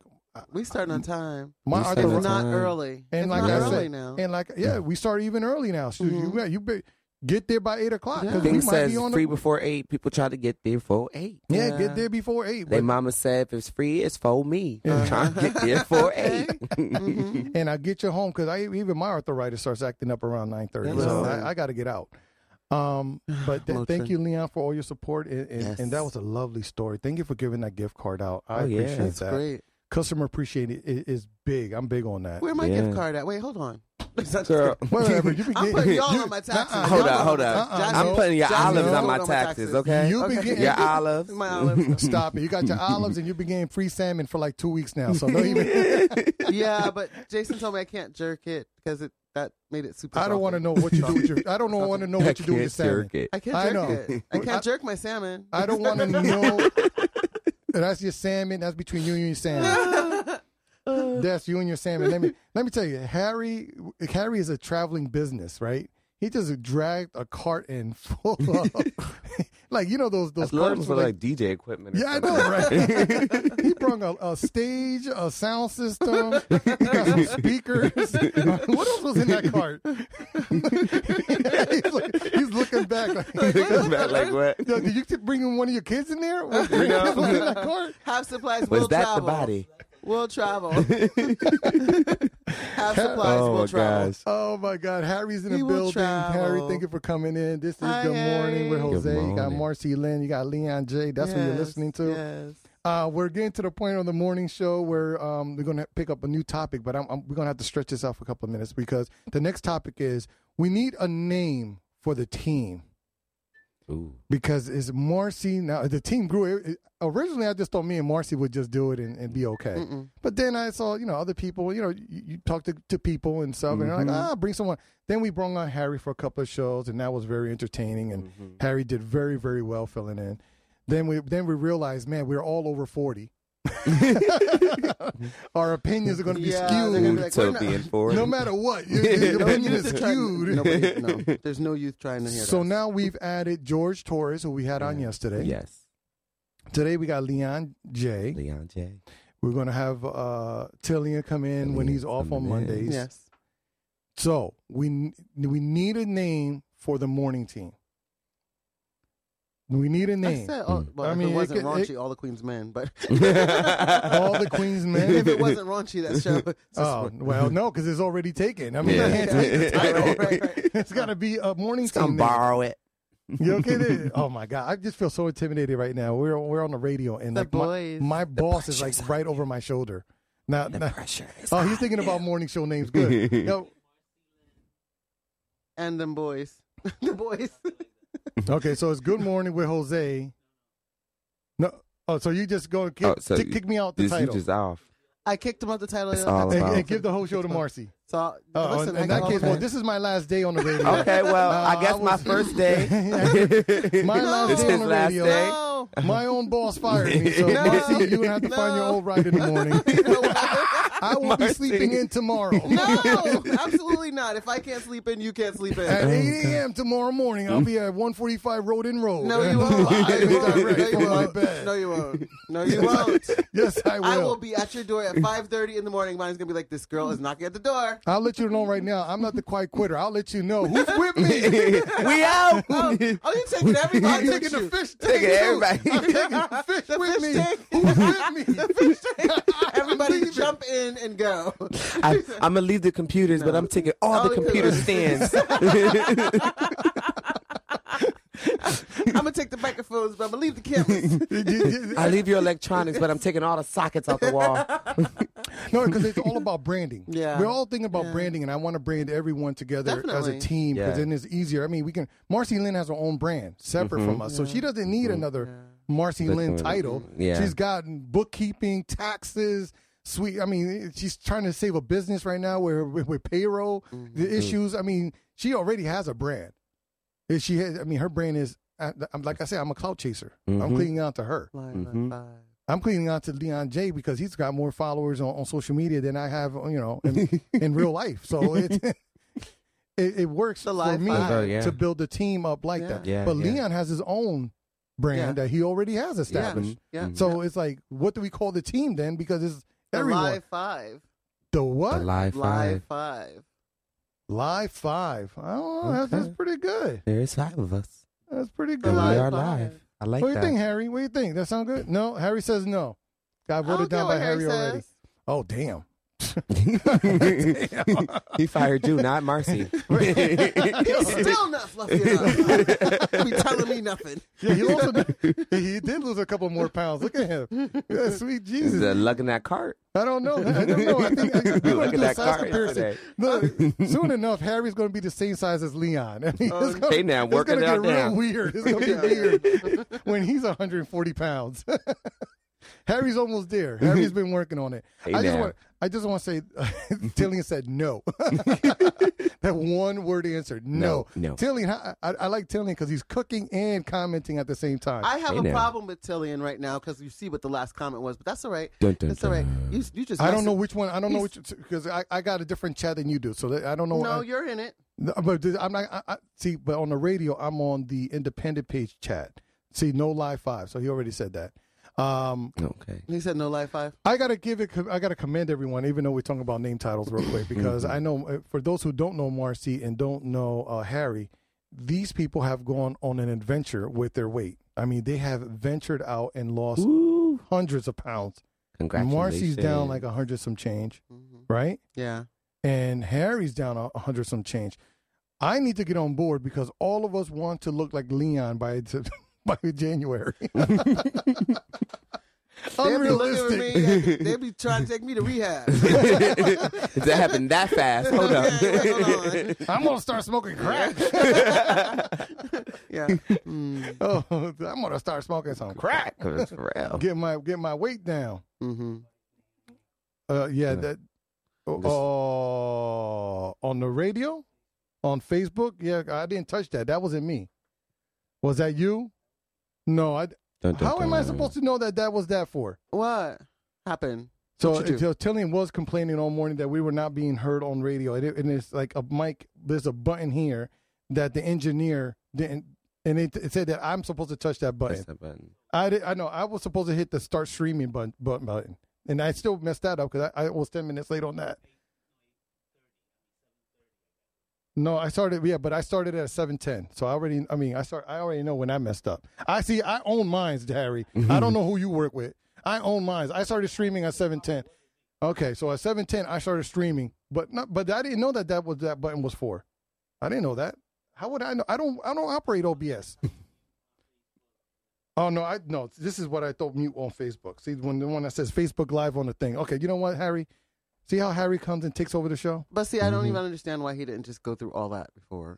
Speaker 4: we starting on time
Speaker 6: my
Speaker 5: You
Speaker 6: Arthur,
Speaker 5: start
Speaker 4: it's
Speaker 5: on
Speaker 6: Ro-
Speaker 4: not
Speaker 5: time.
Speaker 4: early
Speaker 6: And
Speaker 4: it's
Speaker 6: like
Speaker 4: not
Speaker 5: I
Speaker 4: early
Speaker 6: said,
Speaker 4: now
Speaker 6: and like, yeah, we start even early now. So you-
Speaker 4: Mm-hmm.
Speaker 6: You, better- get there by eight o'clock because we
Speaker 5: Thing
Speaker 6: might
Speaker 5: says
Speaker 6: be on
Speaker 5: free
Speaker 6: the.
Speaker 5: before eight. People try to get there for eight.
Speaker 6: Yeah,
Speaker 4: Yeah.
Speaker 6: get there before eight.
Speaker 5: They
Speaker 6: but-
Speaker 5: mama said if it's free, it's for me.
Speaker 6: Uh-huh.
Speaker 5: Trying to get there for eight.
Speaker 4: Mhm.
Speaker 6: and I get you home because I even my arthritis starts acting up around nine thirty.
Speaker 4: Yeah.
Speaker 6: So I, I got to get out. Um, but th- thank
Speaker 4: Motrin.
Speaker 6: you, Leon, for all your support, and, and,
Speaker 4: Yes.
Speaker 6: and that was a lovely story. Thank you for giving that gift card out. I
Speaker 5: Oh, yeah.
Speaker 6: appreciate
Speaker 4: that's
Speaker 6: that.
Speaker 4: great
Speaker 6: Customer appreciate it is, is big. I'm big on that.
Speaker 4: where my
Speaker 5: Yeah.
Speaker 4: gift card at wait hold on
Speaker 5: Girl,
Speaker 6: Whatever. You be
Speaker 4: I'm
Speaker 6: getting-
Speaker 4: putting y'all
Speaker 6: you-
Speaker 4: on my taxes.
Speaker 6: uh-uh.
Speaker 5: hold
Speaker 4: Y'all
Speaker 5: on,
Speaker 4: on
Speaker 5: hold
Speaker 4: my
Speaker 5: on.
Speaker 4: taxes.
Speaker 5: I'm putting your
Speaker 4: Jasmine,
Speaker 5: olives on
Speaker 4: hold
Speaker 5: my
Speaker 4: on my
Speaker 5: taxes,
Speaker 4: taxes.
Speaker 5: okay?
Speaker 6: You be
Speaker 4: Okay.
Speaker 6: getting
Speaker 5: Your olives.
Speaker 4: my olives
Speaker 6: stop it. You got your olives and you be getting free salmon for like two weeks now. So no even
Speaker 4: yeah, but Jason told me I can't jerk it because it that made it super.
Speaker 6: I don't want to
Speaker 4: salty.
Speaker 6: know what you do with your I don't want to know what you do with your salmon.
Speaker 5: it.
Speaker 4: I can't
Speaker 6: I
Speaker 4: jerk
Speaker 6: know.
Speaker 4: it. I can't
Speaker 6: I-
Speaker 4: jerk my salmon.
Speaker 6: I don't want to know that's your salmon, that's between you and your salmon. That's you and your salmon. Let me let me tell you, Harry Harry is a traveling business, right? He just dragged a cart in full of Like you know those those
Speaker 5: I'd love
Speaker 6: carts
Speaker 5: for
Speaker 6: with,
Speaker 5: like DJ equipment. or
Speaker 6: Yeah, I
Speaker 5: something.
Speaker 6: know, right? he brought a, a stage, a sound system, he got some speakers. what else was in that cart? he's, like- he's looking back. Like,
Speaker 5: About, like what?
Speaker 6: Yo, did you keep bringing one of your kids in there? Was
Speaker 5: You know?
Speaker 6: was in that cart?
Speaker 4: Have supplies.
Speaker 5: Was
Speaker 4: will
Speaker 5: that
Speaker 4: travel.
Speaker 5: the body?
Speaker 4: We'll travel. Have supplies.
Speaker 5: oh
Speaker 4: we'll
Speaker 5: my
Speaker 4: travel.
Speaker 5: gosh.
Speaker 6: Oh my God, Harry's in the
Speaker 4: He will
Speaker 6: building. Harry,
Speaker 4: travel.
Speaker 6: thank you for coming in. This is
Speaker 4: Hi,
Speaker 6: Good Morning with
Speaker 4: Harry.
Speaker 5: Good
Speaker 6: Jose. You got
Speaker 5: morning.
Speaker 6: Marcy Lynn. You got Leon J. That's what you're
Speaker 4: Yes,
Speaker 6: listening to.
Speaker 4: Yes.
Speaker 6: Uh, we're getting to the point on the morning show where um, we're going to pick up a new topic, but I'm, I'm, we're going to have to stretch this out for a couple of minutes because the next topic is we need a name for the team
Speaker 5: Ooh.
Speaker 6: because it's Marcy. Now, the team grew. It- it- Originally, I just thought me and Marcy would just do it and, and be okay. But then I saw, you know, other people, you know, you, you talk to, to people and stuff, and they're like,
Speaker 4: Mm-hmm.
Speaker 6: ah, bring someone. Then we brought on Harry for a couple of shows, and that was very entertaining. And
Speaker 4: Mm-hmm.
Speaker 6: Harry did very, very well filling in. Then we then we realized, man, we're all over 40. Our opinions are going to
Speaker 4: Mm-hmm.
Speaker 6: be
Speaker 4: Yeah, they're gonna
Speaker 6: skewed.
Speaker 4: be like,
Speaker 5: So
Speaker 4: we're not-
Speaker 5: being forward.
Speaker 6: no matter what, your, your- your
Speaker 5: No
Speaker 6: opinion
Speaker 4: youth
Speaker 6: is
Speaker 4: is trying-
Speaker 6: skewed.
Speaker 4: nobody- no, there's no youth trying to hear
Speaker 6: So
Speaker 4: that.
Speaker 6: now we've added George Torres, who we had on yesterday.
Speaker 5: Yes.
Speaker 6: Today we got Leon J.
Speaker 5: Leon J.
Speaker 6: We're gonna have uh Tillian come in when he's
Speaker 5: Tillian's
Speaker 6: off on
Speaker 5: coming in.
Speaker 6: Mondays.
Speaker 4: Yes.
Speaker 6: So we n- we need a name for the morning team. We need a
Speaker 4: I
Speaker 6: name.
Speaker 4: said, oh, well,
Speaker 6: I
Speaker 4: if
Speaker 6: mean,
Speaker 4: it
Speaker 6: it
Speaker 4: wasn't
Speaker 6: could-
Speaker 4: raunchy,
Speaker 6: it-
Speaker 4: all the Queen's men. But
Speaker 6: All the Queens
Speaker 4: if
Speaker 6: men.
Speaker 4: it wasn't raunchy, that show.
Speaker 6: Oh well, no, because it's already taken. I mean,
Speaker 5: Yeah.
Speaker 6: I can't take the title.
Speaker 4: right, right, right.
Speaker 6: It's got to be a morning
Speaker 5: Just gonna
Speaker 6: team. name.
Speaker 5: borrow it.
Speaker 6: You okay? there? Oh my god, I just feel so intimidated right now. We're we're on the radio, and
Speaker 4: The
Speaker 6: like my-
Speaker 4: boys.
Speaker 6: my, boss is like right over my shoulder. Now, now
Speaker 5: Pressure. is
Speaker 6: oh,
Speaker 5: on.
Speaker 6: he's thinking about morning show names. Good. Yo,
Speaker 4: And them boys. the boys.
Speaker 6: okay, so it's good morning with Jose. No, oh, so you just go and kick,
Speaker 5: Oh, so
Speaker 6: kick, kick me out the
Speaker 5: This you
Speaker 6: title
Speaker 5: just off.
Speaker 4: I kicked him out the title.
Speaker 5: It's all
Speaker 6: and,
Speaker 5: about-
Speaker 6: and give the whole show to Marcy.
Speaker 4: So,
Speaker 6: Oh,
Speaker 4: listen,
Speaker 6: in,
Speaker 4: I
Speaker 6: in
Speaker 4: got
Speaker 6: that
Speaker 4: all
Speaker 6: case,
Speaker 4: the-
Speaker 6: well, this is my last day on the radio.
Speaker 5: Okay, well,
Speaker 6: Uh,
Speaker 5: I guess
Speaker 6: I
Speaker 5: my
Speaker 6: was-
Speaker 5: first day.
Speaker 6: my
Speaker 4: No.
Speaker 6: last
Speaker 4: It's
Speaker 6: day on
Speaker 5: his
Speaker 6: the
Speaker 5: last
Speaker 6: radio.
Speaker 5: day.
Speaker 4: No.
Speaker 6: My own boss fired me, so
Speaker 4: No.
Speaker 6: Marcy, you're gonna have to find
Speaker 4: No.
Speaker 6: your old ride in the morning. I will be
Speaker 5: Marcy.
Speaker 6: sleeping in tomorrow.
Speaker 4: No, absolutely not. If I can't sleep in, you can't sleep
Speaker 6: At
Speaker 4: in.
Speaker 6: 8 a.m. tomorrow morning, I'll be at 145 Road and Road.
Speaker 4: No, you won't. No, you
Speaker 6: Direct from my
Speaker 4: won't.
Speaker 6: bed.
Speaker 4: No, you won't. No, you won't.
Speaker 6: Yes, I will.
Speaker 4: I will be at your door at 5.30 in the morning. Mine's going to be like, this girl is knocking at the door.
Speaker 6: I'll let you know right now. I'm not the quiet quitter. I'll let you know who's with me.
Speaker 5: we out.
Speaker 4: Oh, oh you taking
Speaker 6: I'm
Speaker 4: everybody.
Speaker 6: taking
Speaker 4: with you.
Speaker 6: the fish
Speaker 5: Take
Speaker 6: tank.
Speaker 5: it,
Speaker 6: too.
Speaker 5: everybody.
Speaker 6: I'm taking the fish
Speaker 4: The
Speaker 6: with
Speaker 4: fish
Speaker 6: me.
Speaker 4: tank.
Speaker 6: Who's with me?
Speaker 4: Everybody jump in and go.
Speaker 5: I, I'm gonna leave the computers, but I'm taking all
Speaker 4: All
Speaker 5: the
Speaker 6: Oh,
Speaker 4: the
Speaker 5: computer
Speaker 4: computers.
Speaker 5: stands.
Speaker 4: I'm going to take the microphones, but I'm going to leave the cameras.
Speaker 5: I leave your electronics, but I'm taking all the sockets off the wall.
Speaker 6: No, because it's all about branding.
Speaker 4: Yeah.
Speaker 6: we're all thinking about
Speaker 4: Yeah.
Speaker 6: branding, and I want to brand everyone together as a
Speaker 4: Definitely.
Speaker 6: team because
Speaker 5: Yeah.
Speaker 6: then it's easier. I mean, we can. Marcy Lynn has her own brand separate
Speaker 5: Mm-hmm.
Speaker 6: from us, so she doesn't need another Marcy Lynn title.
Speaker 5: Yeah.
Speaker 6: she's got bookkeeping, taxes. Sweet. I mean, she's trying to save a business right now where with, with payroll,
Speaker 4: Mm-hmm.
Speaker 6: the issues. I mean, she already has a brand. And She has. I mean, her brand is. I, I'm like I said, I'm a clout chaser. I'm
Speaker 5: Mhm.
Speaker 6: clinging out to her.
Speaker 4: Line
Speaker 5: Mhm.
Speaker 4: by five.
Speaker 6: I'm cleaning out to Leon J because he's got more followers on, on social media than I have, you know, in, in real life. So it it, it works
Speaker 4: The
Speaker 6: for
Speaker 4: live
Speaker 6: me
Speaker 4: five.
Speaker 5: Oh, yeah.
Speaker 6: to build the team up like that.
Speaker 5: Yeah. Yeah,
Speaker 6: but
Speaker 5: yeah.
Speaker 6: Leon has his own brand
Speaker 4: Yeah.
Speaker 6: that he already has established.
Speaker 4: Yeah.
Speaker 5: Mhm.
Speaker 6: So it's like, what do we call the team then? Because it's
Speaker 4: The
Speaker 6: everyone.
Speaker 4: live five.
Speaker 6: The what?
Speaker 5: The live
Speaker 4: Live
Speaker 5: five.
Speaker 4: five.
Speaker 6: Live five. I don't know. That's, that's
Speaker 5: Okay.
Speaker 6: pretty good.
Speaker 5: There is five of us,
Speaker 6: That's pretty good.
Speaker 5: and we
Speaker 4: live
Speaker 5: are
Speaker 4: five.
Speaker 5: live. I like
Speaker 6: what do you
Speaker 5: that.
Speaker 6: think, Harry? What do you think? That sound good? No, Harry says no. Got
Speaker 4: I don't
Speaker 6: voted
Speaker 4: care
Speaker 6: down
Speaker 4: what
Speaker 6: by Harry
Speaker 4: says.
Speaker 6: already. Oh damn.
Speaker 5: he fired you, not Marcy.
Speaker 4: He's still not fluffy enough. he be telling me nothing.
Speaker 6: Yeah, he also did, he did lose a couple more pounds. Look at him. Yeah, sweet
Speaker 5: He's
Speaker 6: Jesus.
Speaker 5: uh, lugging that cart.
Speaker 6: I don't know. I don't know. I think I,
Speaker 5: Look
Speaker 6: we're going
Speaker 5: at
Speaker 6: to do a
Speaker 5: that
Speaker 6: size
Speaker 5: car
Speaker 6: comparison.
Speaker 5: yesterday.
Speaker 6: Look, soon enough, Harry's going to be the same size as Leon. I mean, it's gonna,
Speaker 5: Um, Hey, now,
Speaker 6: it's
Speaker 5: work
Speaker 6: gonna
Speaker 5: it
Speaker 6: get
Speaker 5: out
Speaker 6: real
Speaker 5: now.
Speaker 6: weird. It's going to get weird when he's 140 pounds. Harry's almost there. Harry's been working on it.
Speaker 5: Hey,
Speaker 6: I just
Speaker 5: now.
Speaker 6: want. I just want to say, Tillian said no. that one word answer. No.
Speaker 5: No, no.
Speaker 6: Tillian, I, I, I like Tillian because he's cooking and commenting at the same time.
Speaker 4: I have
Speaker 5: Hey
Speaker 4: a
Speaker 5: now.
Speaker 4: problem with Tillian right now because you see what the last comment was, but that's all right.
Speaker 5: Dun, dun,
Speaker 4: that's all right. You, you just.
Speaker 6: I don't know
Speaker 4: messed-
Speaker 6: which one. I don't know which because I, I got a different chat than you do, so that- I don't know.
Speaker 4: No,
Speaker 6: I,
Speaker 4: you're in it.
Speaker 6: No, but th- I'm not. I, I, see, but on the radio, I'm on the independent page chat. See, no live five. So he already said that. Um,
Speaker 5: Okay.
Speaker 4: He said no live five.
Speaker 6: I gotta give it. I gotta commend everyone, even though we're talking about name titles real quick, because I know uh, for those who don't know Marcy and don't know uh, Harry, these people have gone on an adventure with their weight. I mean, they have ventured out and lost hundreds of pounds.
Speaker 5: Congratulations.
Speaker 6: Marcy's down like a hundred some change, right?
Speaker 4: Mm-hmm. Yeah.
Speaker 6: and Harry's down a a hundred some change. I need to get on board because all of us want to look like Leon by t- by January.
Speaker 4: They'll be looking at
Speaker 6: Unrealistic.
Speaker 4: me. They'll be trying to take me to rehab.
Speaker 5: if that happened that fast, hold up.
Speaker 4: Okay, wait, hold on.
Speaker 6: I'm gonna start smoking crack.
Speaker 4: Yeah. Mm,
Speaker 6: oh, I'm gonna start smoking some crack.
Speaker 5: That's real.
Speaker 6: Get my get my weight down.
Speaker 4: hmm
Speaker 6: Uh, yeah, that. Oh, on the radio, on Facebook. Yeah, I didn't touch that. That wasn't me. Was that you? No. I,
Speaker 5: Dun, dun,
Speaker 6: how am I
Speaker 5: dun.
Speaker 6: supposed to know that that was that for?
Speaker 4: What happened?
Speaker 6: So
Speaker 4: What you do?
Speaker 6: until Tillian was complaining all morning that we were not being heard on radio, and, it, and it's like a mic. There's a button here that the engineer didn't, and it, it said that I'm supposed to touch that
Speaker 5: Press
Speaker 6: button.
Speaker 5: that button.
Speaker 6: I did, I know I was supposed to hit the start streaming button, button, button and I still messed that up because I, I was ten minutes late on that. No, I started yeah, but I started at seven ten, so I already. I mean, I start. I already know when I messed up. I see. I own mines, Harry. I don't know who you work with. I own mines. I started streaming at seven ten. Okay, so at seven ten, I started streaming, but not, but I didn't know that that was that button was for. I didn't know that. How would I know? I don't. I don't operate OBS. Oh no, I no. This is what I thought mute on Facebook. See when the one that says Facebook Live on the thing. Okay, you know what, Harry? See how Harry comes and takes over the show?
Speaker 4: But see, I don't even understand why he didn't just go through all that before.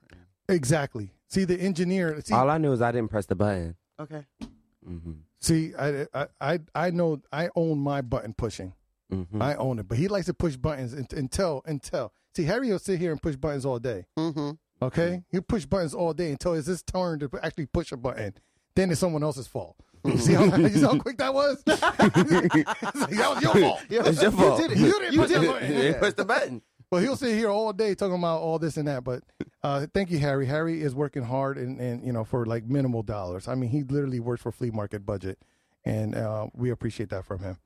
Speaker 6: Exactly. See the engineer. See,
Speaker 5: All I knew is I didn't press the button. Mm-hmm.
Speaker 4: Okay.
Speaker 6: see, I, I, I, I know I own my button pushing.
Speaker 4: Mm-hmm.
Speaker 5: Mhm.
Speaker 6: I own it, but he likes to push buttons un- until until. See, Harry will sit here and push buttons all day.
Speaker 4: Mm-hmm.
Speaker 6: Okay, he'll push buttons all day until it's his turn to actually push a button. Then it's someone else's fault.
Speaker 4: Mm-hmm.
Speaker 6: You see how, you see how quick that was? that was your fault.
Speaker 5: It's your fault.
Speaker 4: did it.
Speaker 6: You didn't push that
Speaker 5: You
Speaker 6: button.
Speaker 5: didn't press the button.
Speaker 6: But he'll sit here all day talking about all this and that. But uh, thank you, Harry. Harry is working hard and, and you know for like minimal dollars. I mean, he literally works for flea market budget, and uh, we appreciate that from him.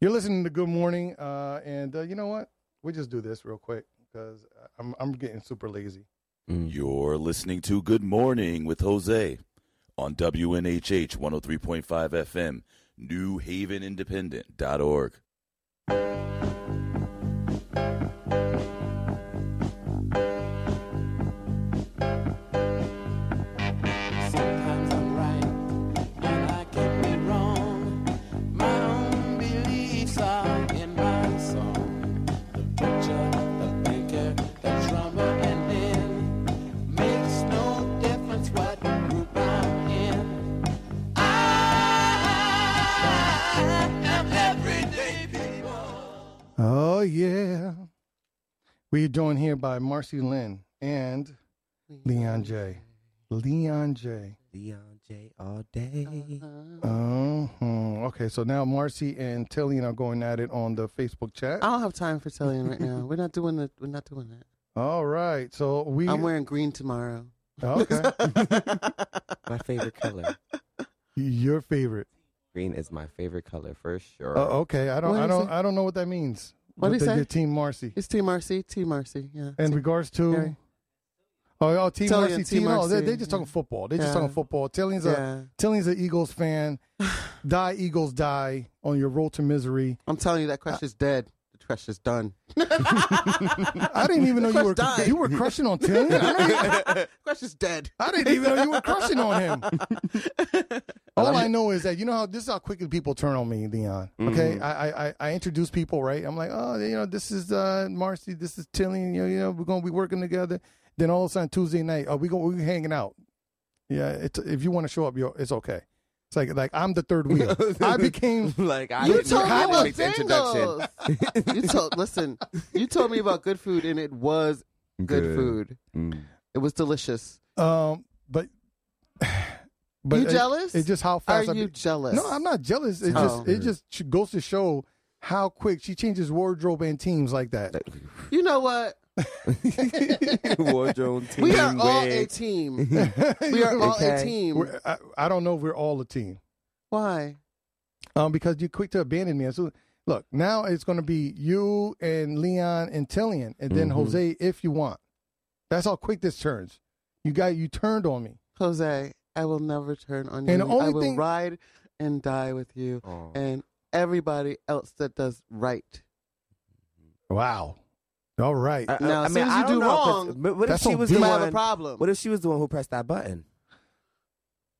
Speaker 6: You're listening to Good Morning, uh, and uh, you know what? We just do this real quick because I'm I'm getting super lazy.
Speaker 3: You're listening to Good Morning with Jose on WNHH 103.5 FM, New Haven Independent.org.
Speaker 7: Sometimes I'm right, and I can be wrong. My own beliefs are in my song. The butcher, the banker, the drummer, and then makes no difference what group I'm in. I am everyday people.
Speaker 6: Oh yeah, we're joined here by Marcy Lynn and Leon J. Leon J.
Speaker 5: Leon J all day.
Speaker 6: Oh, okay. So now Marcy and Tillian are going at it on the Facebook chat.
Speaker 4: I don't have time for Italian right now. We're not doing that. We're not doing that.
Speaker 6: All right. So we.
Speaker 4: I'm wearing green tomorrow.
Speaker 6: okay.
Speaker 5: My favorite color.
Speaker 6: Your favorite.
Speaker 5: Green is my favorite color for sure.
Speaker 6: Uh, okay. I don't.
Speaker 4: What
Speaker 6: I
Speaker 4: is
Speaker 6: don't.
Speaker 4: it?
Speaker 6: I don't know what that means.
Speaker 4: What did
Speaker 6: With
Speaker 4: he
Speaker 6: the-
Speaker 4: say?
Speaker 6: Your team Marcy.
Speaker 4: It's T Marcy. T Marcy. Yeah.
Speaker 6: In
Speaker 4: T-
Speaker 6: regards to.
Speaker 4: Yeah.
Speaker 6: Oh, oh, team
Speaker 4: Tillian,
Speaker 6: Marcy.
Speaker 4: Team
Speaker 6: Team. No, they
Speaker 4: Marcy,
Speaker 6: they just talking
Speaker 4: yeah.
Speaker 6: football. They just
Speaker 4: Yeah.
Speaker 6: talking football. Tillian's a
Speaker 4: yeah.
Speaker 6: Tillian's an Eagles fan. die Eagles die on your road to misery.
Speaker 4: I'm telling you, that
Speaker 6: Uh,
Speaker 4: crush is dead. The crush is done.
Speaker 6: I didn't even know you
Speaker 4: Crush
Speaker 6: were
Speaker 4: died.
Speaker 6: you were crushing on Tillian. I don't even-
Speaker 4: crush is dead.
Speaker 6: I didn't even know you were crushing on him. All I know is that you know how this is how quickly people turn on me, Leon. Okay,
Speaker 4: Mm-hmm.
Speaker 6: I, I- I I introduce people right. I'm like, oh, you know, this is uh, Marcy, this is Tillian. You know, you know, we're gonna be working together. Then all of a sudden Tuesday night, oh, we go, we hanging out. Yeah, it's, if you want to show up, you're, it's okay. It's like like I'm the third wheel. I became
Speaker 5: like I
Speaker 4: You
Speaker 5: didn't-
Speaker 4: told
Speaker 5: I
Speaker 4: me about
Speaker 5: didn't make the introduction.
Speaker 4: Dangles. you told listen. You told me about good food, and it was good,
Speaker 5: Good.
Speaker 4: food.
Speaker 5: Mm,
Speaker 4: It was delicious.
Speaker 6: um, but but
Speaker 4: You
Speaker 6: it-
Speaker 4: jealous?
Speaker 6: It's just how
Speaker 4: Are
Speaker 6: fast I be-
Speaker 4: you jealous?
Speaker 6: No, I'm not jealous. It
Speaker 4: Oh.
Speaker 6: just it just sh- goes to show how quick she changes wardrobe and teams like that.
Speaker 4: You know what?
Speaker 5: Wardrobe team.
Speaker 4: We are all a
Speaker 5: wig.
Speaker 4: team. We are all a
Speaker 5: Okay.
Speaker 4: team.
Speaker 6: We're- I, I don't know if we're all a team
Speaker 4: Why?
Speaker 6: um, because you're quick to abandon me. So, look, now it's going to be you and Leon and Tillian, and then
Speaker 5: Mhm.
Speaker 6: Jose if you want. That's how quick this turns. You got you turned on me.
Speaker 4: Jose, I will never turn on you.
Speaker 6: And the
Speaker 4: I
Speaker 6: only
Speaker 4: will
Speaker 6: thing-
Speaker 4: ride and die with you
Speaker 5: Aw.
Speaker 4: and everybody else that does right.
Speaker 6: Wow. All right.
Speaker 5: I- I-
Speaker 4: Now,
Speaker 5: I
Speaker 4: as
Speaker 5: mean,
Speaker 4: soon as
Speaker 5: I
Speaker 4: you
Speaker 5: don't
Speaker 4: do
Speaker 5: know, 'cause-
Speaker 4: wrong,
Speaker 5: but what if
Speaker 6: that's
Speaker 5: she
Speaker 6: on
Speaker 5: was
Speaker 6: you
Speaker 5: the
Speaker 4: You have a
Speaker 5: one?
Speaker 4: problem.
Speaker 5: What if she was the one who pressed that button?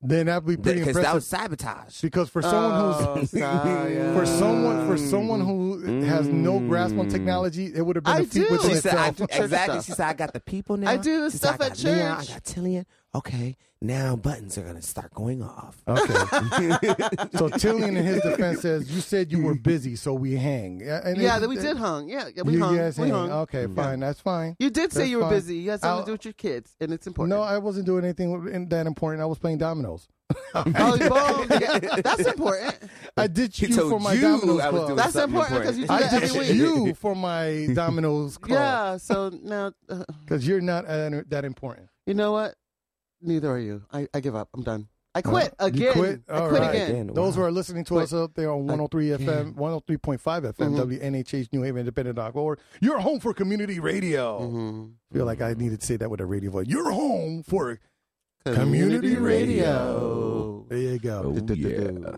Speaker 6: then that'd be pretty
Speaker 5: Because
Speaker 6: impressive.
Speaker 5: that was sabotage.
Speaker 6: because for someone who's
Speaker 4: Oh, Saya.
Speaker 6: for someone for someone who has no grasp on
Speaker 5: Mm.
Speaker 6: technology, it would have been
Speaker 4: I
Speaker 6: a feat
Speaker 4: do.
Speaker 6: within
Speaker 5: She
Speaker 4: It's
Speaker 5: said, I,
Speaker 6: itself.
Speaker 4: do.
Speaker 5: exactly. She said, I got the people now.
Speaker 4: I do this
Speaker 5: She said,
Speaker 4: stuff
Speaker 5: I
Speaker 4: at
Speaker 5: got Leon, I
Speaker 4: church.
Speaker 5: got Tillian. Okay, now buttons are going to start going off.
Speaker 6: Okay. so Tillian, in his defense, says you said you were busy, so we hang. And
Speaker 4: yeah,
Speaker 6: it-
Speaker 4: that we did hung. Yeah, yeah we
Speaker 6: you
Speaker 4: hung.
Speaker 6: guys
Speaker 4: we
Speaker 6: hang.
Speaker 4: hung.
Speaker 6: Okay,
Speaker 5: Mm-hmm.
Speaker 6: fine, that's fine.
Speaker 4: You did say
Speaker 6: That's
Speaker 4: you were
Speaker 6: fine.
Speaker 4: busy. You had something
Speaker 6: I'll-
Speaker 4: to do with your kids, and it's important.
Speaker 6: No, I wasn't doing anything in- that important. I was playing dominoes.
Speaker 4: oh, boom. Yeah, that's important.
Speaker 6: I did
Speaker 5: He
Speaker 6: you
Speaker 5: told
Speaker 6: for my
Speaker 5: you
Speaker 6: dominoes
Speaker 5: I was
Speaker 6: club.
Speaker 5: doing
Speaker 4: That's
Speaker 5: something
Speaker 4: important 'cause you do
Speaker 6: I
Speaker 4: that
Speaker 6: did
Speaker 4: every week.
Speaker 6: you for my dominoes club
Speaker 4: Yeah. So now, uh,
Speaker 6: because you're not uh, that important.
Speaker 4: you know what? Neither are you. I, I give up. I'm done. I quit
Speaker 6: you
Speaker 4: again.
Speaker 6: quit?
Speaker 4: I
Speaker 6: All
Speaker 4: quit
Speaker 6: right.
Speaker 4: again.
Speaker 5: Again.
Speaker 6: Those who
Speaker 5: Wow.
Speaker 6: are listening to
Speaker 4: Wait.
Speaker 6: us out there on 103 FM, 103.5 FM, WNHH New Haven Independent Doc, or your home for community radio. feel like I needed to say that with a radio voice. Your home for community radio. There you go.
Speaker 5: Oh, yeah.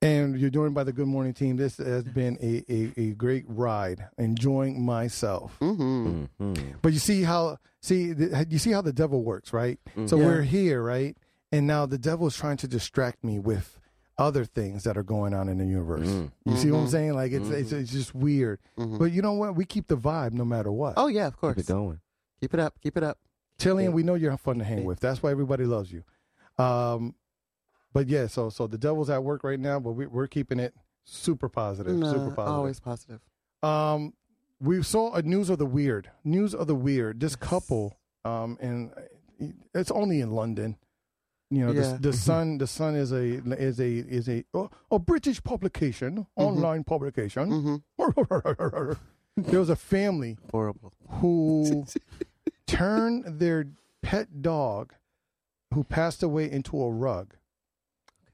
Speaker 6: And you're joined by the Good Morning team. This has
Speaker 4: Mm-hmm.
Speaker 6: been a, a, a great ride, enjoying myself.
Speaker 4: Mm-hmm.
Speaker 6: But you see how see the, you see how the devil works, right? So
Speaker 4: Mm-hmm. Yeah.
Speaker 6: we're here, right? And now the devil is trying to distract me with other things that are going on in the universe.
Speaker 4: Mm.
Speaker 6: You see
Speaker 4: Mm-hmm.
Speaker 6: what I'm saying? Like it's it's, it's just weird. But you know what? We keep the vibe no matter what.
Speaker 4: Oh yeah, of course.
Speaker 5: Keep it going.
Speaker 4: Keep it up. Keep it up.
Speaker 6: Tillian, we know you're fun to hang with. That's why everybody loves you. Um, but yeah, so so the devil's at work right now, but we, we're keeping it super positive,
Speaker 4: Nah,
Speaker 6: super positive.
Speaker 4: always positive.
Speaker 6: Um, we saw a news of the weird. News of the weird. This couple, um, and it's only in London. You know,
Speaker 4: Yeah.
Speaker 6: the, the Sun. The Sun is a is a is a oh, a British publication,
Speaker 4: Mm-hmm.
Speaker 6: online publication.
Speaker 4: Mm.
Speaker 6: there was a family
Speaker 4: Horrible.
Speaker 6: who turned their pet dog, who passed away, into a rug.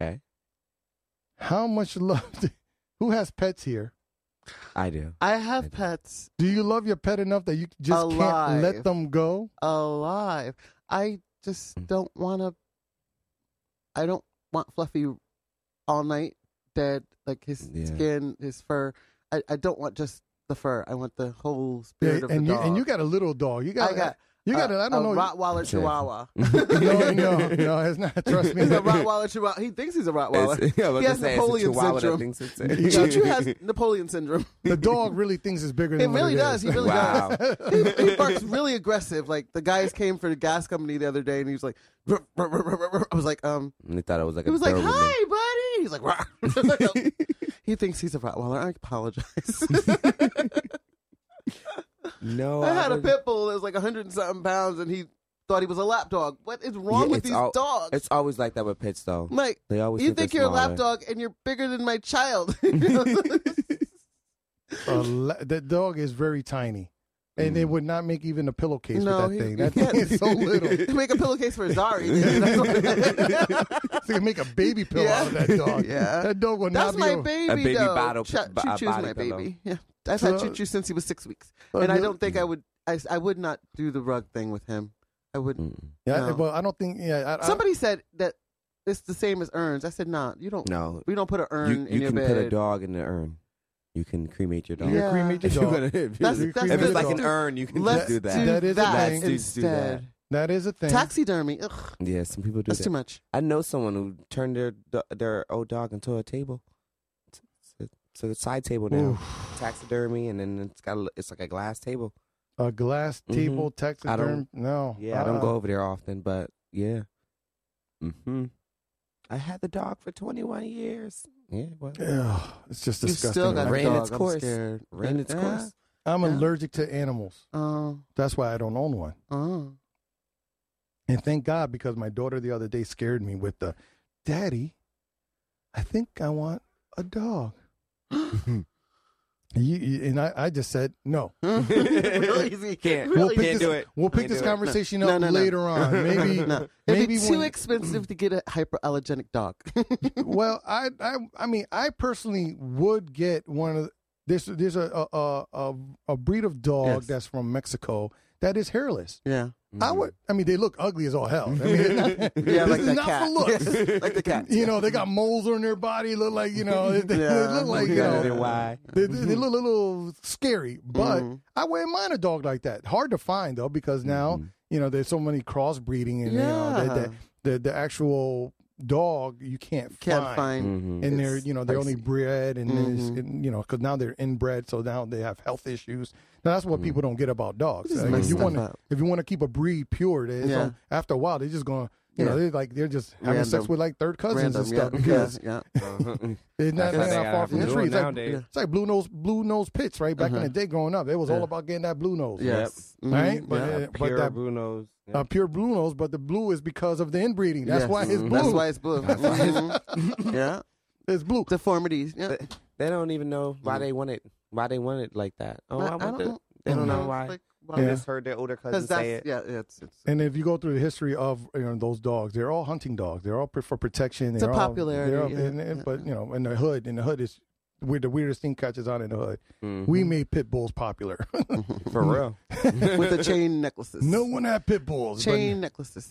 Speaker 5: Okay,
Speaker 6: How much love? do- who has pets here?
Speaker 5: I do.
Speaker 4: I have pets
Speaker 6: Do you love your pet enough that you just can't let
Speaker 4: Alive.
Speaker 6: them go?
Speaker 4: alive. I
Speaker 6: Mm.
Speaker 4: just don't want to. I don't want Fluffy all night dead, like his
Speaker 5: Yeah.
Speaker 4: skin, his fur. I, I don't want just the fur. I want the whole
Speaker 6: Yeah,
Speaker 4: spirit of the
Speaker 6: and you
Speaker 4: dog.
Speaker 6: and you got a little dog. You got,
Speaker 4: I got
Speaker 6: you got
Speaker 4: a,
Speaker 6: a, I don't
Speaker 4: a
Speaker 6: know.
Speaker 4: Rottweiler
Speaker 5: Sure.
Speaker 4: Chihuahwa.
Speaker 6: no, no, no, it's not. Trust me.
Speaker 4: He's a Rottweiler Chihuahua. He thinks he's a Rottweiler.
Speaker 5: It's- yeah, I was
Speaker 4: he
Speaker 5: gonna
Speaker 4: has
Speaker 5: say, it's a
Speaker 4: Napoleon
Speaker 5: chihuahua that
Speaker 4: syndrome.
Speaker 5: thinks it's a-
Speaker 4: Choo has Napoleon syndrome.
Speaker 6: the dog really thinks it's bigger
Speaker 4: It
Speaker 6: than what
Speaker 4: really
Speaker 6: it
Speaker 4: does.
Speaker 6: is.
Speaker 4: He really
Speaker 5: Wow.
Speaker 4: does. He, he barks really aggressive. Like the guys came for the gas company the other day, and he was like, "Ruh, ruh, ruh, ruh, ruh, ruh." I was like, um,
Speaker 5: And they thought it was like
Speaker 4: he
Speaker 5: a
Speaker 4: was like,
Speaker 5: Doberman.
Speaker 4: hi, buddy. He's like, "Ruh." he thinks he's a Rottweiler. I apologize.
Speaker 5: No,
Speaker 4: I had a
Speaker 5: would-
Speaker 4: pit bull that was like hundred and something pounds, and he thought he was a lap dog. What is wrong
Speaker 5: Yeah,
Speaker 4: with
Speaker 5: it's
Speaker 4: these
Speaker 5: all-
Speaker 4: dogs?
Speaker 5: It's always like that with pets, though.
Speaker 4: like
Speaker 5: They always
Speaker 4: you
Speaker 5: think,
Speaker 4: think
Speaker 5: they're
Speaker 4: you're a lap
Speaker 5: smaller.
Speaker 4: dog, and you're bigger than my child.
Speaker 6: A la- the dog is very tiny, and it would not make even a pillowcase
Speaker 4: Mm. no,
Speaker 6: with that
Speaker 4: he-
Speaker 6: thing.
Speaker 4: he
Speaker 6: That thing
Speaker 4: can't.
Speaker 6: is so little.
Speaker 4: They make a pillowcase for Zari.
Speaker 6: They can make a baby pillow out of
Speaker 4: Yeah.
Speaker 6: that dog.
Speaker 4: Oh, Yeah.
Speaker 6: That dog will
Speaker 4: That's
Speaker 6: not
Speaker 4: my
Speaker 6: be. a-
Speaker 4: baby.
Speaker 5: A baby
Speaker 4: though.
Speaker 5: bottle-
Speaker 4: Ch-
Speaker 5: bo-
Speaker 4: Choo-choo's
Speaker 5: body
Speaker 4: my
Speaker 5: pillow.
Speaker 4: baby. Yeah, I've had
Speaker 6: So-
Speaker 4: Choo Choo since he was six weeks,
Speaker 6: Oh,
Speaker 4: and I
Speaker 6: yeah.
Speaker 4: don't think I would. I, I would not do the rug thing with him. I would. not
Speaker 6: Yeah,
Speaker 4: No.
Speaker 6: but I don't think. Yeah, I, I,
Speaker 4: Somebody said that it's the same as urns. I said, Nah, you don't.
Speaker 5: No,
Speaker 4: We don't put an urn
Speaker 5: you,
Speaker 4: in
Speaker 5: you
Speaker 4: your
Speaker 5: can
Speaker 4: bed.
Speaker 5: put a dog in the urn. You can cremate your dog.
Speaker 6: you
Speaker 4: Yeah.
Speaker 6: cremate your
Speaker 5: If, you're
Speaker 6: dog.
Speaker 5: gonna, if, you're-
Speaker 4: That's-
Speaker 5: if
Speaker 4: that's
Speaker 5: it's
Speaker 4: the-
Speaker 5: like an
Speaker 4: Let's
Speaker 5: urn, you can
Speaker 4: Let's
Speaker 5: just do that.
Speaker 6: That is a thing.
Speaker 5: do- do
Speaker 4: instead.
Speaker 6: that is a thing.
Speaker 4: Taxidermy. Ugh,
Speaker 5: yeah, some people do
Speaker 4: that's
Speaker 5: that.
Speaker 4: too much.
Speaker 5: I know someone who turned their do- their old dog into a table. It's, it's, a, it's a side table now, taxidermy, and then it's got a, it's like a glass table.
Speaker 6: a glass
Speaker 4: Mm-hmm.
Speaker 5: Mhm.
Speaker 6: table
Speaker 5: I
Speaker 6: taxiderm.
Speaker 5: don't-
Speaker 6: No.
Speaker 5: Yeah, I don't
Speaker 6: uh-uh.
Speaker 5: go over there often, but yeah. Hmm. I had the dog for 21 years. Yeah, well,
Speaker 6: Ugh, it's just
Speaker 4: You
Speaker 6: disgusting.
Speaker 4: still got
Speaker 6: right?
Speaker 4: a
Speaker 5: Ran
Speaker 4: dog.
Speaker 5: its
Speaker 4: I'm
Speaker 5: course.
Speaker 4: scared.
Speaker 5: ran its
Speaker 4: Yeah.
Speaker 5: course.
Speaker 6: I'm
Speaker 4: Yeah.
Speaker 6: allergic to animals.
Speaker 4: Oh,
Speaker 6: That's why I don't own one.
Speaker 4: oh.
Speaker 6: And thank God because my daughter the other day scared me with the daddy, I think I want a dog. You, you- and I, I just said no.
Speaker 4: Real easy.
Speaker 5: Can't.
Speaker 4: Real
Speaker 5: Can't
Speaker 4: easy.
Speaker 6: this,
Speaker 5: do it.
Speaker 6: We'll pick
Speaker 5: Can't
Speaker 6: this
Speaker 5: do it.
Speaker 6: conversation
Speaker 4: No,
Speaker 6: up
Speaker 4: no, no.
Speaker 6: later on. Maybe.
Speaker 4: No. It'd
Speaker 6: Maybe
Speaker 4: be too
Speaker 6: when-
Speaker 4: expensive to get a hyperallergenic dog.
Speaker 6: well, I, I, I mean, I personally would get one of there's there's a a a, a, a breed of dog
Speaker 4: Yes.
Speaker 6: that's from Mexico that is hairless.
Speaker 4: yeah.
Speaker 6: I would. I mean, they look ugly as all hell. I mean,
Speaker 4: Yeah,
Speaker 6: this
Speaker 4: like
Speaker 6: is
Speaker 4: that
Speaker 6: not
Speaker 4: cat.
Speaker 6: for looks.
Speaker 4: like the cat.
Speaker 6: You know, they got moles on their body. Look like you know, they, they
Speaker 4: Yeah.
Speaker 6: look like you
Speaker 4: Yeah.
Speaker 6: know,
Speaker 5: Gotta be why.
Speaker 6: they, they
Speaker 4: Mm-hmm.
Speaker 6: they look a little scary, but
Speaker 4: Mhm.
Speaker 6: I wouldn't mind a dog like that. Hard to find though, because now you know there's so many crossbreeding and you know
Speaker 4: Mm-hmm. Yeah.
Speaker 6: the, the, the the actual dog you can't,
Speaker 4: Can't find.
Speaker 5: Mhm.
Speaker 6: and they're
Speaker 4: it's
Speaker 6: you know they're only
Speaker 4: pricey.
Speaker 6: bred and, it's-
Speaker 4: Mhm.
Speaker 6: and, you know because now they're inbred, so now they have health issues. Now that's
Speaker 4: Mm-hmm.
Speaker 6: what people don't get about dogs.
Speaker 4: Just
Speaker 6: Like,
Speaker 4: mess
Speaker 6: if you
Speaker 4: stuff
Speaker 6: want to
Speaker 4: up.
Speaker 6: if you want to keep a breed pure, they, it's
Speaker 4: Yeah.
Speaker 6: gonna- after a while they're just gonna you know
Speaker 4: Yeah.
Speaker 6: they're like they're just having sex
Speaker 4: Random.
Speaker 6: with like third cousins
Speaker 4: Random.
Speaker 6: and
Speaker 4: Yeah.
Speaker 6: stuff
Speaker 4: Yeah.
Speaker 6: because
Speaker 4: yeah.
Speaker 5: Mm-hmm.
Speaker 6: they're
Speaker 5: That's how they
Speaker 6: not, they're not
Speaker 5: gotta
Speaker 6: far
Speaker 5: have
Speaker 6: from
Speaker 5: to
Speaker 6: the
Speaker 5: do it
Speaker 6: tree. It's like,
Speaker 5: nowadays.
Speaker 6: it's like blue nose blue nose pits right back in
Speaker 4: Uh-huh.
Speaker 6: the day growing up. It was all
Speaker 4: Yeah.
Speaker 6: about getting that blue nose.
Speaker 4: Yes. Mhm.
Speaker 6: Right? But,
Speaker 4: Yeah.
Speaker 6: uh, but
Speaker 5: Pure
Speaker 6: that
Speaker 5: Bruno's.
Speaker 6: uh, pure blue nose, but the blue is because of the inbreeding. That's
Speaker 4: Yes.
Speaker 6: why it's
Speaker 4: Mhm.
Speaker 6: blue.
Speaker 4: That's why it's blue. Mhm. yeah.
Speaker 6: it's blue.
Speaker 4: Deformities. Yeah.
Speaker 5: But They don't even know why they want it. Why they want it like that. Oh,
Speaker 4: I-
Speaker 5: I,
Speaker 4: I
Speaker 5: want
Speaker 4: don't-
Speaker 5: it. They don't know
Speaker 4: It's
Speaker 5: why.
Speaker 4: like, why-
Speaker 5: I
Speaker 6: Yeah.
Speaker 5: just heard their older cousin
Speaker 4: Because that's
Speaker 5: say it.
Speaker 4: yeah, it's it's,
Speaker 6: And if you go through the history of you know, those dogs, they're all hunting dogs. They're all pr- for protection.
Speaker 4: It's a
Speaker 6: They're all-
Speaker 4: popularity,
Speaker 6: they're all-
Speaker 4: yeah.
Speaker 6: and- and- But you know, in the hood, in the hood is where the weirdest thing catches on in the hood.
Speaker 5: Mhm.
Speaker 4: Mm-hmm.
Speaker 6: We made pit bulls popular.
Speaker 5: For real.
Speaker 4: with the chain necklaces.
Speaker 6: no one had pit bulls. but
Speaker 4: chain necklaces.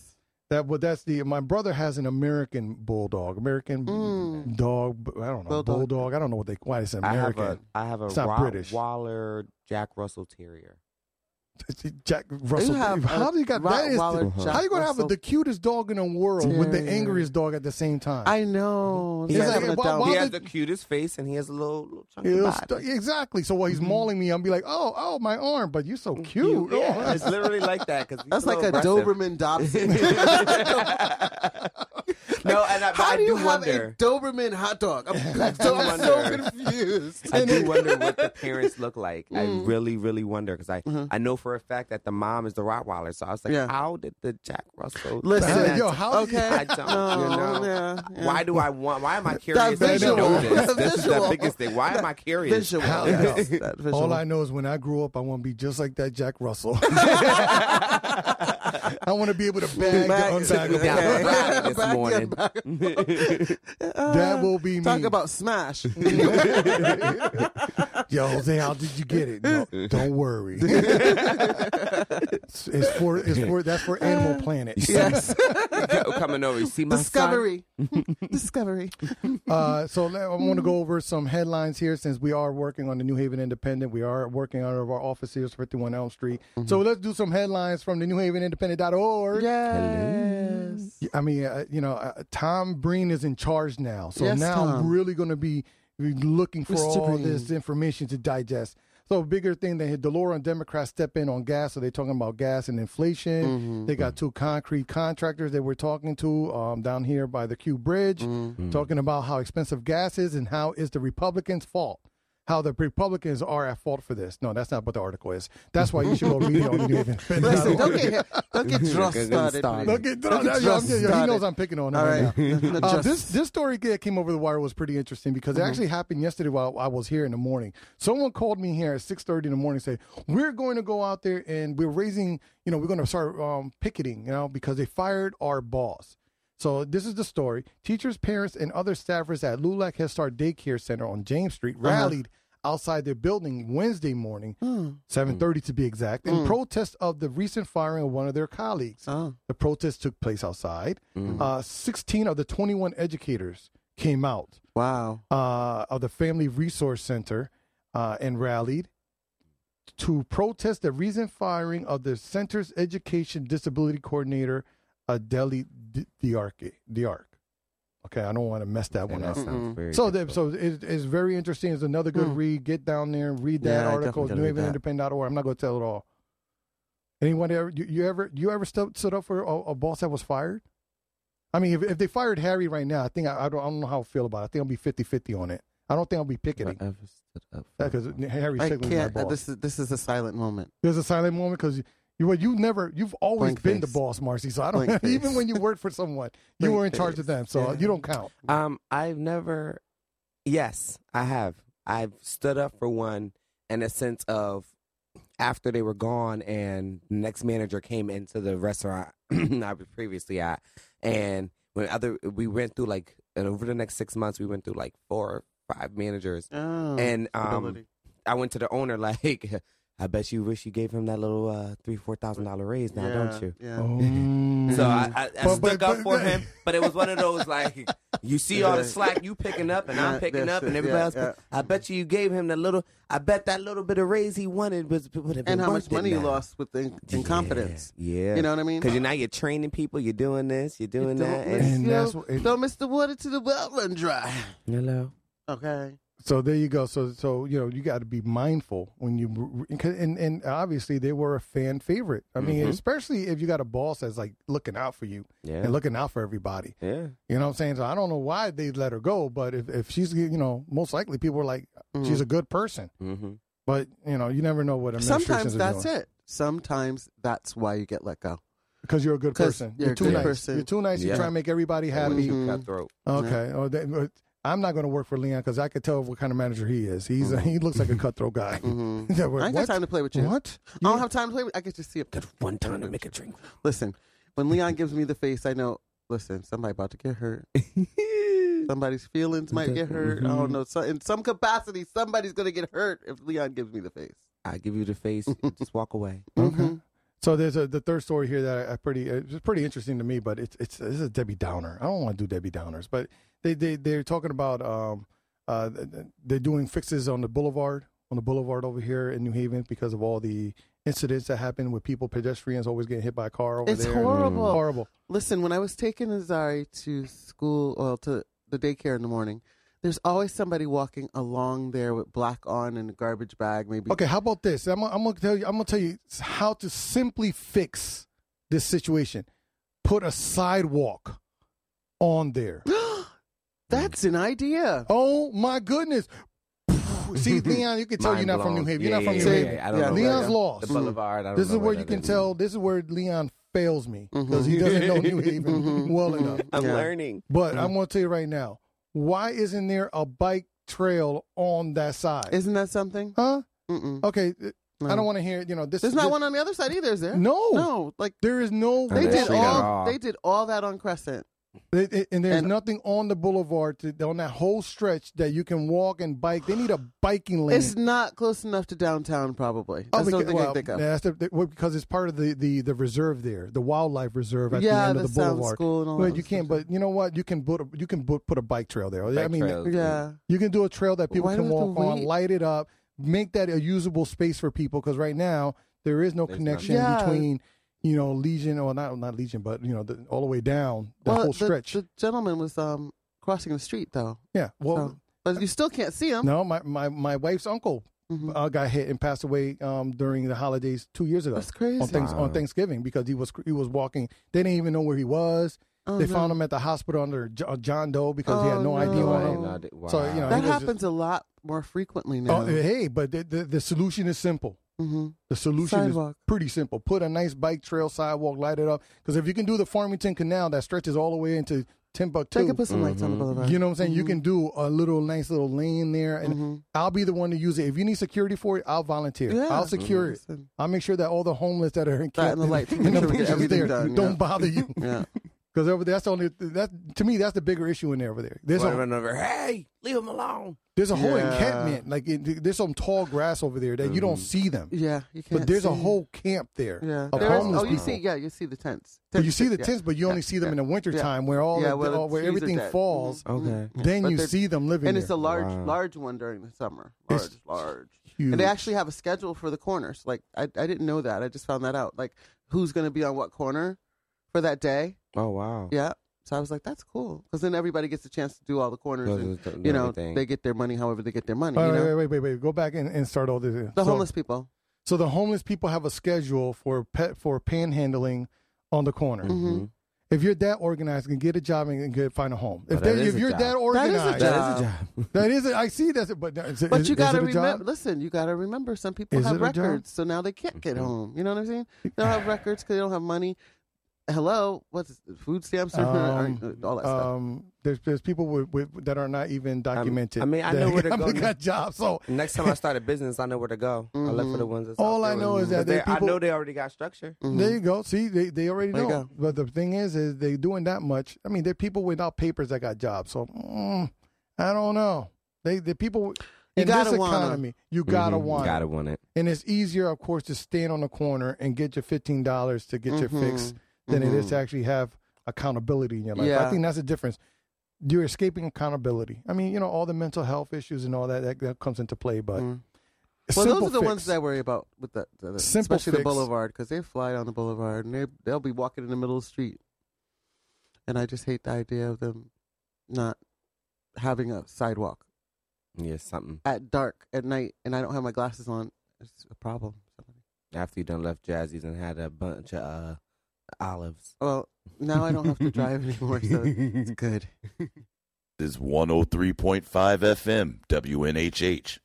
Speaker 6: That well, that's the my brother has an American bulldog, American
Speaker 4: Mm.
Speaker 6: dog. but I don't know bulldog.
Speaker 4: Bulldog.
Speaker 6: I don't know what they why it's
Speaker 5: I have a
Speaker 6: American.
Speaker 5: I have a
Speaker 6: It's not British.
Speaker 5: Rottweiler Jack Russell Terrier.
Speaker 6: Jack Russell.
Speaker 4: have
Speaker 6: how
Speaker 4: a
Speaker 6: do you got that? Is the,
Speaker 4: Rottweiler
Speaker 6: how
Speaker 4: Jack
Speaker 6: you gonna have
Speaker 4: Russell?
Speaker 6: the cutest dog in the world with the
Speaker 4: Yeah.
Speaker 6: angriest dog at the same time?
Speaker 4: I know.
Speaker 6: He
Speaker 4: He's
Speaker 6: has
Speaker 4: having
Speaker 6: a-
Speaker 4: a
Speaker 6: why-
Speaker 4: down.
Speaker 6: why
Speaker 5: He
Speaker 6: Oh. Well,
Speaker 5: has
Speaker 6: the-
Speaker 5: the cutest face and he has a little, little chunky
Speaker 6: It'll
Speaker 5: body.
Speaker 6: stu- exactly. So while he's
Speaker 4: Mm-hmm.
Speaker 6: mauling me, I'll be like, "Oh, oh, my arm!" But you're so cute.
Speaker 5: Yeah,
Speaker 6: Oh.
Speaker 5: it's literally like that. Cause he's
Speaker 4: That's like a
Speaker 5: little aggressive.
Speaker 4: Doberman Dobson.
Speaker 5: no, and I, but
Speaker 4: How
Speaker 5: I
Speaker 4: do
Speaker 5: do,
Speaker 4: you have
Speaker 5: wonder.
Speaker 4: a Doberman hot dog? I'm so, I'm so
Speaker 5: wonder.
Speaker 4: confused.
Speaker 5: I do wonder what the parents look like. I
Speaker 4: Mm.
Speaker 5: really, really wonder because I, I know for a fact that the mom is the Rottweiler. So I was like,
Speaker 4: Mm-hmm. Yeah.
Speaker 5: how did the Jack Russell?
Speaker 4: Listen,
Speaker 6: Yo, how do you-
Speaker 4: okay.
Speaker 5: I don't, you
Speaker 4: No,
Speaker 5: know.
Speaker 4: yeah, yeah.
Speaker 5: Why do I want? Why am I curious? That
Speaker 6: visual.
Speaker 5: you know this.
Speaker 4: That
Speaker 5: this is the
Speaker 4: visual.
Speaker 5: biggest thing. Why am I curious?
Speaker 4: Visual.
Speaker 6: How-
Speaker 4: yes, that visual.
Speaker 6: All I know is when I grow up, I want to be just like that Jack Russell. I want to be able to bag,
Speaker 4: Bag-
Speaker 6: the unbag.
Speaker 5: down
Speaker 4: Okay.
Speaker 5: Friday this
Speaker 4: Back in,
Speaker 5: morning.
Speaker 4: back
Speaker 6: That will be
Speaker 4: Talk
Speaker 6: me.
Speaker 4: about smash.
Speaker 6: Yo, Jose, how did you get it? No, don't worry. it's, it's for it's for that's for Animal Planet.
Speaker 4: yes.
Speaker 5: coming over. You see my
Speaker 4: Discovery. Discovery.
Speaker 6: Uh, so let- I want to go over some headlines here since we are working on the New Haven Independent. We are working out of our office here, 51 Elm Street. So let's do some headlines from the New Haven Independent.org.
Speaker 4: Yes.
Speaker 6: I mean, uh, you know, uh, Tom Breen is in charge now. So
Speaker 4: Yes,
Speaker 6: now I'm
Speaker 4: Tom.
Speaker 6: really going to be looking for
Speaker 4: Mr.
Speaker 6: all
Speaker 4: Breen.
Speaker 6: this information to digest. So bigger thing that the Laura and Democrats step in on gas. So they're talking about gas and inflation.
Speaker 4: Mm-hmm.
Speaker 6: They got two concrete contractors that we're talking to um, down here by the Q Bridge,
Speaker 4: Mm-hmm.
Speaker 6: talking about how expensive gas is and how is the Republicans' fault. How the Republicans are at fault for this. No, that's not what the article is. That's why you should go read it on New Haven.
Speaker 4: Listen, don't get don't get drunk
Speaker 5: Get
Speaker 4: started.
Speaker 5: started.
Speaker 4: please.
Speaker 6: Don't get-
Speaker 4: Don't get
Speaker 6: no, no, yo,
Speaker 4: drunk
Speaker 6: I'm- yo, he
Speaker 4: started.
Speaker 6: knows I'm picking on him
Speaker 4: All
Speaker 6: right,
Speaker 4: right.
Speaker 6: now.
Speaker 4: No,
Speaker 6: Uh,
Speaker 4: just-
Speaker 6: this this story that came over the wire was pretty interesting because it actually happened yesterday while I was here in the morning. Someone called me here at six thirty in the morning, and said we're going to go out there and we're raising, you know, we're going to start um, picketing, you know, because they fired our boss. So this is the story: teachers, parents, and other staffers at Lulac Head Start Daycare Center on James Street rallied outside their building Wednesday morning, 7:30 to be exact, in protest of the recent firing of one of their colleagues.
Speaker 4: Oh.
Speaker 6: The protest took place outside. Uh, 16 of the 21 educators came out
Speaker 4: Wow.
Speaker 6: uh, of the Family Resource Center uh, and rallied to protest the recent firing of the center's education disability coordinator, Adeli Di- Diarke. Diark. Okay, I don't want to mess that one up.
Speaker 5: sounds very
Speaker 6: So, the, so it, it's very interesting. It's another good read. Get down there and read that
Speaker 4: Yeah, I
Speaker 6: article.
Speaker 4: definitely gotta read
Speaker 6: NewHavenIndependent.org. I'm not going to tell it all. Anyone ever you, you ever you ever stood, stood up for a, a boss that was fired? I mean, if, if they fired Harry right now, I think I, I don't I don't know how I feel about it. I think I'll be 50-50 on it. I don't think I'll be picketing because Harry
Speaker 4: I
Speaker 6: Siglin's my
Speaker 4: can't. uh,
Speaker 6: boss.
Speaker 4: This is this is a silent moment.
Speaker 6: There's a silent moment because you, you well, you never you've always
Speaker 4: Blank
Speaker 6: been the
Speaker 4: face.
Speaker 6: boss, Marcy. So I don't
Speaker 4: Blank
Speaker 6: even
Speaker 4: face.
Speaker 6: when you worked for someone, you
Speaker 4: Blank
Speaker 6: were in charge
Speaker 4: face.
Speaker 6: of them, so
Speaker 4: Yeah.
Speaker 6: you don't count.
Speaker 5: Um, I've never. Um, Yes, I have. I've stood up for one in a sense of after they were gone and the next manager came into the restaurant I was previously at and when other we went through like and over the next six months we went through like four or five managers
Speaker 4: Oh,
Speaker 5: and um
Speaker 4: stability.
Speaker 5: I went to the owner like I bet you wish you gave him that little uh three four thousand dollar raise now
Speaker 4: Yeah,
Speaker 5: don't you
Speaker 4: Yeah.
Speaker 6: Oh.
Speaker 4: Mm-hmm.
Speaker 5: so I, I, I
Speaker 6: But-
Speaker 5: stuck
Speaker 6: but-
Speaker 5: up
Speaker 6: but-
Speaker 5: for him, but it was one of those like you see all the
Speaker 4: Yeah.
Speaker 5: slack you picking up and
Speaker 4: Yeah,
Speaker 5: I'm picking
Speaker 4: that's
Speaker 5: up and
Speaker 4: it.
Speaker 5: everybody
Speaker 4: Yeah,
Speaker 5: else.
Speaker 4: yeah.
Speaker 5: I bet you you gave him the little. I bet that little bit of raise he wanted was would have been
Speaker 4: And how
Speaker 5: worth
Speaker 4: much
Speaker 5: it
Speaker 4: money you
Speaker 5: now.
Speaker 4: lost with the
Speaker 5: Yeah,
Speaker 4: incompetence.
Speaker 5: Yeah,
Speaker 4: You know what I mean?
Speaker 5: because you're now you're training people. You're doing this. You're doing
Speaker 4: Don't
Speaker 5: that.
Speaker 4: miss-
Speaker 5: And,
Speaker 6: And
Speaker 4: you
Speaker 6: that's
Speaker 4: know,
Speaker 6: what it-
Speaker 4: don't miss the water to the well run dry.
Speaker 5: hello.
Speaker 4: Okay.
Speaker 6: So there you go. So so you know you got to be mindful when you and and obviously they were a fan favorite. I mean,
Speaker 4: Mm-hmm.
Speaker 5: Mhm.
Speaker 6: especially if you got a boss that's like looking out for you
Speaker 5: Yeah.
Speaker 6: and looking out for everybody.
Speaker 5: Yeah.
Speaker 6: You know what I'm saying? So I don't know why they let her go, but if if she's you know most likely people are like
Speaker 4: Mhm.
Speaker 6: she's a good person,
Speaker 5: Mm-hmm.
Speaker 6: but you know you never know what
Speaker 4: Sometimes
Speaker 6: administrations
Speaker 4: that's
Speaker 6: are doing
Speaker 4: it. Sometimes that's why you get let go.
Speaker 6: because you're a good
Speaker 4: 'Cause
Speaker 6: person.
Speaker 4: you're a
Speaker 6: too
Speaker 4: good
Speaker 6: nice.
Speaker 4: person.
Speaker 6: You're too nice. You
Speaker 5: Yeah.
Speaker 6: try and make everybody happy.
Speaker 4: Mhm.
Speaker 5: Cutthroat.
Speaker 6: Okay. Or they, or- I'm not going to work for Leon because I could tell what kind of manager he is. He's a, he looks like a cutthroat guy.
Speaker 5: Mm-hmm.
Speaker 4: Mhm.
Speaker 6: They were,
Speaker 4: Mm-hmm. I ain't
Speaker 6: "What?
Speaker 4: got time to play with you.
Speaker 6: What?
Speaker 4: I don't have time to play with I get to see him.
Speaker 5: Got one time to make a drink.
Speaker 4: Listen, when Leon gives me the face, I know, listen, somebody about to get hurt. Somebody's feelings might get hurt. I
Speaker 6: Mm-hmm.
Speaker 4: don't know. So in some capacity, somebody's going to get hurt if Leon gives me the face.
Speaker 5: I give you the face. just walk away.
Speaker 4: Mm-hmm.
Speaker 5: Mm-hmm.
Speaker 6: Okay. So there's a the third story here that I, I pretty it's pretty interesting to me, but it's it's this is a Debbie Downer. I don't want to do Debbie Downers, but they they they're talking about um uh th- th- they're doing fixes on the boulevard on the boulevard over here in New Haven because of all the incidents that happen with people pedestrians always getting hit by a car over
Speaker 4: It's
Speaker 6: there. Mm.
Speaker 4: horrible.
Speaker 6: Horrible.
Speaker 4: Listen, when I was taking Azari to school, well, to the daycare in the morning, there's always somebody walking along there with black on and a garbage bag, maybe.
Speaker 6: Okay, how about this? I'm, I'm gonna tell you. I'm gonna tell you how to simply fix this situation. Put a sidewalk on there.
Speaker 5: Mm-hmm.
Speaker 4: That's an idea.
Speaker 6: Oh my goodness! See, Leon, you can tell
Speaker 5: Mind
Speaker 6: you're not from New
Speaker 5: blown.
Speaker 6: Haven. You're
Speaker 5: Yeah,
Speaker 6: not from
Speaker 5: yeah,
Speaker 6: New
Speaker 5: yeah,
Speaker 6: Haven.
Speaker 5: yeah. I don't
Speaker 4: Yeah.
Speaker 5: know. where
Speaker 6: Leon's
Speaker 5: that-
Speaker 6: lost.
Speaker 5: The boulevard. I don't
Speaker 6: This is
Speaker 5: know
Speaker 6: where you
Speaker 5: that
Speaker 6: can
Speaker 5: is.
Speaker 6: tell. This is where Leon fails me
Speaker 4: Mhm.
Speaker 6: because he doesn't know New Haven
Speaker 4: Mhm.
Speaker 6: well
Speaker 4: Mhm.
Speaker 6: enough.
Speaker 5: I'm
Speaker 4: Yeah.
Speaker 5: learning.
Speaker 6: But I'm going to tell you right now, why isn't there a bike trail on that side?
Speaker 4: Isn't that something?
Speaker 6: huh?
Speaker 4: Mm-mm.
Speaker 6: Okay, th- I
Speaker 4: No.
Speaker 6: don't want to hear. You know, this
Speaker 4: Mm. There's
Speaker 6: is
Speaker 4: not
Speaker 6: this-
Speaker 4: one on the other side either, is there?
Speaker 6: No,
Speaker 4: No, like
Speaker 6: There is no.
Speaker 5: They
Speaker 4: they
Speaker 5: Yeah,
Speaker 4: did
Speaker 5: they
Speaker 4: all
Speaker 5: got all-
Speaker 4: they did all that on Crescent.
Speaker 6: They- they- and there's
Speaker 4: And-
Speaker 6: nothing on the boulevard to, on that whole stretch that you can walk and bike. They need a biking lane.
Speaker 4: It's not close enough to downtown, probably. That's the only thing I
Speaker 6: Oh, well,
Speaker 4: can think of.
Speaker 6: that's the- the- well, because it's part of the, the, the reserve there, the wildlife reserve at the
Speaker 4: yeah,
Speaker 6: end of the
Speaker 4: sound
Speaker 6: boulevard.
Speaker 4: school and all.
Speaker 6: But
Speaker 4: that
Speaker 6: you can't.
Speaker 4: stuff.
Speaker 6: But you know what? You can put a, you can put, put a bike trail there. I
Speaker 5: Bike
Speaker 6: mean,
Speaker 5: trails.
Speaker 4: yeah,
Speaker 6: you can do a trail that people
Speaker 4: Why
Speaker 6: can
Speaker 4: do we have
Speaker 6: walk
Speaker 4: to
Speaker 6: on,
Speaker 4: wait?
Speaker 6: light it up, make that a usable space for people. Because right now there is no
Speaker 5: There's
Speaker 6: connection
Speaker 4: none. Yeah.
Speaker 6: between you know Legion or not not Legion, but you know the, all the way down the
Speaker 4: well,
Speaker 6: whole stretch.
Speaker 4: The, gentleman was um crossing the street though,
Speaker 6: yeah. Well,
Speaker 4: so- but you still can't see him.
Speaker 6: no, my, my my wife's uncle
Speaker 4: Mhm.
Speaker 6: uh, got hit and passed away um, during the holidays two years ago.
Speaker 4: That's crazy.
Speaker 6: on things on
Speaker 5: Wow.
Speaker 6: Thanksgiving because he was he was walking. They didn't even know where he was.
Speaker 4: Oh,
Speaker 6: they
Speaker 4: no.
Speaker 6: found him at the hospital under J- uh, John Doe because he had no,
Speaker 4: Oh,
Speaker 5: I
Speaker 6: idea.
Speaker 5: didn't
Speaker 4: no.
Speaker 6: on him.
Speaker 5: know that- wow.
Speaker 6: So, you know,
Speaker 4: That
Speaker 6: he was
Speaker 4: happens a lot more frequently now.
Speaker 6: Oh, hey, but the, the the solution is simple.
Speaker 4: hmm
Speaker 6: The solution
Speaker 4: Sidewalk.
Speaker 6: is pretty simple. Put a nice bike trail sidewalk, light it up. Because if you can do the Farmington Canal that stretches all the way into
Speaker 4: They
Speaker 6: Timbuktu,
Speaker 4: could put some lights on
Speaker 5: Mm-hmm.
Speaker 4: the boulevard.
Speaker 6: you know what I'm saying?
Speaker 4: Mm-hmm.
Speaker 6: You can do a little nice little lane there, and I'll be the one to use it. If you need security for it, I'll volunteer.
Speaker 4: Yeah.
Speaker 6: I'll secure it.
Speaker 4: Listen.
Speaker 6: I'll make sure that all the homeless that are in
Speaker 4: That and the lights, make sure we get
Speaker 6: places
Speaker 4: everything
Speaker 6: there
Speaker 4: done,
Speaker 6: don't
Speaker 4: yeah.
Speaker 6: bother you.
Speaker 4: Yeah.
Speaker 6: Because over there, that's the only that to me that's the bigger issue in there over there. There's
Speaker 5: One
Speaker 6: a,
Speaker 5: run over. Hey, leave him alone.
Speaker 6: there's a whole
Speaker 4: Yeah.
Speaker 6: encampment. Like it, there's some tall grass over there that you don't see them,
Speaker 4: Yeah, you can't.
Speaker 6: but there's a
Speaker 4: see.
Speaker 6: whole camp there
Speaker 4: Yeah.
Speaker 6: of
Speaker 4: There is-
Speaker 6: homeless
Speaker 4: oh, you
Speaker 6: people.
Speaker 4: see, yeah, you see the tents.
Speaker 6: but you see the
Speaker 4: yeah.
Speaker 6: tents, but you only
Speaker 4: yeah,
Speaker 6: see them
Speaker 4: yeah,
Speaker 6: in the winter
Speaker 4: yeah.
Speaker 6: time where all
Speaker 4: yeah,
Speaker 6: the,
Speaker 4: well,
Speaker 6: all- where
Speaker 4: trees are
Speaker 6: everything
Speaker 4: dead.
Speaker 6: falls.
Speaker 4: Mhm.
Speaker 5: Okay.
Speaker 6: Then
Speaker 4: But
Speaker 6: you
Speaker 4: they're-
Speaker 6: see them living
Speaker 4: And
Speaker 6: there.
Speaker 4: it's a large,
Speaker 5: Wow.
Speaker 4: large one during the summer. Large,
Speaker 6: It's
Speaker 4: large.
Speaker 6: Huge.
Speaker 4: And they actually have a schedule for the corners. Like I, I didn't know that. I just found that out. Like who's going to be on what corner for that day?
Speaker 5: Oh wow.
Speaker 4: Yeah. So I was like, that's cool, because then everybody gets a chance to do all the corners,
Speaker 5: Those
Speaker 4: and
Speaker 5: are the-
Speaker 4: you know
Speaker 5: everything.
Speaker 4: they get their money however they get their money.
Speaker 6: Wait,
Speaker 4: you know?
Speaker 6: wait, wait, wait, wait. Go back and, and start all this.
Speaker 4: The
Speaker 6: so,
Speaker 4: homeless people.
Speaker 6: So the homeless people have a schedule for pet for panhandling on the corner.
Speaker 5: Mm-hmm.
Speaker 4: Mhm.
Speaker 6: If you're that organized, you can get a job and, and get, find a home. If,
Speaker 5: that
Speaker 6: they-
Speaker 5: is
Speaker 6: if
Speaker 5: a
Speaker 6: you're
Speaker 5: job.
Speaker 6: that
Speaker 4: That Oh, is a job.
Speaker 6: organized,
Speaker 5: That is a job.
Speaker 6: That is, it. I see that's it, but is it-
Speaker 4: But
Speaker 6: is-
Speaker 4: you
Speaker 6: is
Speaker 4: gotta
Speaker 6: it a job?
Speaker 4: remember. Listen, you gotta remember. Some people
Speaker 6: Is
Speaker 4: have
Speaker 6: it a job?
Speaker 4: records, so now they can't get home. You know what I'm saying? They don't have records because they don't have money. hello, what's food stamps or
Speaker 6: Um,
Speaker 4: uh, all that stuff?
Speaker 6: Um, there's there's people with, with that are not even documented.
Speaker 5: I mean, I
Speaker 6: that
Speaker 5: know where to go
Speaker 6: haven't
Speaker 5: now.
Speaker 6: Got jobs. So
Speaker 5: Next time I start a business, I know where to go. I look for the ones. That's
Speaker 6: All
Speaker 5: out
Speaker 6: I
Speaker 5: there.
Speaker 6: know is that
Speaker 5: But
Speaker 6: there
Speaker 5: they- I
Speaker 6: people-
Speaker 5: know they already got structure.
Speaker 6: there you go. See, uh, they, they already
Speaker 4: Mm-hmm. There you
Speaker 6: know.
Speaker 4: go.
Speaker 6: But the thing is, is they doing that much. I mean, there are people without papers that got jobs. So mm, I don't know. They the people in this
Speaker 4: gotta wanna. Mm-hmm.
Speaker 6: economy, you gotta
Speaker 5: Mhm.
Speaker 6: want.
Speaker 5: Gotta
Speaker 6: it.
Speaker 5: want it.
Speaker 6: And it's easier, of course, to stand on the corner and get your fifteen dollars to get your
Speaker 4: Mm-hmm.
Speaker 6: fix than it is to actually have accountability in your life. I
Speaker 4: Yeah.
Speaker 6: think that's the difference. You're escaping accountability. I mean, you know, all the mental health issues and all that that, that comes into play. But
Speaker 4: Mm. Mm-hmm. well, those
Speaker 6: simple
Speaker 4: are the ones
Speaker 6: fix.
Speaker 4: that I worry about with the, the, the-
Speaker 6: Simple
Speaker 4: especially
Speaker 6: fix.
Speaker 4: the boulevard because they fly down the boulevard and they they'll be walking in the middle of the street, and I just hate the idea of them not having a sidewalk
Speaker 5: Yeah, something.
Speaker 4: at dark at night, and I don't have my glasses on. It's a problem.
Speaker 5: After you done left Jazzy's and had a bunch of uh, olives. Mm-hmm.
Speaker 4: Well, now I don't have to drive anymore, so it's good.
Speaker 3: is 103.5 FM WNHH.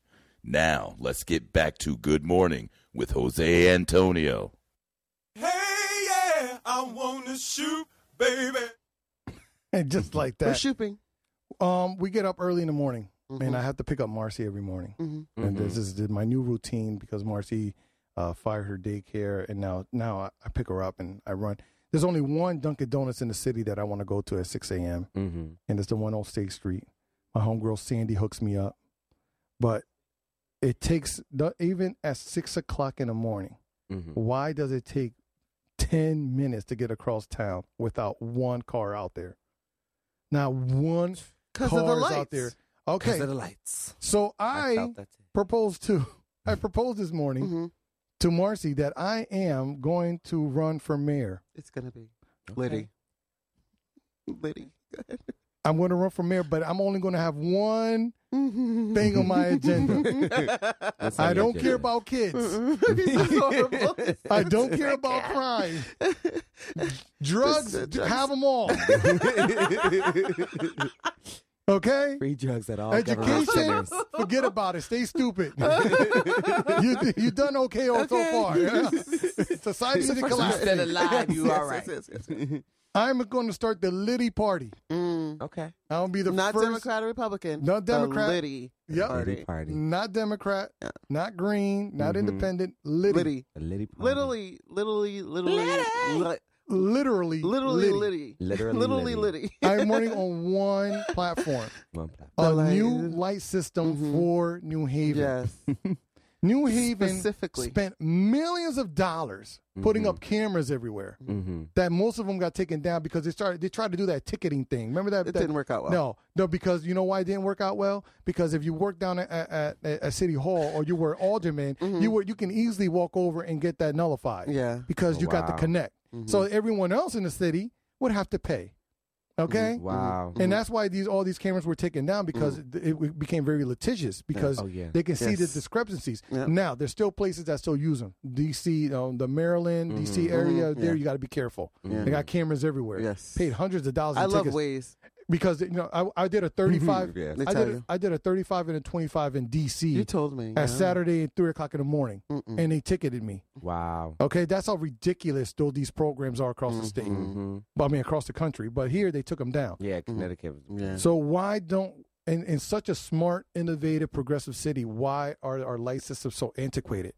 Speaker 3: Now, let's get back to Good Morning with Jose Antonio.
Speaker 1: Hey, yeah, I wanna shoot, baby.
Speaker 6: and just like
Speaker 4: We're
Speaker 6: that,
Speaker 4: shooping.
Speaker 6: um, we get up early in the morning, and
Speaker 4: Mhm.
Speaker 6: I have to pick up Marcy every morning.
Speaker 4: Mhm.
Speaker 6: And this is the- my new routine because Marcy uh, fired her daycare, and now now I, I pick her up and I run. There's only one Dunkin' Donuts in the city that I want to go to at 6 a.m.
Speaker 5: Mm-hmm.
Speaker 6: and it's the one on State Street. My homegirl Sandy hooks me up, but it takes the, even at six o'clock in the morning.
Speaker 5: Mm-hmm.
Speaker 6: Why does it take ten minutes to get across town without one car out there? Not one car
Speaker 4: 'Cause of the
Speaker 6: out there.
Speaker 4: lights.
Speaker 6: Okay,
Speaker 5: of the lights.
Speaker 6: so I
Speaker 5: felt that too.
Speaker 6: proposed to I proposed this morning
Speaker 4: Mhm.
Speaker 6: to Marcy that I am going to run for mayor.
Speaker 4: It's gonna be
Speaker 5: Okay.
Speaker 4: Liddy. Liddy.
Speaker 6: I'm going to run for mayor, but I'm only going to have one thing on my agenda.
Speaker 5: That's how
Speaker 6: I
Speaker 5: you
Speaker 6: don't
Speaker 5: did
Speaker 6: care
Speaker 5: it.
Speaker 6: about kids.
Speaker 4: This is horrible.
Speaker 6: I don't care about crime. Drugs,
Speaker 4: Just, uh,
Speaker 6: d-
Speaker 4: drugs.
Speaker 6: have them all. okay?
Speaker 5: free drugs at all. government
Speaker 6: Education,
Speaker 5: centers.
Speaker 6: forget about it. Stay stupid. you you done okay, so far. Yeah. Society is collapsed.
Speaker 5: still alive. You all right?
Speaker 4: Yes, yes, yes, yes.
Speaker 6: I'm going to start the Liddy party.
Speaker 4: Mm.
Speaker 5: Okay.
Speaker 6: I'll be the
Speaker 4: Not
Speaker 6: first.
Speaker 4: Democrat or Republican.
Speaker 6: Not Democrat.
Speaker 4: The Liddy.
Speaker 6: Yep.
Speaker 5: Liddy
Speaker 4: Party.
Speaker 5: party. Mm.
Speaker 6: Not Democrat,
Speaker 4: Yeah.
Speaker 6: not Green, not
Speaker 5: Mhm.
Speaker 6: independent. Liddy.
Speaker 4: Liddy.
Speaker 5: A Liddy party.
Speaker 4: Literally, literally, literally, li-
Speaker 6: Literally.
Speaker 4: literally, Liddy.
Speaker 5: Literally
Speaker 4: literally,
Speaker 5: Liddy.
Speaker 4: Liddy.
Speaker 6: I'm running on one platform.
Speaker 5: One plat-
Speaker 6: a
Speaker 4: light
Speaker 6: new
Speaker 4: is-
Speaker 6: light system
Speaker 4: Mhm.
Speaker 6: for New Haven.
Speaker 4: Yes.
Speaker 6: New Haven
Speaker 4: Specifically. Mm-hmm.
Speaker 6: spent millions of dollars putting up cameras everywhere.
Speaker 5: Mhm.
Speaker 6: That most of them got taken down because they started. They tried to do that ticketing thing. Remember that?
Speaker 4: It
Speaker 6: that-
Speaker 4: didn't work out well.
Speaker 6: No, no, because you know why it didn't work out well? Because if you worked down at, at, at, at City Hall or you were alderman, you were you can easily walk over and get that nullified.
Speaker 4: Mm-hmm. Yeah. Mm-hmm.
Speaker 6: because you got the
Speaker 5: wow.
Speaker 6: connect. So everyone else in the city would have to pay. Okay.
Speaker 4: Mm-hmm.
Speaker 5: Wow.
Speaker 6: And that's why these all these cameras were taken down because it, it became very litigious because
Speaker 5: Oh, yeah.
Speaker 6: they can see the
Speaker 4: Mm. Yes.
Speaker 6: discrepancies.
Speaker 4: Yeah.
Speaker 6: Now there's still places that still use them. D.C., um, the Maryland, D.C. area. There
Speaker 4: Mm-hmm. Yeah.
Speaker 6: you got to be careful.
Speaker 4: Yeah.
Speaker 6: They got cameras everywhere.
Speaker 4: Yes.
Speaker 6: Paid hundreds of dollars.
Speaker 4: I
Speaker 6: in
Speaker 4: love
Speaker 6: tickets
Speaker 4: ways.
Speaker 6: because you know I, I did a 35.
Speaker 5: Yeah.
Speaker 4: They tell
Speaker 6: I did a,
Speaker 4: you.
Speaker 6: I did a 35 and a 25 in D.C.
Speaker 4: You told me. Mm. yeah.
Speaker 6: at Saturday at three o'clock in the morning, and they ticketed me.
Speaker 5: Wow.
Speaker 6: Okay, that's how ridiculous though these programs are across the state.
Speaker 4: Mm-hmm.
Speaker 6: Well, I mean, across the country, but here they took them down.
Speaker 5: Yeah, Connecticut. was
Speaker 4: Yeah.
Speaker 6: So why don't in, in such a smart, innovative, progressive city, why are our light systems so antiquated?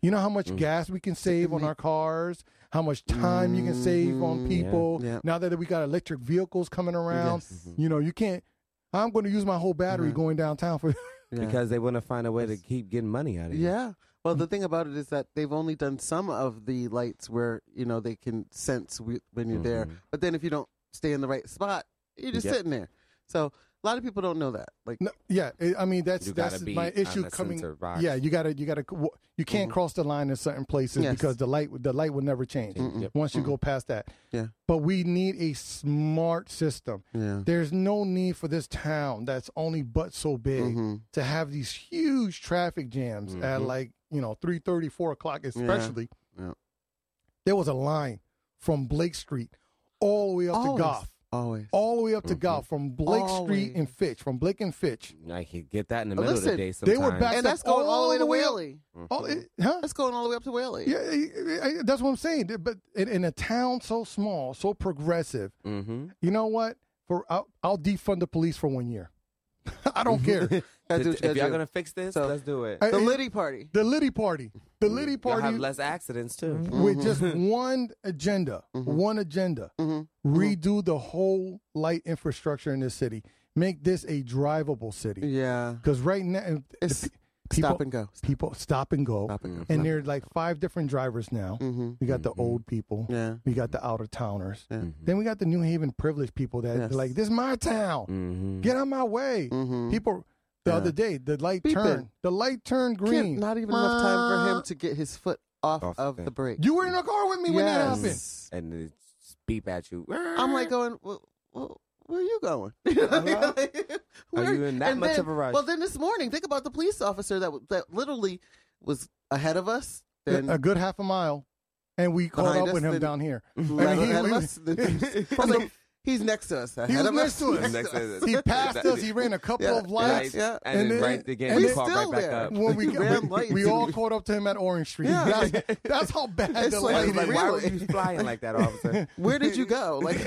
Speaker 6: You know how much
Speaker 4: Mm.
Speaker 6: gas we can save on our cars, how much time you can save on people.
Speaker 4: Mm, Yeah.
Speaker 6: Now that we got electric vehicles coming around,
Speaker 4: Yes. Uh-huh.
Speaker 6: you know, you can't I'm going to use my whole battery going downtown for
Speaker 4: Yeah.
Speaker 5: Because they want to find a way to keep getting money out of you.
Speaker 4: Yeah. Well, the thing about it is that they've only done some of the lights where you know they can sense we, when you're there, but then if you don't stay in the right spot, you're just
Speaker 5: Yep.
Speaker 4: sitting there. So a lot of people don't know that. Like,
Speaker 6: No, yeah, it, I mean that's
Speaker 5: You gotta
Speaker 6: that's
Speaker 5: be
Speaker 6: my
Speaker 5: on
Speaker 6: issue
Speaker 5: the
Speaker 6: coming.
Speaker 5: center box.
Speaker 6: Yeah, you gotta you gotta w- you can't
Speaker 5: Mm-hmm.
Speaker 6: cross the line in certain places
Speaker 4: Yes.
Speaker 6: because the light the light will never change
Speaker 5: Yep. Mm-hmm.
Speaker 6: once you go past that.
Speaker 4: Yeah.
Speaker 6: but we need a smart system.
Speaker 4: yeah,
Speaker 6: There's no need for this town that's only but so big
Speaker 4: Mm-hmm.
Speaker 6: to have these huge traffic jams
Speaker 5: Mm-hmm.
Speaker 6: at like you know three thirty four o'clock especially.
Speaker 4: Yeah.
Speaker 6: There was a line from Blake Street all the way up
Speaker 4: Always.
Speaker 6: to Goff.
Speaker 4: Always.
Speaker 6: all the way up to
Speaker 5: Mm-hmm.
Speaker 6: golf from Blake Street and
Speaker 4: Always.
Speaker 6: Fitch, from Blake and Fitch.
Speaker 5: I could get that in the middle of
Speaker 4: Listen,
Speaker 5: the day
Speaker 6: they were
Speaker 5: sometimes.
Speaker 6: back-
Speaker 4: and that's going all the way to Whaley.
Speaker 6: All, Oh, it- huh?
Speaker 4: That's going all the way up to Whaley.
Speaker 6: Yeah, I- I- I- that's what I'm saying. But in, in a town so small, so progressive,
Speaker 5: Mhm.
Speaker 6: you know what? For I'll, I'll defund the police for one year. I don't care.
Speaker 4: Gotta do what
Speaker 5: If
Speaker 4: you gotta
Speaker 5: y'all
Speaker 4: do.
Speaker 5: gonna fix this,
Speaker 4: So-
Speaker 5: let's do it.
Speaker 6: I-
Speaker 4: the Liddy party.
Speaker 6: the Liddy party. The Liddy
Speaker 5: You'll
Speaker 6: party. Mm-hmm.
Speaker 5: have less accidents too.
Speaker 6: with just
Speaker 4: Mm-hmm.
Speaker 6: one agenda, one agenda, redo the whole light infrastructure in this city. Make this a drivable city.
Speaker 4: Yeah.
Speaker 6: Because right now, the
Speaker 4: It's
Speaker 6: pe- people,
Speaker 4: stop and go.
Speaker 6: People stop and go.
Speaker 4: Stop Mm-hmm. and go.
Speaker 6: And there are like five different drivers now. We got the old people.
Speaker 4: Yeah.
Speaker 6: We got the out of towners.
Speaker 4: Mm-hmm.
Speaker 6: Then we got the New Haven privileged people that
Speaker 4: Mm. Yes. Mm.
Speaker 6: are like, this is my town.
Speaker 5: Mm-hmm.
Speaker 6: Get out my way.
Speaker 4: Mm-hmm.
Speaker 6: People, the other day, the light
Speaker 4: Beeping.
Speaker 6: turned. The light turned
Speaker 4: Kid,
Speaker 6: green.
Speaker 4: Not even enough time for him to get his foot off,
Speaker 5: Off
Speaker 4: of
Speaker 5: the-
Speaker 4: the brake.
Speaker 6: You were in the car with me when that
Speaker 4: Yes.
Speaker 6: happened.
Speaker 5: And it's beep at you.
Speaker 4: I'm like "Oh,
Speaker 6: Uh-huh.
Speaker 4: going, well, well, where are you going?
Speaker 5: Are you in that
Speaker 4: and
Speaker 5: much
Speaker 4: then-
Speaker 5: of a rush?
Speaker 4: Well, then this morning, think about the police officer that that literally was ahead of us. Then
Speaker 6: a good half a mile, and we caught
Speaker 4: Behind
Speaker 6: up with
Speaker 4: us,
Speaker 6: him
Speaker 4: then-
Speaker 6: down here. I mean,
Speaker 4: ahead
Speaker 6: he-
Speaker 4: of
Speaker 6: we-
Speaker 4: us. Then- I was
Speaker 6: from the-
Speaker 4: like, he's next to us. Ahead
Speaker 6: was
Speaker 4: of
Speaker 6: next
Speaker 4: us.
Speaker 6: to us.
Speaker 5: Next to us.
Speaker 6: he passed us. He ran a couple
Speaker 4: Yeah,
Speaker 6: of lights.
Speaker 4: yeah.
Speaker 5: and,
Speaker 6: and
Speaker 5: then
Speaker 6: then-
Speaker 5: right again,
Speaker 6: and
Speaker 5: we
Speaker 6: then-
Speaker 5: caught right
Speaker 4: still
Speaker 5: back
Speaker 4: there.
Speaker 5: up.
Speaker 6: When we,
Speaker 4: ran
Speaker 6: we,
Speaker 4: lights.
Speaker 6: we all caught up to him at Orange Street.
Speaker 4: Yeah.
Speaker 6: That's, that's how bad
Speaker 4: It's
Speaker 6: the
Speaker 4: like-
Speaker 5: I
Speaker 6: light
Speaker 5: was like,
Speaker 6: is.
Speaker 5: why were you flying like that, officer?
Speaker 4: Where did you go? Like,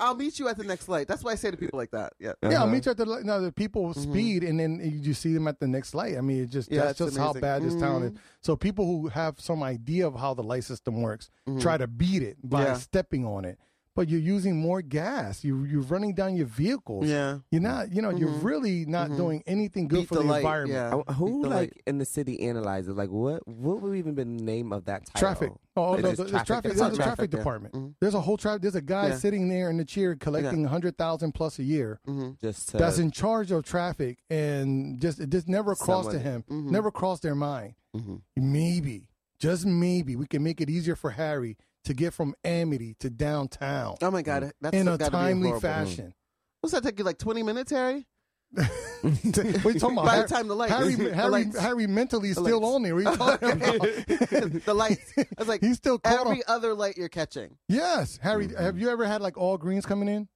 Speaker 4: I'll meet you at the next light. That's why I say to people like that. Yeah.
Speaker 6: Yeah, I'll meet you at the light. Now the people speed, and then you just see them at the next light. I mean, it just
Speaker 4: Mm-hmm. Yeah,
Speaker 6: that's
Speaker 4: it's
Speaker 6: just how
Speaker 4: amazing. Mm.
Speaker 6: bad this town is. So people who have some idea of how the light system works try to beat it by
Speaker 4: Mm-hmm. Yeah.
Speaker 6: stepping on it. But you're using more gas. You you're running down your vehicles.
Speaker 4: Yeah. Mm-hmm.
Speaker 6: you're not. You know, you're really not doing anything good
Speaker 4: Beat
Speaker 6: for
Speaker 4: the
Speaker 6: the,
Speaker 4: light,
Speaker 6: environment.
Speaker 4: yeah.
Speaker 5: I- who
Speaker 4: Beat the
Speaker 5: like
Speaker 4: light.
Speaker 5: in the city analyzes like what what would even been the name of that title?
Speaker 6: Traffic. Oh
Speaker 5: It
Speaker 6: no,
Speaker 5: is
Speaker 6: the- there's traffic.
Speaker 5: It's
Speaker 6: There's
Speaker 5: not
Speaker 6: a
Speaker 5: traffic.
Speaker 6: traffic
Speaker 4: yeah. Mm-hmm.
Speaker 6: department. There's a whole traffic. There's a guy
Speaker 4: Yeah.
Speaker 6: sitting there in the chair collecting a hundred thousand plus a year.
Speaker 5: Just to,
Speaker 6: that's in charge of traffic and just it just never crossed to him,
Speaker 5: Someone-
Speaker 4: mm-hmm.
Speaker 6: never crossed their mind. Maybe, just maybe, we can make it easier for Harry to get from Amity to downtown
Speaker 4: Oh my God. That's
Speaker 6: in a
Speaker 4: gotta be
Speaker 6: timely
Speaker 4: horrible.
Speaker 6: fashion.
Speaker 4: What's that take you like 20 minutes, Harry?
Speaker 6: what are you talking about?
Speaker 4: By the
Speaker 6: Harry-
Speaker 4: time the light-
Speaker 6: Harry,
Speaker 4: the
Speaker 6: Harry,
Speaker 4: lights-
Speaker 6: Harry mentally is still
Speaker 4: lights.
Speaker 6: on there. What are you talking about?
Speaker 4: the lights. I was like,
Speaker 6: He's still caught
Speaker 4: every
Speaker 6: on-
Speaker 4: other light you're catching.
Speaker 6: Yes, Harry. Have you ever had like all greens coming in?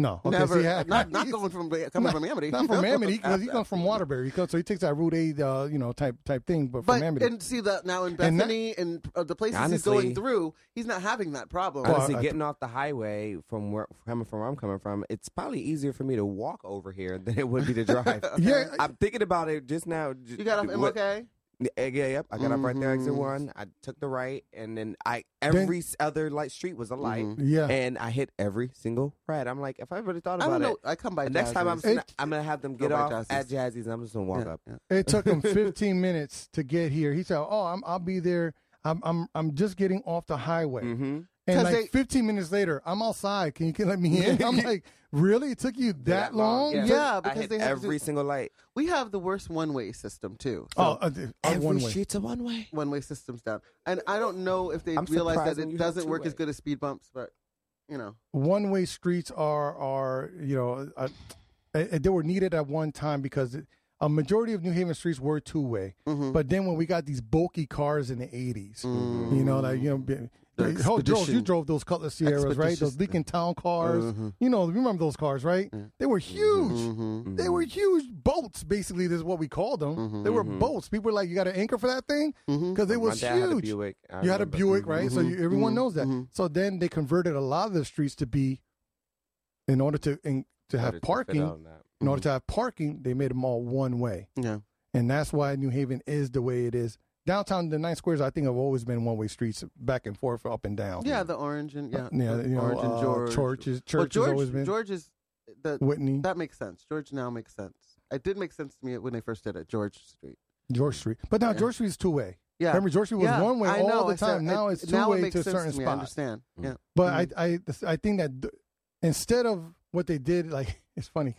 Speaker 6: No,
Speaker 4: Mm-hmm.
Speaker 6: okay,
Speaker 4: Never.
Speaker 6: see, Harry-
Speaker 4: not, not going from coming
Speaker 6: Not-
Speaker 4: from Amity.
Speaker 6: Not from Amity because he comes from Waterbury. He comes, so he takes that Route Eight, uh, you know, type type thing. But,
Speaker 4: But
Speaker 6: from Amity,
Speaker 4: and see that now in
Speaker 6: And that-
Speaker 4: Bethany and, uh, the places he's
Speaker 5: Honestly-
Speaker 4: going through, he's not having that problem.
Speaker 6: Well,
Speaker 5: honestly
Speaker 6: I-
Speaker 5: getting off the highway from where coming from where I'm coming from, it's probably easier for me to walk over here than it would be to drive.
Speaker 6: Yeah.
Speaker 5: I'm thinking about it just now. j-
Speaker 4: you got off
Speaker 5: what-
Speaker 4: MLK.
Speaker 5: Yeah, yeah, yep. I got off right there, exit one. I took the right, and then I every s other light street was a light.
Speaker 6: Mm-hmm. Yeah.
Speaker 5: and I hit every single red. I'm like, if I really thought
Speaker 4: I
Speaker 5: about
Speaker 4: don't know.
Speaker 5: it,
Speaker 4: I come by
Speaker 5: the next time I'm,
Speaker 4: Jazzy's.
Speaker 5: sna-
Speaker 6: It-
Speaker 5: I'm gonna have them get
Speaker 4: by
Speaker 5: off
Speaker 4: Jazzy's.
Speaker 5: at Jazzy's, and I'm just gonna walk up.
Speaker 6: It took him 15 minutes to get here. He said, "Oh, I'm, I'll be there. I'm, I'm, I'm just getting off the highway."
Speaker 5: Mm-hmm.
Speaker 6: And
Speaker 4: 'Cause
Speaker 6: like
Speaker 4: they-
Speaker 6: 15 minutes later, I'm outside. Can you can let me in? I'm like, really? It took you that, long?
Speaker 4: Yeah.
Speaker 5: I
Speaker 4: because
Speaker 5: hit
Speaker 4: they have to do-
Speaker 5: every single light.
Speaker 4: we have the worst one way system too. So
Speaker 6: Oh, uh, uh,
Speaker 5: Every
Speaker 6: one way.
Speaker 5: street's a one way.
Speaker 4: one way system's down, and I don't know if they
Speaker 5: I'm
Speaker 4: realize
Speaker 5: surprised
Speaker 4: that
Speaker 5: when
Speaker 4: it
Speaker 5: you have
Speaker 4: doesn't work as
Speaker 5: two-way.
Speaker 4: good as speed bumps, but you know.
Speaker 6: One way streets are are you know uh, uh, they were needed at one time because a majority of New Haven streets were two way.
Speaker 5: Mm-hmm.
Speaker 6: But then when we got these bulky cars in the 80s,
Speaker 5: Mm-hmm.
Speaker 6: you know, like you know. be- Oh, Joe, you
Speaker 4: expedition.
Speaker 6: drove those Cutlass Sierras, right? Those
Speaker 4: Expeditious-
Speaker 6: leaking town cars.
Speaker 5: Mm-hmm.
Speaker 6: You know, you remember those cars, right? They were huge.
Speaker 5: Mm-hmm.
Speaker 6: They were huge boats, basically, this is what we called them. They were boats. People were like, you got an anchor for that thing? Because they
Speaker 5: Mm-hmm. My
Speaker 6: were
Speaker 5: dad had a
Speaker 6: huge.
Speaker 5: Buick. I
Speaker 6: you had a
Speaker 5: remember.
Speaker 6: Buick,
Speaker 4: Mm-hmm.
Speaker 6: right? So you, everyone knows that. So then they converted a lot of the streets to be, in order to in, to have
Speaker 5: Better to fit
Speaker 6: parking,
Speaker 5: on that.
Speaker 6: in order
Speaker 4: Mm-hmm.
Speaker 6: to have parking, they made them all one way.
Speaker 4: Yeah.
Speaker 6: And that's why New Haven is the way it is. Downtown, the nine squares, I think, have always been one way streets back and forth, up and down.
Speaker 4: Yeah, the orange and yeah,
Speaker 6: Yeah,
Speaker 4: the
Speaker 6: you know,
Speaker 4: orange
Speaker 6: uh,
Speaker 4: and George.
Speaker 6: churches-
Speaker 4: Well,
Speaker 6: church has
Speaker 4: George,
Speaker 6: always been-
Speaker 4: George is the
Speaker 6: Whitney,
Speaker 4: that makes sense. George now makes sense. It did make sense to me when they first did it. George Street.
Speaker 6: George Street. But now George Street is two way.
Speaker 4: Yeah,
Speaker 6: Remember, George Street was
Speaker 4: Yeah,
Speaker 6: one way
Speaker 4: I
Speaker 6: all
Speaker 4: know.
Speaker 6: the
Speaker 4: I said-
Speaker 6: time. now
Speaker 4: it-
Speaker 6: it's two
Speaker 4: now it
Speaker 6: way
Speaker 4: makes
Speaker 6: to a
Speaker 4: sense
Speaker 6: certain
Speaker 4: me. I
Speaker 6: spot.
Speaker 4: understand. Yeah. Mm.
Speaker 6: But I, I, I think that th- instead of what they did, like it's funny,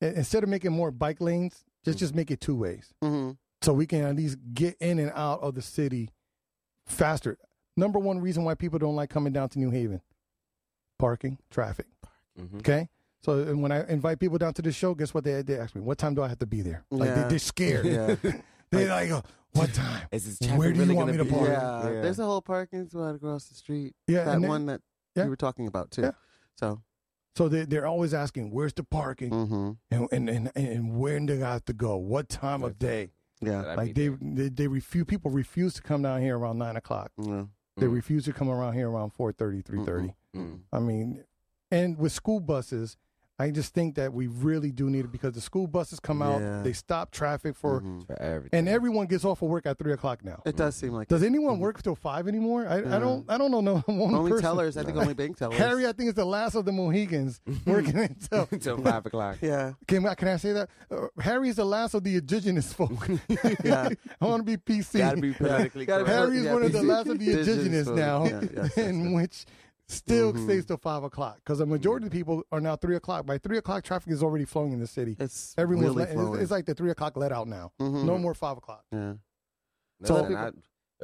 Speaker 6: I- instead of making more bike lanes,
Speaker 4: Mm.
Speaker 6: just just make it two ways,
Speaker 4: Mhm.
Speaker 6: so we can at least get in and out of the city faster. Number one reason why people don't like coming down to New Haven: parking, traffic.
Speaker 4: Mm-hmm.
Speaker 6: Okay. So and when I invite people down to the show, guess what they they ask me? What time do I have to be there? Like
Speaker 4: Yeah.
Speaker 6: they, they're scared. they like, oh, what time?
Speaker 5: Is this
Speaker 6: Where
Speaker 5: traffic
Speaker 6: do
Speaker 5: really
Speaker 6: you want me
Speaker 5: gonna be-
Speaker 6: to park?
Speaker 4: Yeah,
Speaker 5: Yeah.
Speaker 4: there's a whole parking spot across the street.
Speaker 6: Yeah,
Speaker 4: that
Speaker 6: and it-
Speaker 4: one that
Speaker 6: yeah.
Speaker 4: you were talking about too.
Speaker 6: Yeah.
Speaker 4: So,
Speaker 6: So they, they're always asking, where's the parking?
Speaker 4: hmm
Speaker 6: And, and, and, and when do I have to go? What time of day?
Speaker 4: yeah.
Speaker 5: that I
Speaker 6: Like
Speaker 5: be
Speaker 6: they,
Speaker 5: there.
Speaker 6: they, they refuse, people refuse to come down here around nine o'clock.
Speaker 4: yeah.
Speaker 6: They
Speaker 5: Mm.
Speaker 6: refuse to come around here around 4.30, 3.30. I mean, and with school buses, I just think that we really do need it because the school buses come
Speaker 4: Yeah.
Speaker 6: out, they stop traffic for,
Speaker 4: Mhm.
Speaker 5: for everything.
Speaker 6: and everyone gets off of work at three o'clock now.
Speaker 4: It does seem like
Speaker 6: Does
Speaker 4: it.
Speaker 6: anyone work till five anymore? I, I don't. I don't know. No one
Speaker 4: only
Speaker 6: person.
Speaker 4: tellers. I think only bank tellers.
Speaker 6: Harry, I think is the last of the Mohegans working until.
Speaker 5: until five o'clock.
Speaker 4: yeah,
Speaker 6: Can, I- can I say that? Uh, Harry's the last of the indigenous folk.
Speaker 4: Yeah.
Speaker 6: I want to be PC.
Speaker 5: Gotta be politically
Speaker 4: Gotta be-
Speaker 5: correct.
Speaker 6: Harry's
Speaker 4: Yeah,
Speaker 6: one of the
Speaker 4: PC.
Speaker 6: last of the
Speaker 4: Indigenous
Speaker 6: indigenous
Speaker 4: folk.
Speaker 6: now,
Speaker 4: Yeah, Mm-hmm. yes, yes,
Speaker 6: and
Speaker 4: yes.
Speaker 6: which still stays till five o'clock because the majority of the people are now three o'clock. By three o'clock, traffic is already flowing in the city.
Speaker 4: it's
Speaker 6: Everyone's
Speaker 4: really
Speaker 6: let- it's-
Speaker 4: flowing.
Speaker 6: it's, like the three o'clock let out now.
Speaker 4: Mhm.
Speaker 6: No more five o'clock.
Speaker 4: yeah.
Speaker 5: So
Speaker 4: So-
Speaker 5: I,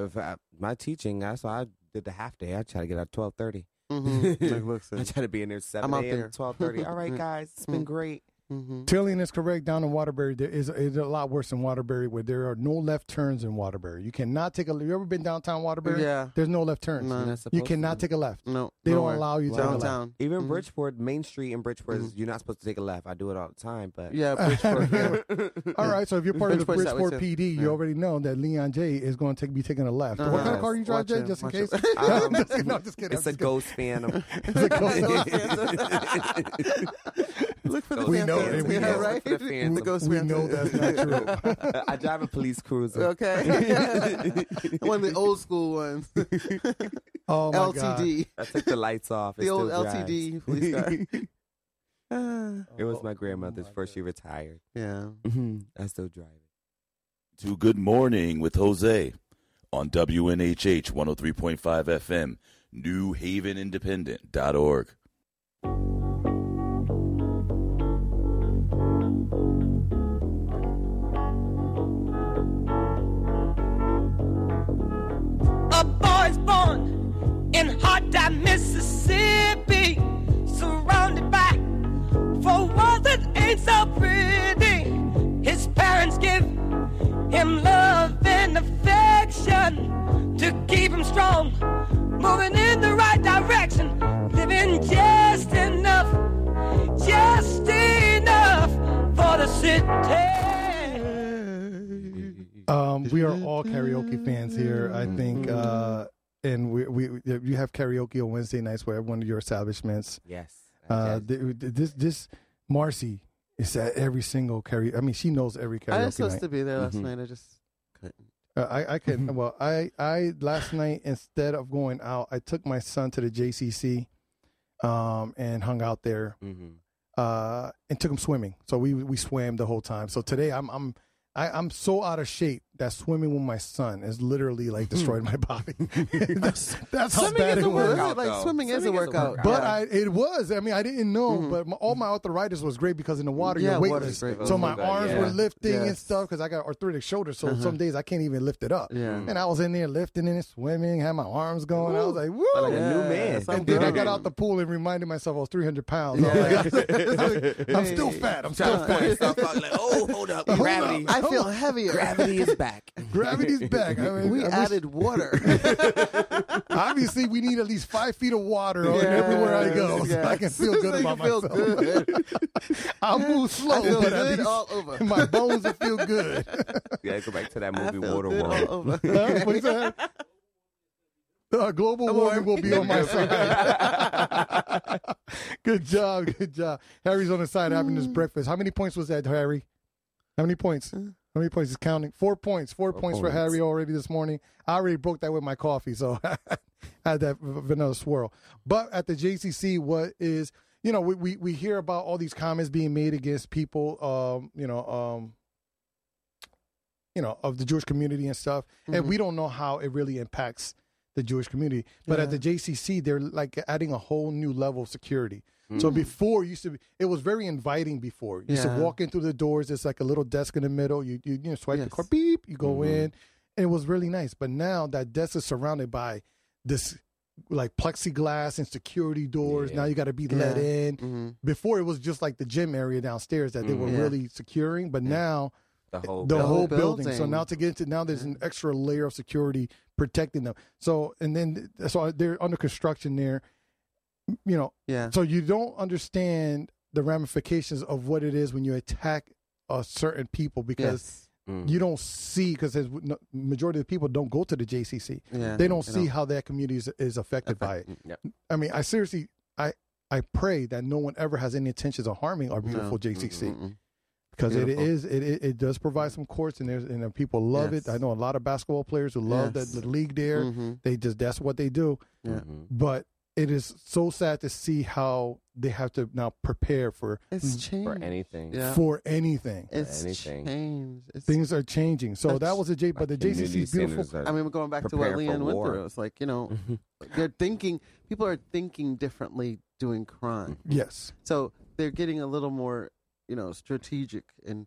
Speaker 5: if I, my teaching, I so I did the half day. I try to get out twelve thirty.
Speaker 4: Mhm. Like,
Speaker 5: I
Speaker 4: listen.
Speaker 5: try to be in there seven
Speaker 4: I'm out
Speaker 5: a.m.
Speaker 4: there.
Speaker 5: twelve thirty. All right,
Speaker 4: Mm.
Speaker 5: guys, it's
Speaker 6: Mm-hmm.
Speaker 5: been
Speaker 4: Mm.
Speaker 5: great.
Speaker 4: Mhm.
Speaker 6: Tillian is correct. Down in Waterbury, there is is a lot worse in Waterbury, where there are no left turns in Waterbury. You cannot take a. You ever been downtown Waterbury?
Speaker 4: Yeah.
Speaker 6: There's no left
Speaker 4: No.
Speaker 6: turns.
Speaker 5: You're not
Speaker 6: You
Speaker 5: supposed
Speaker 6: cannot
Speaker 5: to.
Speaker 6: take a left.
Speaker 4: No,
Speaker 6: They
Speaker 4: nowhere.
Speaker 6: don't allow you to take a left.
Speaker 4: downtown.
Speaker 5: Even
Speaker 4: Mhm.
Speaker 5: Bridgeport, Main Street in Bridgeport,
Speaker 6: Mm-hmm.
Speaker 5: is you're not supposed to take a left. I do it all the time, but
Speaker 4: Yeah, Bridgeport. yeah.
Speaker 6: All right, so if you're part of the
Speaker 4: Bridgeport's that way,
Speaker 6: Bridgeport
Speaker 4: too.
Speaker 6: PD,
Speaker 4: Yeah.
Speaker 6: you already know that Leon J is going to take, be taking a left.
Speaker 4: Uh-huh.
Speaker 6: What kind of car you drive,
Speaker 4: Watch
Speaker 6: Jay?
Speaker 4: him,
Speaker 6: Just in
Speaker 4: watch
Speaker 6: case.
Speaker 4: him.
Speaker 5: Um,
Speaker 6: no, I'm just kidding.
Speaker 5: it's a
Speaker 6: I'm just kidding.
Speaker 5: ghost phantom.
Speaker 6: It's a ghost.
Speaker 4: Look for the
Speaker 6: We
Speaker 4: fan
Speaker 6: know
Speaker 4: fans.
Speaker 6: it. We
Speaker 4: Yeah,
Speaker 6: know it.
Speaker 4: right?
Speaker 5: Look for the fans.
Speaker 4: The ghost
Speaker 6: we
Speaker 4: fans.
Speaker 6: know that's not true.
Speaker 5: I drive a police cruiser.
Speaker 4: Okay. One of the old school ones.
Speaker 6: Oh my god.
Speaker 4: LTD.
Speaker 5: I took the lights off. It
Speaker 4: The old
Speaker 5: still drives.
Speaker 4: LTD police car. Ah,
Speaker 5: It was my grandmother's first. She retired.
Speaker 4: yeah.
Speaker 5: I still drive it.
Speaker 3: to Good Morning with Jose on WNHH 103.5 FM, newhavenindependent.org.
Speaker 2: A boy's born in hot time, Mississippi, surrounded by four walls that ain't so pretty. His parents give him love and affection to keep him strong, moving in the right direction, living just enough, just enough for the city.
Speaker 6: Um, we are all karaoke fans here,
Speaker 4: Mm-hmm.
Speaker 6: I think. Uh, and we, we you have karaoke on Wednesday nights where one of your establishments.
Speaker 5: Yes.
Speaker 6: Uh,
Speaker 5: Yes.
Speaker 6: th- this this Marcy is at every single karaoke. I mean, she knows every
Speaker 4: I
Speaker 6: karaoke
Speaker 4: was supposed
Speaker 6: night.
Speaker 4: to be there
Speaker 5: Mm-hmm.
Speaker 4: last night. I just couldn't.
Speaker 6: Uh, I, I
Speaker 4: Mm-hmm.
Speaker 6: can well I I last night instead of going out I took my son to the JCC um and hung out there
Speaker 5: Mhm.
Speaker 6: uh and took him swimming so we we swam the whole time so today I'm I'm I, I'm so out of shape that swimming with my son is literally like destroyed my body that's, that's how
Speaker 4: Hmm. Swimming
Speaker 6: bad
Speaker 4: is
Speaker 6: it
Speaker 4: a
Speaker 6: was
Speaker 4: workout.
Speaker 5: workout,
Speaker 4: Like
Speaker 5: though.
Speaker 4: swimming is a
Speaker 5: Swimming is a
Speaker 4: workout.
Speaker 5: workout.
Speaker 6: but
Speaker 4: yeah.
Speaker 6: I it was I mean I didn't know but my, all my arthritis was great because in the water
Speaker 4: Mm-hmm. Yeah,
Speaker 6: you're
Speaker 4: water's
Speaker 6: weightless
Speaker 4: great.
Speaker 6: so
Speaker 4: Oh
Speaker 6: my
Speaker 4: my God,
Speaker 6: arms
Speaker 5: yeah.
Speaker 6: were lifting and
Speaker 4: Yes. Uh-huh.
Speaker 6: stuff because I got arthritic shoulders so some days I can't even lift it up
Speaker 4: yeah.
Speaker 6: and I was in there lifting and swimming, had my arms going. I was like, woo!
Speaker 5: Felt like a new
Speaker 4: Yeah,
Speaker 5: man.
Speaker 4: so I'm
Speaker 6: and then I
Speaker 4: good.
Speaker 6: got out the pool and reminded myself I was 300 pounds.
Speaker 4: Yeah.
Speaker 6: I am still fat. I'm still
Speaker 5: Point
Speaker 6: fat.
Speaker 5: yourself out, like, oh, hold up.
Speaker 6: Hold
Speaker 5: Gravity.
Speaker 4: I feel heavier.
Speaker 5: Gravity is back.
Speaker 6: Gravity's back. I mean,
Speaker 4: We
Speaker 6: Oh. I wish-
Speaker 4: added water.
Speaker 6: obviously, we need at least five feet of water on
Speaker 4: Yes,
Speaker 6: Oh, everywhere I go so I can
Speaker 4: yes.
Speaker 6: feel good
Speaker 4: So you
Speaker 6: about
Speaker 4: feel
Speaker 6: myself.
Speaker 4: good.
Speaker 6: I'll move
Speaker 4: I
Speaker 6: slow,
Speaker 4: feel
Speaker 6: but at
Speaker 4: good
Speaker 6: least
Speaker 4: all over.
Speaker 6: my bones will feel good.
Speaker 5: Yeah, go back to that
Speaker 4: I
Speaker 5: movie
Speaker 4: feel good all
Speaker 5: Waterworld.
Speaker 4: over.
Speaker 6: Huh? What's that? Uh, global warming will be on my side. good job, good job. Harry's on the side having his breakfast. How many points was that, Harry? How many points? How many points is counting? Four points. Four, points, for
Speaker 5: points.
Speaker 6: Harry already this morning. I already broke that with my coffee, so I had that v- vanilla swirl. But at the JCC, what is you know we, we we hear about all these comments being made against people, um, you know, um, you know, of the Jewish community and stuff, and we don't know how it really impacts the Jewish community. But at the JCC, they're like adding a whole new level of security. So before it used to be, it was very inviting. Before you used to
Speaker 4: Yeah.
Speaker 6: walk in through the doors, it's like a little desk in the middle. You you, you know, swipe the
Speaker 4: Yes. Mm-hmm.
Speaker 6: card, beep, you go in, and it was really nice. But now that desk is surrounded by this like plexiglass and security doors. Now you got to be let
Speaker 4: Yeah.
Speaker 6: in.
Speaker 4: Mhm.
Speaker 6: Before it was just like the gym area downstairs that they were
Speaker 4: Mhm. Yeah.
Speaker 6: really securing, but now
Speaker 5: The whole
Speaker 6: the
Speaker 5: building.
Speaker 6: whole building. So
Speaker 4: building.
Speaker 6: now to get into now there's an extra layer of security protecting them. So and then so they're under construction there. you know,
Speaker 4: Yeah.
Speaker 6: so you don't understand the ramifications of what it is when you attack a certain people because
Speaker 4: Yes.
Speaker 5: Mm.
Speaker 6: you don't see because majority of the people don't go to the JCC.
Speaker 4: Yeah.
Speaker 6: They don't see how that community is, is affected by it.
Speaker 5: Yep.
Speaker 6: I mean, I seriously, I I pray that no one ever has any intentions of harming our beautiful JCC
Speaker 4: Mm-mm.
Speaker 6: because it
Speaker 4: Beautiful.
Speaker 6: is it, it it does provide some courts and there's and the people love
Speaker 4: Yes.
Speaker 6: it. I know a lot of basketball players who love
Speaker 4: Yes. Mm.
Speaker 6: the, the league there.
Speaker 4: Mhm.
Speaker 6: They just that's what they do.
Speaker 4: Yeah.
Speaker 5: Mm-hmm.
Speaker 6: But it is so sad to see how they have to now prepare Mm-hmm. for
Speaker 4: It's
Speaker 5: For
Speaker 4: changed.
Speaker 5: anything.
Speaker 4: Yeah.
Speaker 6: for anything.
Speaker 4: It's
Speaker 5: anything.
Speaker 4: changed. It's,
Speaker 6: Things are changing. So
Speaker 4: That's-
Speaker 6: that was a J, but the JCC is beautiful.
Speaker 4: I mean, we're going back to what
Speaker 5: Prepare for
Speaker 4: Leanne went
Speaker 5: war.
Speaker 4: through. It's like you know,
Speaker 5: Mm-hmm.
Speaker 4: they're thinking. People are thinking differently doing crime,
Speaker 6: Yes,
Speaker 4: so they're getting a little more, you know, strategic and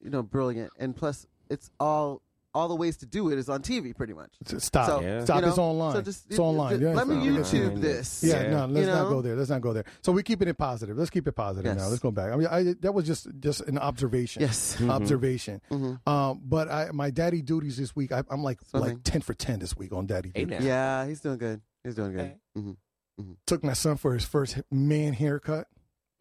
Speaker 4: you know, brilliant. And plus, it's all all the ways to do it is on TV, pretty much.
Speaker 6: S- stop.
Speaker 4: So,
Speaker 5: Yeah.
Speaker 6: Stop.
Speaker 4: you know,
Speaker 6: It's online.
Speaker 4: So just,
Speaker 6: it's online.
Speaker 4: just-
Speaker 6: Yeah,
Speaker 4: let me
Speaker 6: it's- it's-
Speaker 4: YouTube
Speaker 5: online.
Speaker 4: this.
Speaker 6: Yeah,
Speaker 5: Yeah.
Speaker 6: no, let's
Speaker 4: You
Speaker 6: not
Speaker 4: know?
Speaker 6: go there. Let's not go there. So we're keeping it positive. Let's keep it positive now.
Speaker 4: Yes.
Speaker 6: Let's go back. I mean, I, that was just just an observation.
Speaker 4: Yes. Mm-hmm.
Speaker 6: observation.
Speaker 4: Mhm.
Speaker 6: Um, but I, my daddy duties this week. I, I'm like
Speaker 4: Something.
Speaker 6: like ten for ten this week on daddy.
Speaker 5: Hey,
Speaker 6: duties.
Speaker 5: now.
Speaker 4: Yeah, he's doing good. He's doing good. hmm
Speaker 6: Took my son for his first man haircut,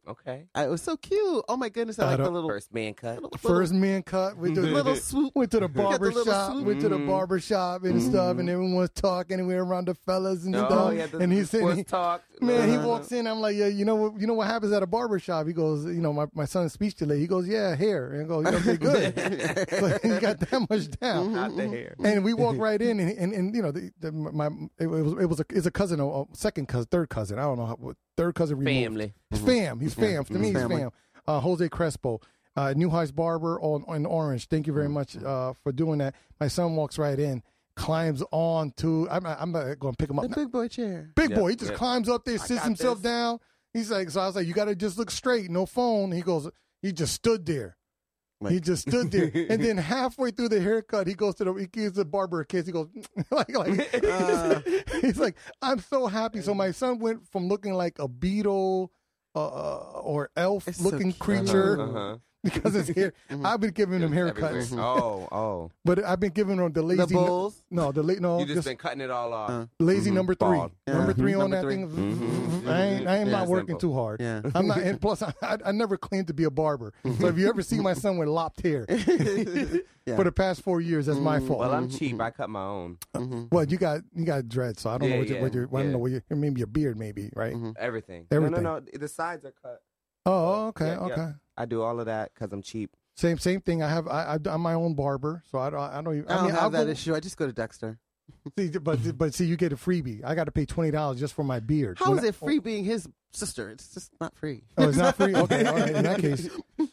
Speaker 5: Okay.
Speaker 4: I, it was so cute. Oh my goodness, I
Speaker 6: I
Speaker 4: like the
Speaker 6: don't-
Speaker 4: little
Speaker 5: First man cut.
Speaker 4: little,
Speaker 6: first man cut. We did,
Speaker 4: little, little swoop.
Speaker 6: went to the
Speaker 4: got the
Speaker 6: barber
Speaker 4: little
Speaker 6: shop.
Speaker 4: swoop.
Speaker 6: Went to the barber shop and stuff, and everyone's talking, and we were around the fellas
Speaker 4: Oh,
Speaker 6: and stuff. and he's sitting.
Speaker 5: Oh, sports talk.
Speaker 6: Man,
Speaker 4: Uh-huh.
Speaker 6: he walks in. I'm like, yeah, you know what? You know what happens at a barber shop? He goes, you know, my, my son's speech delay. He goes, yeah, hair, and I go, yeah, okay, good. so he got that much down.
Speaker 5: Not the hair.
Speaker 6: And we walk right in, and and, and you know, the, the, my it was it was a it's a cousin, a, a second cousin, third cousin. I don't know how what- third cousin. Removed.
Speaker 5: Family.
Speaker 6: He's fam. He's fam. To me, he's
Speaker 4: Family.
Speaker 6: fam. Uh, Jose Crespo, uh, New Heights Barber on, on Orange. Thank
Speaker 5: Mm.
Speaker 6: you very much uh, for doing that. My son walks right in, climbs on to. I'm not, I'm not going to pick him up.
Speaker 4: The big boy chair.
Speaker 6: Big
Speaker 5: Yeah,
Speaker 6: boy. He just
Speaker 5: yeah.
Speaker 6: climbs up there, sits
Speaker 5: got
Speaker 6: himself
Speaker 5: this.
Speaker 6: down. He's like, so I was like, you got to just look straight, no phone. He goes, he just stood there. he just stood there, and then halfway through the haircut, he goes to the he gives the barber a kiss. He goes like, like
Speaker 5: Uh.
Speaker 6: he's like, I'm so happy. So my son went from looking like a beetle uh, uh, or elf
Speaker 4: It's so
Speaker 6: looking
Speaker 4: cute.
Speaker 6: creature
Speaker 5: Uh-huh.
Speaker 6: because his hair. I've been giving him haircuts,
Speaker 5: Everywhere. Oh, oh.
Speaker 6: but I've been giving him the lazy
Speaker 4: bowls?
Speaker 6: no, the late no,
Speaker 5: You just
Speaker 6: just
Speaker 5: been cutting it all off.
Speaker 4: Uh,
Speaker 6: lazy number three,
Speaker 5: Bald.
Speaker 4: Yeah.
Speaker 6: number three
Speaker 4: Mhm.
Speaker 6: on
Speaker 4: Number Mm-hmm.
Speaker 6: that thing. Mm-hmm. I ain't, I am
Speaker 5: Yeah,
Speaker 6: not working
Speaker 5: simple.
Speaker 6: too hard.
Speaker 4: Yeah. Mm-hmm.
Speaker 6: I'm not, and plus I, I, I never claimed to be a barber. So if you ever see my son with lopped hair for the past four years, that's
Speaker 4: Mm,
Speaker 6: my fault. Mm-hmm.
Speaker 5: Well, I'm cheap. I cut my own.
Speaker 6: Well, you got you got dread, so I don't know
Speaker 5: Yeah,
Speaker 6: what, you,
Speaker 5: yeah,
Speaker 6: what your I don't
Speaker 5: yeah.
Speaker 6: know what your maybe your beard maybe right.
Speaker 4: Mm-hmm.
Speaker 5: Everything.
Speaker 6: Everything.
Speaker 5: No, no, no. The sides are cut.
Speaker 6: Oh, okay,
Speaker 5: Yeah, yeah.
Speaker 6: okay.
Speaker 5: I do all of that because I'm cheap.
Speaker 6: Same same thing. I have I, I am my own barber, so I don't I don't. Even,
Speaker 4: I don't
Speaker 6: mean, I'll
Speaker 4: have that
Speaker 6: go-
Speaker 4: issue. I just go to Dexter.
Speaker 6: See, but but see, you get a freebie. I got to pay twenty dollars just for my beard.
Speaker 4: How
Speaker 6: When
Speaker 4: is
Speaker 6: I-
Speaker 4: it free being his sister? It's just not free.
Speaker 6: Oh, it's not free. Okay, all right. In that case,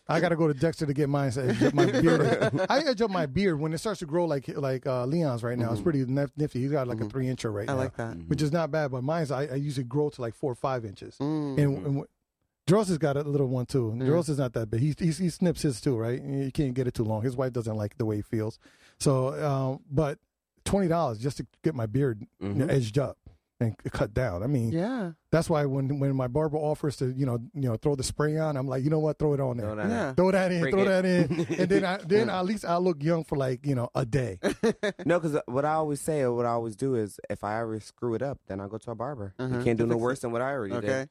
Speaker 6: I gotta go to Dexter to get mine. so- Get my beard. I edge up my beard when it starts to grow like like uh, Leon's right now. It's pretty nif- nifty. He's got like a three incher right
Speaker 4: Mm-hmm. I
Speaker 6: now,
Speaker 4: like that.
Speaker 6: which is not bad. But mine's I, I usually grow to like four or five inches.
Speaker 4: Mm-hmm. Mm.
Speaker 6: And, and what- Dross has got a little one too. And Dross is not that big. He, he he snips his too, right? You can't get it too long. His wife doesn't like the way he feels. So, um, but twenty dollars just to get my beard
Speaker 4: Mm-hmm.
Speaker 6: edged up and cut down. I mean,
Speaker 4: Yeah.
Speaker 6: that's why when when my barber offers to you know you know throw the spray on, I'm like you know what, throw it on
Speaker 5: No,
Speaker 6: there,
Speaker 5: no,
Speaker 4: Yeah.
Speaker 5: no.
Speaker 6: throw that in,
Speaker 5: Bring
Speaker 6: throw
Speaker 5: it.
Speaker 6: that in, and then I then at least I look young for like you know a day.
Speaker 5: No, because what I always say or what I always do is if I ever screw it up, then I go to a barber. You can't do no worse than what I already
Speaker 4: Okay.
Speaker 5: did.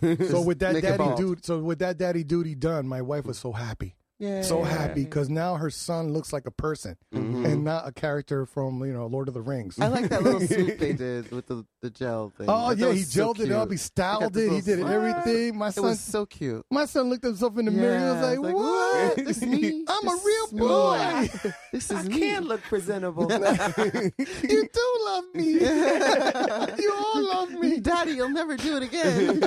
Speaker 6: So with that
Speaker 4: make it
Speaker 6: daddy
Speaker 4: bald.
Speaker 6: duty, so with that daddy duty done, my wife was so happy,
Speaker 4: Yeah. Mm-hmm.
Speaker 6: so happy because now her son looks like a person and not a character from you know Lord of the Rings.
Speaker 4: I like that little swoop they did with the, the gel thing.
Speaker 6: Oh
Speaker 4: That
Speaker 6: yeah,
Speaker 4: was
Speaker 6: he
Speaker 4: so
Speaker 6: gelled it up, he
Speaker 4: cute.
Speaker 6: styled
Speaker 4: got this
Speaker 6: it, he did
Speaker 4: little-
Speaker 6: it, everything. My
Speaker 4: It
Speaker 6: son,
Speaker 4: was so cute.
Speaker 6: my son looked himself in the mirror. and
Speaker 4: Yeah,
Speaker 6: was like,
Speaker 4: it's like, what?
Speaker 6: "What?
Speaker 4: This is me.
Speaker 6: I'm
Speaker 4: This
Speaker 6: a real
Speaker 4: is me.
Speaker 6: boy."
Speaker 4: This is
Speaker 5: I
Speaker 4: me.
Speaker 5: can look presentable.
Speaker 6: you do love me. you all love me.
Speaker 4: Daddy, you'll never do it again.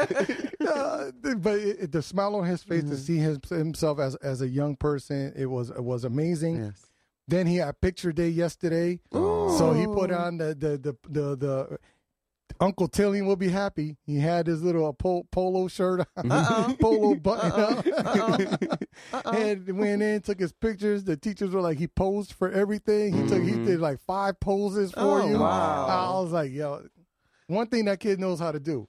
Speaker 6: Uh, but it, it- the smile on his face to see his, himself as as a young person, it was it was amazing.
Speaker 4: yes.
Speaker 6: Then he had picture day yesterday, so he put
Speaker 4: Oh.
Speaker 6: on the the the the. the Uncle Tilly will be happy. He had his little pol- polo shirt on, polo button up, and went in, took his pictures. The teachers were like, he posed for everything. He took, he did like five poses for
Speaker 4: Mm-hmm. Oh,
Speaker 6: you.
Speaker 4: wow.
Speaker 6: I was like, yo, one thing that kid knows how to do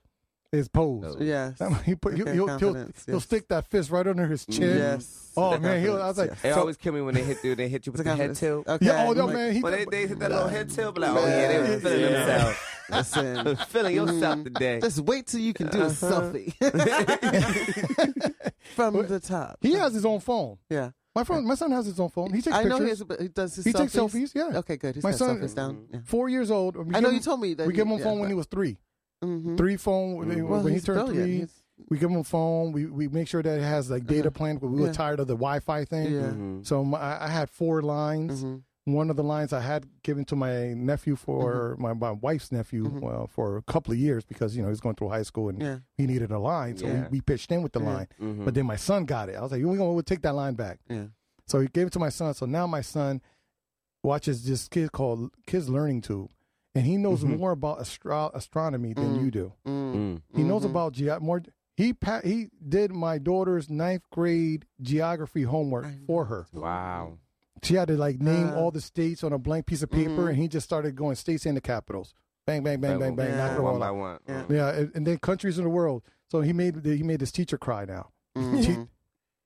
Speaker 6: Is pose.
Speaker 4: Yes.
Speaker 6: He put, he'll,
Speaker 4: Okay,
Speaker 6: he'll, he'll,
Speaker 4: Oh. confidence,
Speaker 6: he'll
Speaker 4: yes.
Speaker 6: stick that fist right under his chin.
Speaker 4: Yes.
Speaker 6: Oh, man. He'll, I was like,
Speaker 4: Confidence,
Speaker 5: It
Speaker 6: so-
Speaker 5: always kill me when they hit you. They hit you with the head
Speaker 4: Confidence.
Speaker 5: tilt.
Speaker 4: Okay.
Speaker 6: yeah, oh, no,
Speaker 4: like,
Speaker 6: man. He,
Speaker 5: Well, they, they hit that little head tilt, but like, oh
Speaker 4: Man.
Speaker 5: yeah, they were feeling
Speaker 4: Yeah.
Speaker 5: themselves.
Speaker 4: Listen.
Speaker 5: feeling yourself
Speaker 4: Mhm.
Speaker 5: today.
Speaker 4: Just wait till you can
Speaker 6: Uh-huh.
Speaker 4: do a selfie from the top.
Speaker 6: he has his own phone.
Speaker 4: Yeah.
Speaker 6: My phone, my son has his own phone. He takes
Speaker 4: I
Speaker 6: pictures.
Speaker 4: know he, has, but he does his
Speaker 6: he
Speaker 4: selfies.
Speaker 6: takes selfies. Yeah.
Speaker 4: Okay, good. He's
Speaker 6: My
Speaker 4: got
Speaker 6: son-
Speaker 4: selfies down. Yeah.
Speaker 6: Four years old. We
Speaker 4: I
Speaker 6: give
Speaker 4: know
Speaker 6: him-
Speaker 4: you told me that.
Speaker 6: We gave him a phone when he Mm-hmm. was three.
Speaker 4: hmm
Speaker 6: Three phone when, he-
Speaker 4: Well,
Speaker 6: when he
Speaker 4: he's
Speaker 6: turned
Speaker 4: brilliant.
Speaker 6: three.
Speaker 4: He's-
Speaker 6: We give him a phone. We we make sure that it has like data plan. But we were
Speaker 4: Yeah.
Speaker 6: tired of the Wi-Fi thing.
Speaker 4: Yeah.
Speaker 6: So my, I- I had four lines.
Speaker 4: Mhm.
Speaker 6: One of the lines I had given to my nephew for
Speaker 4: Mm-hmm.
Speaker 6: my, my wife's nephew uh, for a couple of years because you know he was going through high school and
Speaker 4: Yeah.
Speaker 6: he needed a line, so
Speaker 5: Yeah.
Speaker 6: we, we pitched in with the
Speaker 4: Yeah.
Speaker 6: line.
Speaker 5: Mm-hmm.
Speaker 6: But then my son got it. I was like, we're gonna we'll take that line back.
Speaker 4: Yeah.
Speaker 6: So he gave it to my son. So now my son watches this kid called Kids Learning Tube, and he knows more about astro- astronomy than you do.
Speaker 4: mm-hmm.
Speaker 5: Mm.
Speaker 6: He knows about ge- more. He pa- he did my daughter's ninth grade geography homework for her.
Speaker 5: Mm-hmm. Wow.
Speaker 6: She had to like name all the states on a blank piece of paper, and he just started going states and the capitals. Bang bang bang bang bang.
Speaker 4: Yeah.
Speaker 6: knock it all
Speaker 5: One
Speaker 6: out.
Speaker 5: by one.
Speaker 4: Yeah.
Speaker 6: Yeah, and, and then countries in the world. So he made he made his teacher cry. Now,
Speaker 4: Mm-hmm.
Speaker 6: Te-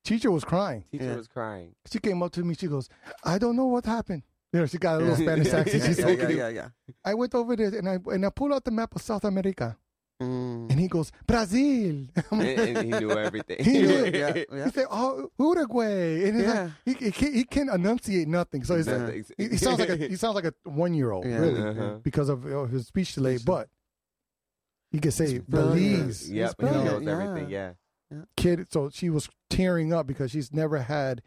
Speaker 6: teacher was crying.
Speaker 5: Teacher
Speaker 4: Yeah.
Speaker 5: was crying.
Speaker 6: She came up to me. She goes, "I don't know what happened." You know, she got a little Spanish accent. She's
Speaker 4: yeah,
Speaker 6: so
Speaker 4: yeah,
Speaker 6: cute.
Speaker 4: yeah, yeah.
Speaker 6: I went over there and I and I pulled out the map of South America,
Speaker 4: Mm.
Speaker 6: and he goes, "Brazil."
Speaker 5: and,
Speaker 6: I'm like,
Speaker 5: and he knew everything.
Speaker 6: He knew it.
Speaker 4: yeah, yeah.
Speaker 6: He said, "Oh, Uruguay," and it's
Speaker 4: Yeah.
Speaker 6: like, he, he can't, he can't enunciate nothing. So he's like,
Speaker 5: Nothing.
Speaker 6: he, he sounds like a he sounds like a one year old
Speaker 4: Yeah.
Speaker 6: "Oh, really
Speaker 5: Uh-huh.
Speaker 6: because of, of his speech delay, but. He could say
Speaker 4: brilliant.
Speaker 6: Belize.
Speaker 5: Yep, he
Speaker 6: It's brilliant.
Speaker 5: knows
Speaker 4: yeah.
Speaker 5: everything. Yeah.
Speaker 6: kid so she was tearing up because she's never had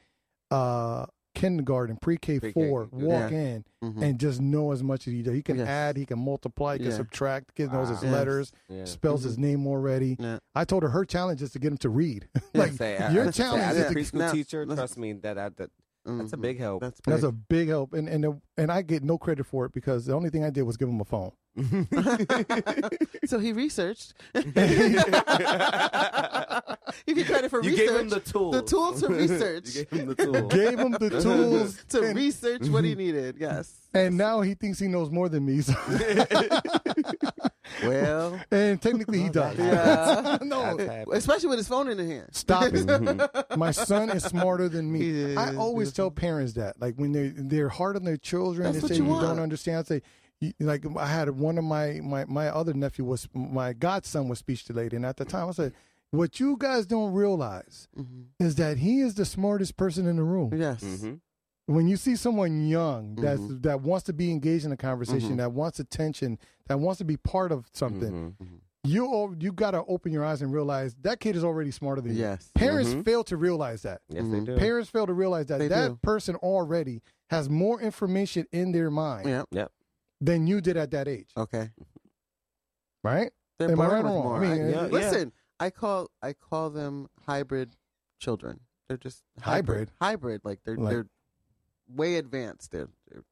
Speaker 6: uh kindergarten pre-k,
Speaker 5: Pre-K,
Speaker 6: 4
Speaker 5: yeah.
Speaker 6: walk in
Speaker 5: Mm-hmm.
Speaker 4: Mm-hmm.
Speaker 6: and just know as much as he does he can
Speaker 4: Yes.
Speaker 6: add he can multiply he can
Speaker 4: Yeah.
Speaker 6: subtract the kid knows his
Speaker 4: Wow. Yes.
Speaker 6: letters
Speaker 5: Yeah. Mm-hmm.
Speaker 6: spells his name already
Speaker 4: Yeah.
Speaker 6: i told her her challenge is to get him to read like
Speaker 5: Say, I-
Speaker 6: your
Speaker 5: I- say,
Speaker 6: challenge
Speaker 5: As
Speaker 6: is
Speaker 5: a
Speaker 6: to,
Speaker 5: preschool
Speaker 4: Now-
Speaker 5: teacher,
Speaker 4: let's-
Speaker 5: trust me, that, that, that Mm-hmm. that's a
Speaker 4: Mhm.
Speaker 5: big help.
Speaker 4: That's
Speaker 6: that's
Speaker 4: big.
Speaker 6: a big help and and and i get no credit for it because the only thing i did was give him a phone
Speaker 4: so he researched. you get credit for
Speaker 5: You
Speaker 4: research.
Speaker 5: gave him the tools.
Speaker 4: The tools to research.
Speaker 5: You gave him the tool.
Speaker 6: gave him the tools
Speaker 4: to
Speaker 6: and, Mm-hmm.
Speaker 4: research what he needed. Yes.
Speaker 6: and now he thinks he knows more than me so-
Speaker 4: Well,
Speaker 6: and technically he does
Speaker 4: yeah.
Speaker 6: no
Speaker 5: That's happened.
Speaker 4: especially with his phone in the hand.
Speaker 6: Stop
Speaker 5: Mm-hmm.
Speaker 6: it. My son is smarter than me.
Speaker 4: He
Speaker 6: I
Speaker 4: is.
Speaker 6: always tell parents that. Like when they're they're hard on their children,
Speaker 4: That's
Speaker 6: they
Speaker 4: what
Speaker 6: say
Speaker 4: you
Speaker 6: you, don't
Speaker 4: want.
Speaker 6: understand. I say you- like I had one of my, my my other nephew was my godson was speech delayed, and at the time I said, "What you guys don't realize
Speaker 4: Mm-hmm.
Speaker 6: is that he is the smartest person in the room."
Speaker 4: Yes.
Speaker 5: mm-hmm.
Speaker 6: When you see someone young that
Speaker 4: Mm-hmm.
Speaker 6: that wants to be engaged in a conversation, that wants attention, that wants to be part of something,
Speaker 4: Mm-hmm.
Speaker 6: you al- you got to open your eyes and realize that kid is already smarter than you.
Speaker 4: Yes. Mm-hmm.
Speaker 6: Parents fail to realize that.
Speaker 5: Yes, they do.
Speaker 6: Parents fail to realize that
Speaker 4: They
Speaker 6: that
Speaker 4: do.
Speaker 6: person already has more information in their mind
Speaker 4: Yeah. Oh.
Speaker 5: Yep.
Speaker 6: than you did at that age,
Speaker 4: Okay.
Speaker 6: right?
Speaker 4: They're
Speaker 6: Am I
Speaker 4: born
Speaker 6: right or
Speaker 4: with
Speaker 6: wrong?
Speaker 4: more.
Speaker 6: I mean, yeah, yeah.
Speaker 4: listen, I call I call them hybrid children. They're just
Speaker 6: Hybrid?
Speaker 4: Hybrid, like they're
Speaker 6: Like-
Speaker 4: they're way advanced. They're, they're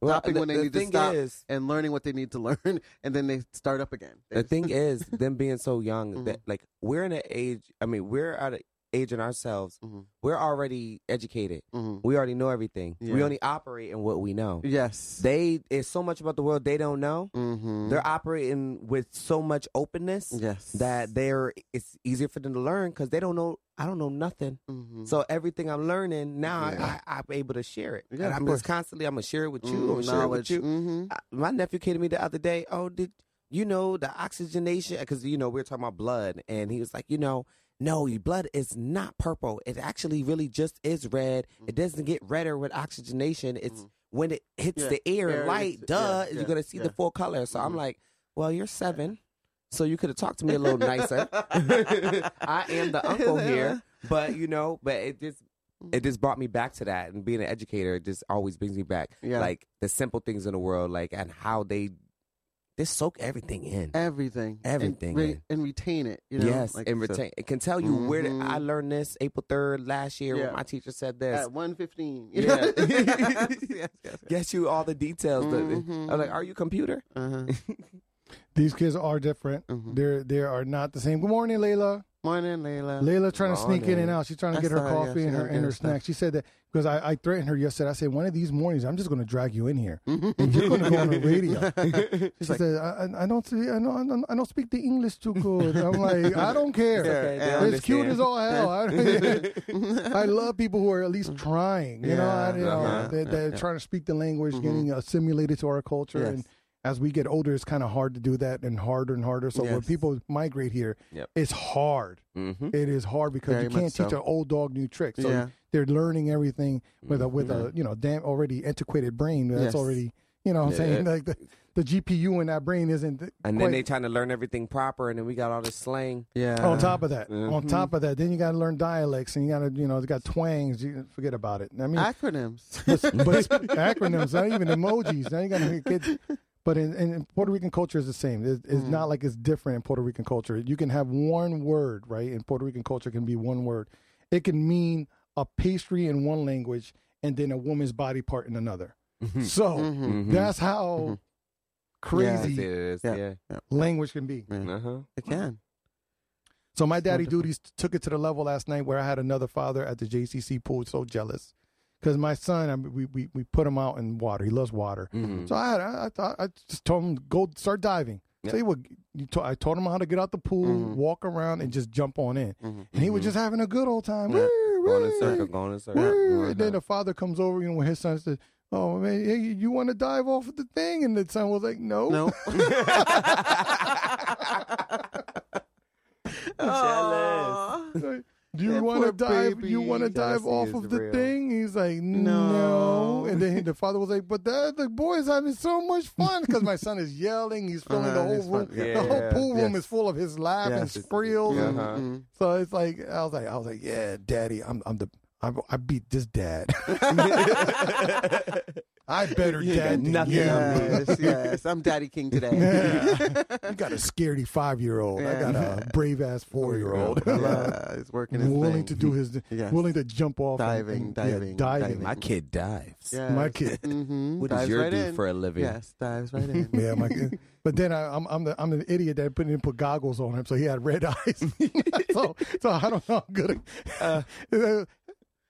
Speaker 5: Well,
Speaker 4: stopping
Speaker 5: the-
Speaker 4: when they
Speaker 5: the
Speaker 4: need to
Speaker 5: thing
Speaker 4: stop
Speaker 5: is-
Speaker 4: and learning what they need to learn, and then they start up again. They
Speaker 5: the
Speaker 4: just-
Speaker 5: thing is them being so young that like we're in an age i mean we're at an age in ourselves
Speaker 4: Mhm.
Speaker 5: we're already educated
Speaker 4: Mhm.
Speaker 5: we already know everything we
Speaker 4: Yeah.
Speaker 5: only operate in what we know
Speaker 4: yes,
Speaker 5: they it's so much about the world they don't know
Speaker 4: Mhm.
Speaker 5: they're operating with so much openness
Speaker 4: Yes.
Speaker 5: that they're it's easier for them to learn because they don't know i don't know nothing
Speaker 4: Mhm.
Speaker 5: so everything i'm learning now
Speaker 4: Yeah.
Speaker 5: I, I, i'm able to share it
Speaker 4: Yeah,
Speaker 5: and
Speaker 4: of
Speaker 5: i'm
Speaker 4: course.
Speaker 5: just constantly i'm gonna share it with you i'm gonna
Speaker 4: Mm,
Speaker 5: share it with
Speaker 4: knowledge.
Speaker 5: you
Speaker 4: Mhm.
Speaker 5: I- my nephew came to me the other day. Oh, did you know the oxygenation? Because you know we were talking about blood, and he was like, you know, no, your blood is not purple. It actually really just is red.
Speaker 4: Mm-hmm.
Speaker 5: It doesn't get redder with oxygenation. It's when it hits
Speaker 4: Yeah,
Speaker 5: the air,
Speaker 4: air
Speaker 5: and
Speaker 4: and
Speaker 5: light.
Speaker 4: it's-
Speaker 5: Duh,
Speaker 4: yeah,
Speaker 5: you're
Speaker 4: yeah,
Speaker 5: gonna see the
Speaker 4: yeah. Mm-hmm.
Speaker 5: full color. So I'm like, well, you're seven. So you could have talked to me a little nicer. I am the uncle here, but you know, but it just it just brought me back to that. And being an educator, it just always brings me back.
Speaker 4: Yeah.
Speaker 5: Like the simple things in the world, like and how they just soak everything in.
Speaker 4: Everything, And
Speaker 5: Everything,
Speaker 4: re-
Speaker 5: yeah.
Speaker 4: and, retain it. You know?
Speaker 5: yes,
Speaker 4: Like,
Speaker 5: and
Speaker 4: so-
Speaker 5: retain. it can tell you where did I learn this April third last year
Speaker 4: Yeah.
Speaker 5: when my teacher said this.
Speaker 4: at one fifteen.
Speaker 5: Yeah.
Speaker 4: yes, yes, yes.
Speaker 5: Get you all the details. the-
Speaker 4: Mhm.
Speaker 5: I'm like, are you computer?
Speaker 4: Uh-huh. Mm-hmm.
Speaker 6: These kids are different. They're they are not the same. Good morning, Layla.
Speaker 4: Morning, Layla.
Speaker 6: Layla trying to sneak in and out. She's trying to
Speaker 4: I
Speaker 6: get her
Speaker 4: saw her, yeah,
Speaker 6: coffee
Speaker 4: she
Speaker 6: and her
Speaker 4: gonna
Speaker 6: and
Speaker 4: get
Speaker 6: her
Speaker 4: her stuff.
Speaker 6: snacks. She said that because I, I threatened her yesterday. I said one of these mornings I'm just going to drag you in here and you're going to go on the radio. She said I, I- I don't see, I don't I don't- I don't speak the English too good. I'm like I don't care.
Speaker 4: okay, they
Speaker 6: It's cute
Speaker 5: understand.
Speaker 6: as all hell. I, don't- I love people who are at least trying. You know,
Speaker 4: Yeah,
Speaker 6: I, you know
Speaker 4: uh-huh,
Speaker 6: they, they're trying to speak the language, getting assimilated to our culture.
Speaker 4: Yes.
Speaker 6: And as we get older, it's kind of hard to do that, and harder and harder. So when
Speaker 4: Yes.
Speaker 6: people migrate here,
Speaker 5: Yep.
Speaker 6: it's hard.
Speaker 5: Mm-hmm.
Speaker 6: It is hard because
Speaker 4: Very
Speaker 6: you can't
Speaker 4: much
Speaker 6: teach
Speaker 4: so.
Speaker 6: an old dog new tricks. So
Speaker 4: Yeah. Mm-hmm.
Speaker 6: they're learning everything with a with a you know damn already antiquated brain that's
Speaker 4: Yes.
Speaker 6: already you know what I'm
Speaker 5: Yeah.
Speaker 6: saying like the, the GPU in that brain isn't
Speaker 5: And
Speaker 6: quite
Speaker 5: then they trying to learn everything proper, and then we got all this slang.
Speaker 4: Yeah.
Speaker 6: on top of that.
Speaker 4: Mm-hmm.
Speaker 6: On top of that, then you got to learn dialects and you got to you know it's got twangs. You forget about it. I mean,
Speaker 4: acronyms.
Speaker 6: but, but acronyms, not even emojis. Now you got to kids. But in, in Puerto Rican culture is the same. It's, it's not like it's different in Puerto Rican culture. You can have one word, right? In Puerto Rican culture, it can be one word. It can mean a pastry in one language and then a woman's body part in another. So that's how
Speaker 5: That's
Speaker 6: crazy
Speaker 5: it is.
Speaker 4: Yeah.
Speaker 5: Yeah.
Speaker 6: language can be.
Speaker 5: Uh huh.
Speaker 4: It can.
Speaker 6: So my daddy duties took it to the level last night where I had another father at the JCC pool so jealous because my son I, we, we we put him out in water. He loves water,
Speaker 4: Mm-hmm.
Speaker 5: Mm-hmm.
Speaker 6: so I had I, I thought- I just told him go start diving. So he would. You to, I taught him how to get out the pool, walk around, and just jump on in. And he was just having a good old time. Woo,
Speaker 5: Go in a
Speaker 6: woo,
Speaker 5: circle. Go in a circle.
Speaker 6: woo. And then the father comes over, you know, with his son says, "Oh man, hey, you want to dive off of the thing?" And the son was like, "No."
Speaker 4: No. Jealous.
Speaker 6: Like, Do you
Speaker 4: That
Speaker 6: want to
Speaker 4: poor
Speaker 6: dive? You
Speaker 4: baby.
Speaker 6: want to dive
Speaker 5: Jealousy
Speaker 6: off
Speaker 5: is
Speaker 6: of the
Speaker 5: real.
Speaker 6: thing? He's like, no.
Speaker 4: No.
Speaker 6: And then the father was like, but the, the boy is having so much fun because my son is yelling. He's filling the
Speaker 4: Uh,
Speaker 6: whole
Speaker 4: it's fun.
Speaker 6: room.
Speaker 5: Yeah.
Speaker 6: The whole pool room
Speaker 4: Yes.
Speaker 6: is full of his laugh
Speaker 4: Yes.
Speaker 6: and squeals. and-
Speaker 5: Uh-huh.
Speaker 4: Mm-hmm.
Speaker 6: So it's like I was like, I was like, yeah, daddy, I'm I'm the I, I beat this dad. I better dad than
Speaker 5: nothing
Speaker 6: you.
Speaker 4: Yes, yes. I'm Daddy King today.
Speaker 6: You got a scaredy five year old. I got a brave ass four year old.
Speaker 4: yeah, he's working his
Speaker 6: willing
Speaker 4: thing.
Speaker 6: to do his
Speaker 4: Yes.
Speaker 6: willing to jump off and-
Speaker 4: Diving,
Speaker 6: and,
Speaker 4: diving,
Speaker 6: yeah, diving.
Speaker 4: diving.
Speaker 5: My kid dives.
Speaker 4: Yes.
Speaker 6: My kid.
Speaker 4: Mm-hmm.
Speaker 5: What does
Speaker 4: dives
Speaker 5: your
Speaker 4: right
Speaker 5: do
Speaker 4: in.
Speaker 5: for a living?
Speaker 4: Yes, dives right in.
Speaker 6: Yeah, my kid. But then I, I'm I'm the I'm the idiot that put in put goggles on him, so he had red eyes. so so I don't know. I'm good. at- Uh,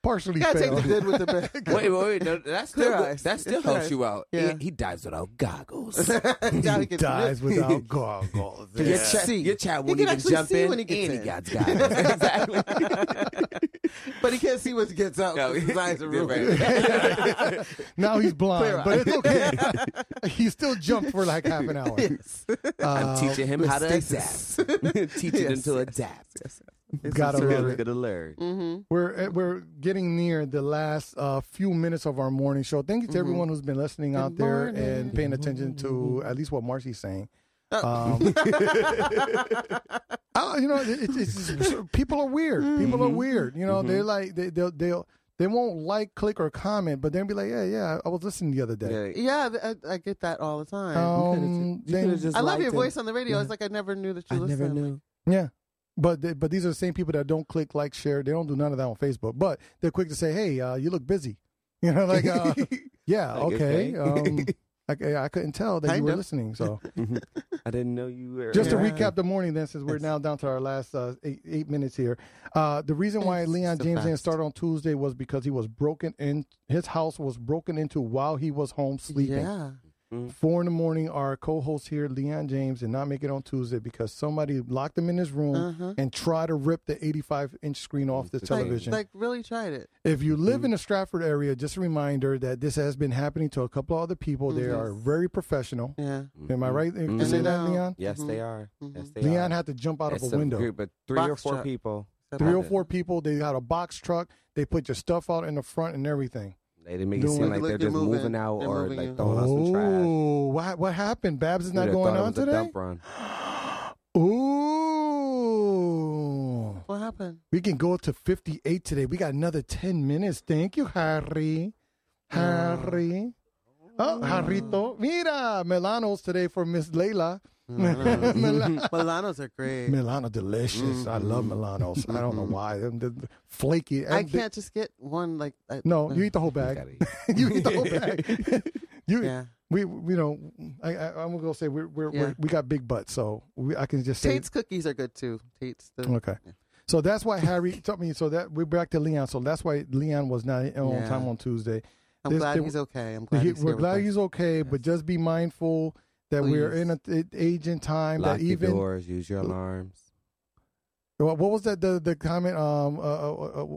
Speaker 6: partially
Speaker 4: You gotta take the
Speaker 6: failed.
Speaker 4: good with the bad.
Speaker 5: Wait, wait, wait. No, that still,
Speaker 4: Clear
Speaker 5: go-
Speaker 4: eyes.
Speaker 5: that still
Speaker 4: Clear
Speaker 5: helps
Speaker 4: eyes.
Speaker 5: you out.
Speaker 4: Yeah.
Speaker 5: He, he dives without goggles.
Speaker 4: Now he
Speaker 6: He
Speaker 4: can-
Speaker 6: dies without goggles.
Speaker 5: Your,
Speaker 6: Yeah.
Speaker 5: chi- your child won't
Speaker 4: can
Speaker 5: even
Speaker 4: actually
Speaker 5: jump
Speaker 4: see
Speaker 5: in
Speaker 4: when he gets
Speaker 5: and
Speaker 4: in.
Speaker 5: he got goggles. exactly.
Speaker 4: But he can't see what gets out.
Speaker 5: No.
Speaker 4: 'cause his eyes are ruined.
Speaker 6: Now he's blind,
Speaker 4: Clear
Speaker 6: but it's okay. he still jumped for like half an hour.
Speaker 4: Yes.
Speaker 6: Uh,
Speaker 5: I'm teaching him how to
Speaker 4: Stasis.
Speaker 5: adapt. teaching him
Speaker 4: Yes,
Speaker 5: to adapt. Mm-hmm.
Speaker 4: It's
Speaker 6: Gotta
Speaker 4: absurd.
Speaker 6: love it.
Speaker 5: to learn.
Speaker 6: We're eh, we're getting near the last uh, few minutes of our morning show. Thank you to everyone who's been listening out there and paying attention to at least what Marcy's saying. Um, I- you know, it, it's- it's just- people are weird. People are weird. You know, they're like they they'll, they'll they won't like, click, or comment, but they'll be like, yeah, yeah, I was listening the other day.
Speaker 4: Yeah, th- I, I get that all the time.
Speaker 6: Um, then-
Speaker 4: I love your voice on the radio. It's like I never knew that you listened. I'm like,
Speaker 6: Yeah. But they, but these are the same people that don't click like share. They don't do none of that on Facebook. But they're quick to say, "Hey, uh, you look busy." You know, like, uh, yeah,
Speaker 5: Like,
Speaker 6: okay.
Speaker 5: okay.
Speaker 6: um, I, I couldn't tell that you
Speaker 4: Kind
Speaker 6: were
Speaker 4: of.
Speaker 6: listening. So
Speaker 5: I didn't know you were.
Speaker 6: just to
Speaker 4: Yeah.
Speaker 6: recap the morning, then since we're now down to our last uh, eight, eight minutes here, uh, the reason why Leon
Speaker 4: so
Speaker 6: James didn't
Speaker 4: fast.
Speaker 6: start on Tuesday was because he was broken in. His house was broken into while he was home sleeping
Speaker 4: Yeah.
Speaker 6: four in the morning, our co-host here, Leon James, did not make it on Tuesday because somebody locked him in his room and tried to rip the 85-inch screen off the
Speaker 4: Uh-huh. Like,
Speaker 6: television.
Speaker 4: like, really tried it.
Speaker 6: if you live
Speaker 5: Mm-hmm.
Speaker 6: in the Stratford area, just a reminder that this has been happening to a couple of other people. They
Speaker 5: Mm-hmm.
Speaker 6: are very professional.
Speaker 4: Yeah.
Speaker 6: Am I right to say that,
Speaker 4: Mhm.
Speaker 6: Leon?
Speaker 5: Yes, they are. Yes, they
Speaker 6: Leon
Speaker 5: are.
Speaker 6: had to jump out
Speaker 5: It's
Speaker 6: of a window.
Speaker 5: group of three or
Speaker 4: Box
Speaker 5: four
Speaker 4: truck.
Speaker 5: people.
Speaker 6: Three or four people. They got a box truck. They put your stuff out in the front and everything.
Speaker 5: They didn't make it
Speaker 6: Doing-
Speaker 5: seem like
Speaker 4: Like
Speaker 5: they're
Speaker 4: they're
Speaker 5: just
Speaker 4: moving-
Speaker 5: moving out
Speaker 4: they're
Speaker 5: or
Speaker 4: moving
Speaker 5: like
Speaker 4: out.
Speaker 5: throwing out some trash.
Speaker 6: Oh, what what happened? Babs is not
Speaker 5: You'd have thought
Speaker 6: going
Speaker 5: it
Speaker 6: on
Speaker 5: was a
Speaker 6: today.
Speaker 5: dump run.
Speaker 6: Ooh.
Speaker 4: What happened?
Speaker 6: We can go up to 58 today. We got another 10 minutes. Thank you, Harry. Harry. Oh, Harrito. Mira, Milano's today for Miss Leila.
Speaker 4: Mm-hmm.
Speaker 6: Milano.
Speaker 4: Milanos are great.
Speaker 6: Milano, delicious. I love Milano's. I don't know why. Them- them- Flaky.
Speaker 4: I
Speaker 6: And they-
Speaker 4: can't Mm. just get one like. I, uh,
Speaker 6: No, you eat the whole bag.
Speaker 5: Gotta eat.
Speaker 6: you eat the whole bag. you,
Speaker 4: Yeah.
Speaker 6: we, you know, I, I, I'm gonna say we're, we're,
Speaker 4: Yeah.
Speaker 6: we're, we got big butts, so we, I can just say
Speaker 4: Tate's cookies are good too. Tate's the
Speaker 6: Okay. So that's why Harry taught me. So that we're back to Leon. So that's why Leon was not on
Speaker 4: Yeah.
Speaker 6: time on Tuesday.
Speaker 4: I'm
Speaker 6: This-
Speaker 4: glad
Speaker 6: there-
Speaker 4: he's okay. I'm glad
Speaker 6: He-
Speaker 4: he's
Speaker 6: we're
Speaker 4: here with
Speaker 6: glad
Speaker 4: us.
Speaker 6: he's okay, but just be mindful that we're
Speaker 4: Please.
Speaker 6: in a th- age and time
Speaker 5: Lock
Speaker 6: that
Speaker 5: your
Speaker 6: even
Speaker 5: doors. Use your alarms.
Speaker 6: what what was that the the comment? Um, uh, uh,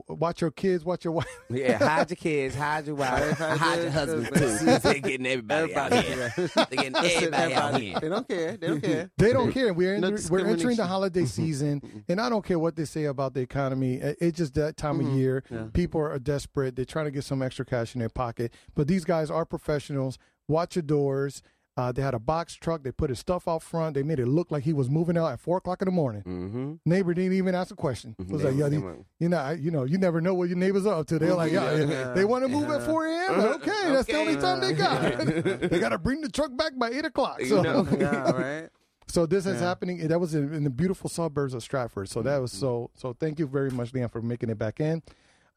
Speaker 6: uh, watch your kids, watch your wife.
Speaker 5: Yeah, hide your kids, hide your wife,
Speaker 4: Hide- hide
Speaker 5: hide your
Speaker 4: your
Speaker 5: husband
Speaker 4: husband.
Speaker 5: too. They're getting everybody, out here. They're getting
Speaker 4: Listen,
Speaker 5: everybody, out
Speaker 4: everybody,
Speaker 5: here.
Speaker 4: they don't care. They don't care.
Speaker 6: They don't care. We're
Speaker 4: No
Speaker 6: in, we're entering the
Speaker 4: discrimination.
Speaker 6: holiday season, and I don't care what they say about the economy. I- It's just that time of year. People are desperate. They're trying to get some extra cash in their pocket. But these guys are professionals. Watch your doors. Uh, they had a box truck. They put his stuff out front. They made it look like he was moving out at four o'clock in the morning.
Speaker 5: Mm-hmm.
Speaker 6: Neighbor didn't even ask a question. It was like,
Speaker 5: Neighbors
Speaker 6: yeah,
Speaker 5: came
Speaker 6: they-
Speaker 5: up.
Speaker 6: you know, I- you know, you never know what your neighbors are up to. They're like, yeah,
Speaker 4: Yeah.
Speaker 6: they want to move at 4 a.m. Okay, that's the only time they got. they got to bring the truck back by 8 o'clock.
Speaker 5: Oh
Speaker 6: So,
Speaker 4: yeah, right.
Speaker 6: so this is happening. That was in, in the beautiful suburbs of Stratford. So that was
Speaker 5: Mm-hmm.
Speaker 6: so. So thank you very much, Leon, for making it back in.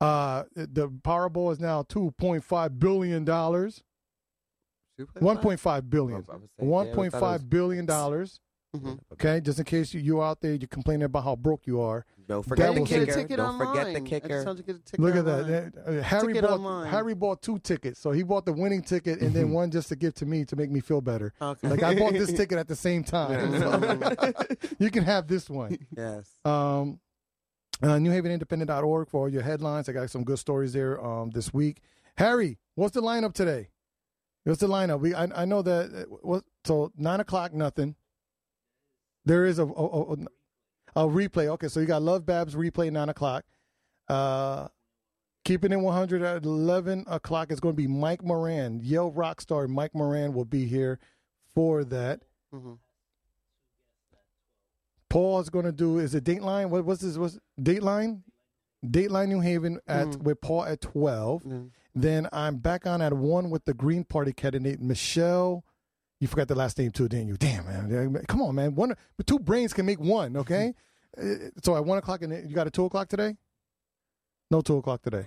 Speaker 6: Uh, the Powerball is now 2.5 billion dollars. 1.5 billion.
Speaker 5: I was saying, yeah, I thought it
Speaker 6: 1.5 billion dollars.
Speaker 4: Mhm.
Speaker 6: Okay, just in case you you out there, you're complaining about how broke you are.
Speaker 5: Don't
Speaker 6: That
Speaker 5: forget the
Speaker 6: was-
Speaker 4: Get a
Speaker 5: kicker.
Speaker 4: ticket
Speaker 5: Don't
Speaker 4: online.
Speaker 5: forget the
Speaker 4: I just
Speaker 5: kicker.
Speaker 4: told you to get a ticket
Speaker 6: Look at
Speaker 4: online.
Speaker 6: that. Uh, Harry
Speaker 4: Ticket
Speaker 6: bought
Speaker 4: online.
Speaker 6: Harry bought two tickets, so he bought the winning ticket and
Speaker 5: Mm-hmm.
Speaker 6: then one just to give to me to make me feel better.
Speaker 4: Okay.
Speaker 6: Like I bought this ticket at the same time. So, you can have this one.
Speaker 4: Yes.
Speaker 6: Um, uh, NewHavenIndependent.org for all your headlines. I got some good stories there um, this week. Harry, what's the lineup today? What's the lineup? We I, I know that uh, what so nine o'clock nothing. There is a a, a, a replay. Okay, so you got Love Babs replay nine o'clock. Uh, keeping it one hundred at eleven o'clock is going to be Mike Moran. Yale rock star Mike Moran will be here for that.
Speaker 4: Mhm.
Speaker 6: Paul is going to do is it Dateline? What what's this? What's Dateline? Dateline New Haven at with Paul at twelve. Then I'm back on at one with the Green Party candidate Michelle. You forgot the last name too, didn't you? Damn man, come on man. One, but two brains can make one. Okay, Uh, so at one o'clock and you got a two o'clock today. No two o'clock today.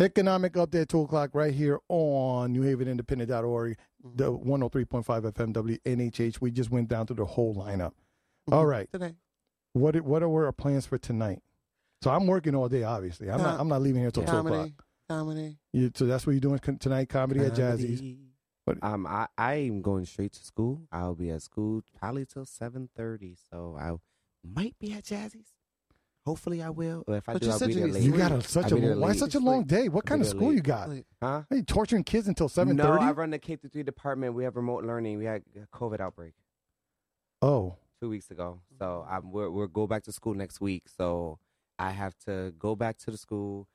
Speaker 6: Economic update two o'clock right here on NewHavenIndependent.org, the one hundred three point five FM WNHH. We just went down through the whole lineup. All right,
Speaker 4: Mm-hmm. Today.
Speaker 6: what what are our plans for tonight? So I'm working all day. Obviously, I'm not
Speaker 4: Com-
Speaker 6: I'm not leaving here till two o'clock.
Speaker 4: Comedy. Comedy.
Speaker 6: You, so that's what you're doing con- tonight, comedy, at Jazzy's. What-
Speaker 5: Um, I I am going straight to school. I'll be at school probably till seven thirty. So I might be at Jazzy's. Hopefully I will. Or if I
Speaker 4: But
Speaker 5: do,
Speaker 4: you
Speaker 5: I'll
Speaker 4: said
Speaker 5: be
Speaker 4: you
Speaker 5: there
Speaker 4: need
Speaker 5: late.
Speaker 6: You got a, such
Speaker 5: I'll
Speaker 6: a
Speaker 5: be there
Speaker 6: why
Speaker 5: late.
Speaker 6: such a
Speaker 4: It's
Speaker 6: long
Speaker 4: late.
Speaker 6: day? What kind of
Speaker 5: there
Speaker 6: school
Speaker 5: late.
Speaker 6: you got?
Speaker 4: Like,
Speaker 5: Huh?
Speaker 6: Are you torturing kids until seven
Speaker 5: No, I
Speaker 6: thirty?
Speaker 5: run the K through three department. We have remote learning. We had a COVID outbreak.
Speaker 6: Oh,
Speaker 5: two weeks ago. So I'm we're we're go back to school next week. So I have to go back to the school,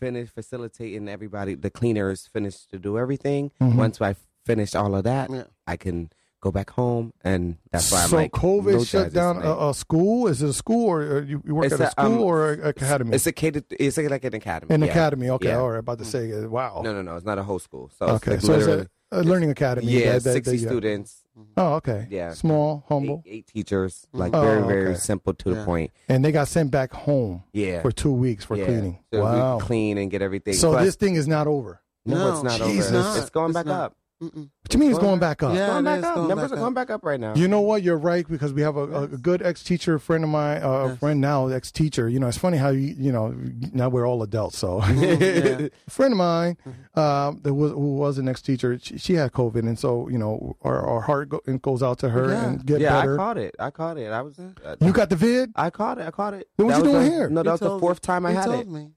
Speaker 5: finish facilitating everybody. The cleaners finish to do everything.
Speaker 6: Mm-hmm.
Speaker 5: Once I finish all of that,
Speaker 4: Yeah.
Speaker 5: I can go back home, and that's why I'm
Speaker 6: so
Speaker 5: like
Speaker 6: COVID
Speaker 5: no
Speaker 6: shut
Speaker 5: judges
Speaker 6: down uh,
Speaker 5: tonight.
Speaker 6: a, a school. Is it a school or, or you, you work
Speaker 5: It's
Speaker 6: at a,
Speaker 5: a,
Speaker 6: school
Speaker 5: um,
Speaker 6: or an academy?
Speaker 5: It's a K to, it's like an academy.
Speaker 6: An
Speaker 5: yeah.
Speaker 6: academy. Okay,
Speaker 5: Yeah. Mm.
Speaker 6: all right. About to say, uh, wow.
Speaker 5: No, no, no. It's not a whole school. So
Speaker 6: okay,
Speaker 5: it's
Speaker 6: so
Speaker 5: like
Speaker 6: it's
Speaker 5: literally,
Speaker 6: a, a learning academy.
Speaker 5: yeah,
Speaker 6: that- that-
Speaker 5: sixty
Speaker 6: that you-
Speaker 5: students,
Speaker 6: Oh, okay.
Speaker 5: Yeah.
Speaker 6: Small,
Speaker 5: eight,
Speaker 6: humble,
Speaker 5: eight teachers. Like
Speaker 6: Oh,
Speaker 5: very, very
Speaker 6: okay.
Speaker 5: simple to the
Speaker 4: Yeah.
Speaker 5: point.
Speaker 6: and they got sent back home
Speaker 5: Yeah,
Speaker 6: for two weeks for
Speaker 5: yeah.
Speaker 6: cleaning.
Speaker 5: So we
Speaker 6: wow.
Speaker 5: clean and get everything.
Speaker 6: so
Speaker 5: But-
Speaker 6: this thing is not over.
Speaker 5: No,
Speaker 4: No,
Speaker 5: it's not
Speaker 4: geez,
Speaker 5: over.
Speaker 4: it's not.
Speaker 5: It's going
Speaker 4: It's
Speaker 5: back
Speaker 4: not.
Speaker 5: up.
Speaker 4: mm-mm.
Speaker 6: What do you mean it's
Speaker 5: going
Speaker 6: going back up?
Speaker 4: Yeah,
Speaker 5: going
Speaker 4: it
Speaker 5: back
Speaker 4: is
Speaker 5: up.
Speaker 4: going
Speaker 5: Numbers
Speaker 4: back
Speaker 5: are
Speaker 4: up.
Speaker 5: going back up right now.
Speaker 6: You know what? You're right because we have a, a- a good ex-teacher friend of mine, uh, a friend now, ex-teacher. You know, it's funny how you you know now we're all adults. So,
Speaker 4: Mm-hmm. Yeah. Mm-hmm.
Speaker 6: a friend of mine um, that was who was an ex-teacher, she, she had COVID, and so you know our, our heart go, and goes out to her
Speaker 4: Yeah.
Speaker 6: and get
Speaker 5: yeah, I
Speaker 6: better.
Speaker 5: caught it. I caught it. I was. uh,
Speaker 6: you got the vid.
Speaker 5: I caught it. I caught it.
Speaker 6: Then what
Speaker 5: That
Speaker 6: you
Speaker 5: was
Speaker 6: doing
Speaker 5: the-
Speaker 6: here?
Speaker 5: No, that
Speaker 4: You
Speaker 5: was the
Speaker 4: told-
Speaker 5: fourth time I
Speaker 4: you
Speaker 5: had
Speaker 4: told
Speaker 5: it.
Speaker 4: me.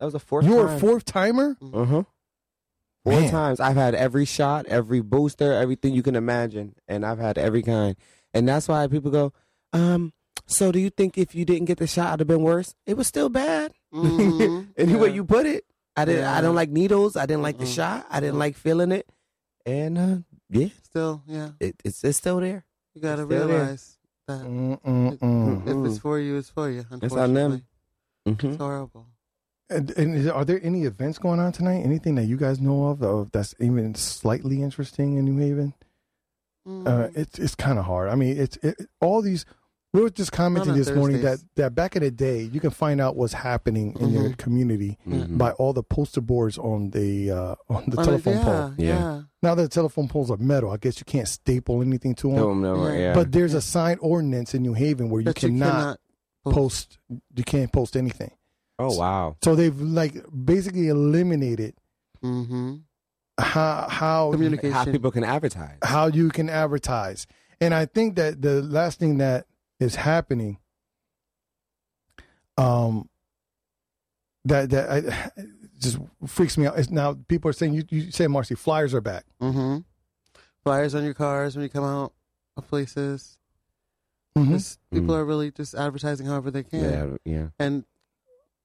Speaker 5: That was the fourth.
Speaker 6: You're a
Speaker 5: time.
Speaker 6: fourth timer.
Speaker 5: Uh huh. Four
Speaker 6: Man.
Speaker 5: times I've had every shot, every booster, everything you can imagine, and I've had every kind, and that's why people go, um. So do you think if you didn't get the shot, it'd have been worse? It was still bad.
Speaker 4: Mhm.
Speaker 5: Anyway,
Speaker 4: Yeah.
Speaker 5: you put it. I didn't. I
Speaker 4: Yeah. Mm-hmm.
Speaker 5: don't like needles. I didn't like the
Speaker 4: Mm-mm.
Speaker 5: shot. I didn't like feeling it, and uh, yeah,
Speaker 4: Still, yeah.
Speaker 5: it, it's it's still there.
Speaker 4: You got to
Speaker 5: It's still there. Mm-hmm.
Speaker 4: realize that
Speaker 6: Mm-mm-mm.
Speaker 4: if it's for you, it's for you.
Speaker 5: It's on
Speaker 4: Unfortunately,
Speaker 5: them. Mm-hmm.
Speaker 4: it's horrible.
Speaker 6: Uh, And, and is, are there any events going on tonight? Anything that you guys know of, of that's even slightly interesting in New Haven? Uh,
Speaker 4: Mm.
Speaker 6: it's it's kind of hard. I mean, it's it, all these. We were just commenting
Speaker 4: on
Speaker 6: this morning that,
Speaker 4: Thursdays.
Speaker 6: that back in the day, you can find out what's happening in your community
Speaker 5: Mm-hmm.
Speaker 6: by all the poster boards on the uh, on the
Speaker 4: Oh,
Speaker 6: telephone
Speaker 4: yeah,
Speaker 6: pole.
Speaker 5: Yeah.
Speaker 4: Yeah.
Speaker 6: Now that the telephone poles are metal, I guess you can't staple anything to them.
Speaker 5: No, no,
Speaker 4: Yeah.
Speaker 5: yeah.
Speaker 6: But there's a sign ordinance in New Haven where you
Speaker 4: That
Speaker 6: cannot, post. You can't post anything.
Speaker 5: Oh wow.
Speaker 6: So they've like basically eliminated
Speaker 4: Mm-hmm.
Speaker 6: how how
Speaker 4: Communication.
Speaker 5: How people can advertise.
Speaker 6: how you can advertise. And I think that the last thing that is happening, um, that that I, just freaks me out is now people are saying you you say Marcy flyers are back.
Speaker 4: Mm-hmm. Flyers on your cars when you come out of places.
Speaker 6: Mhm.
Speaker 4: Just, people
Speaker 5: Mhm.
Speaker 4: are really just advertising however they can.
Speaker 5: Yeah. Yeah.
Speaker 4: And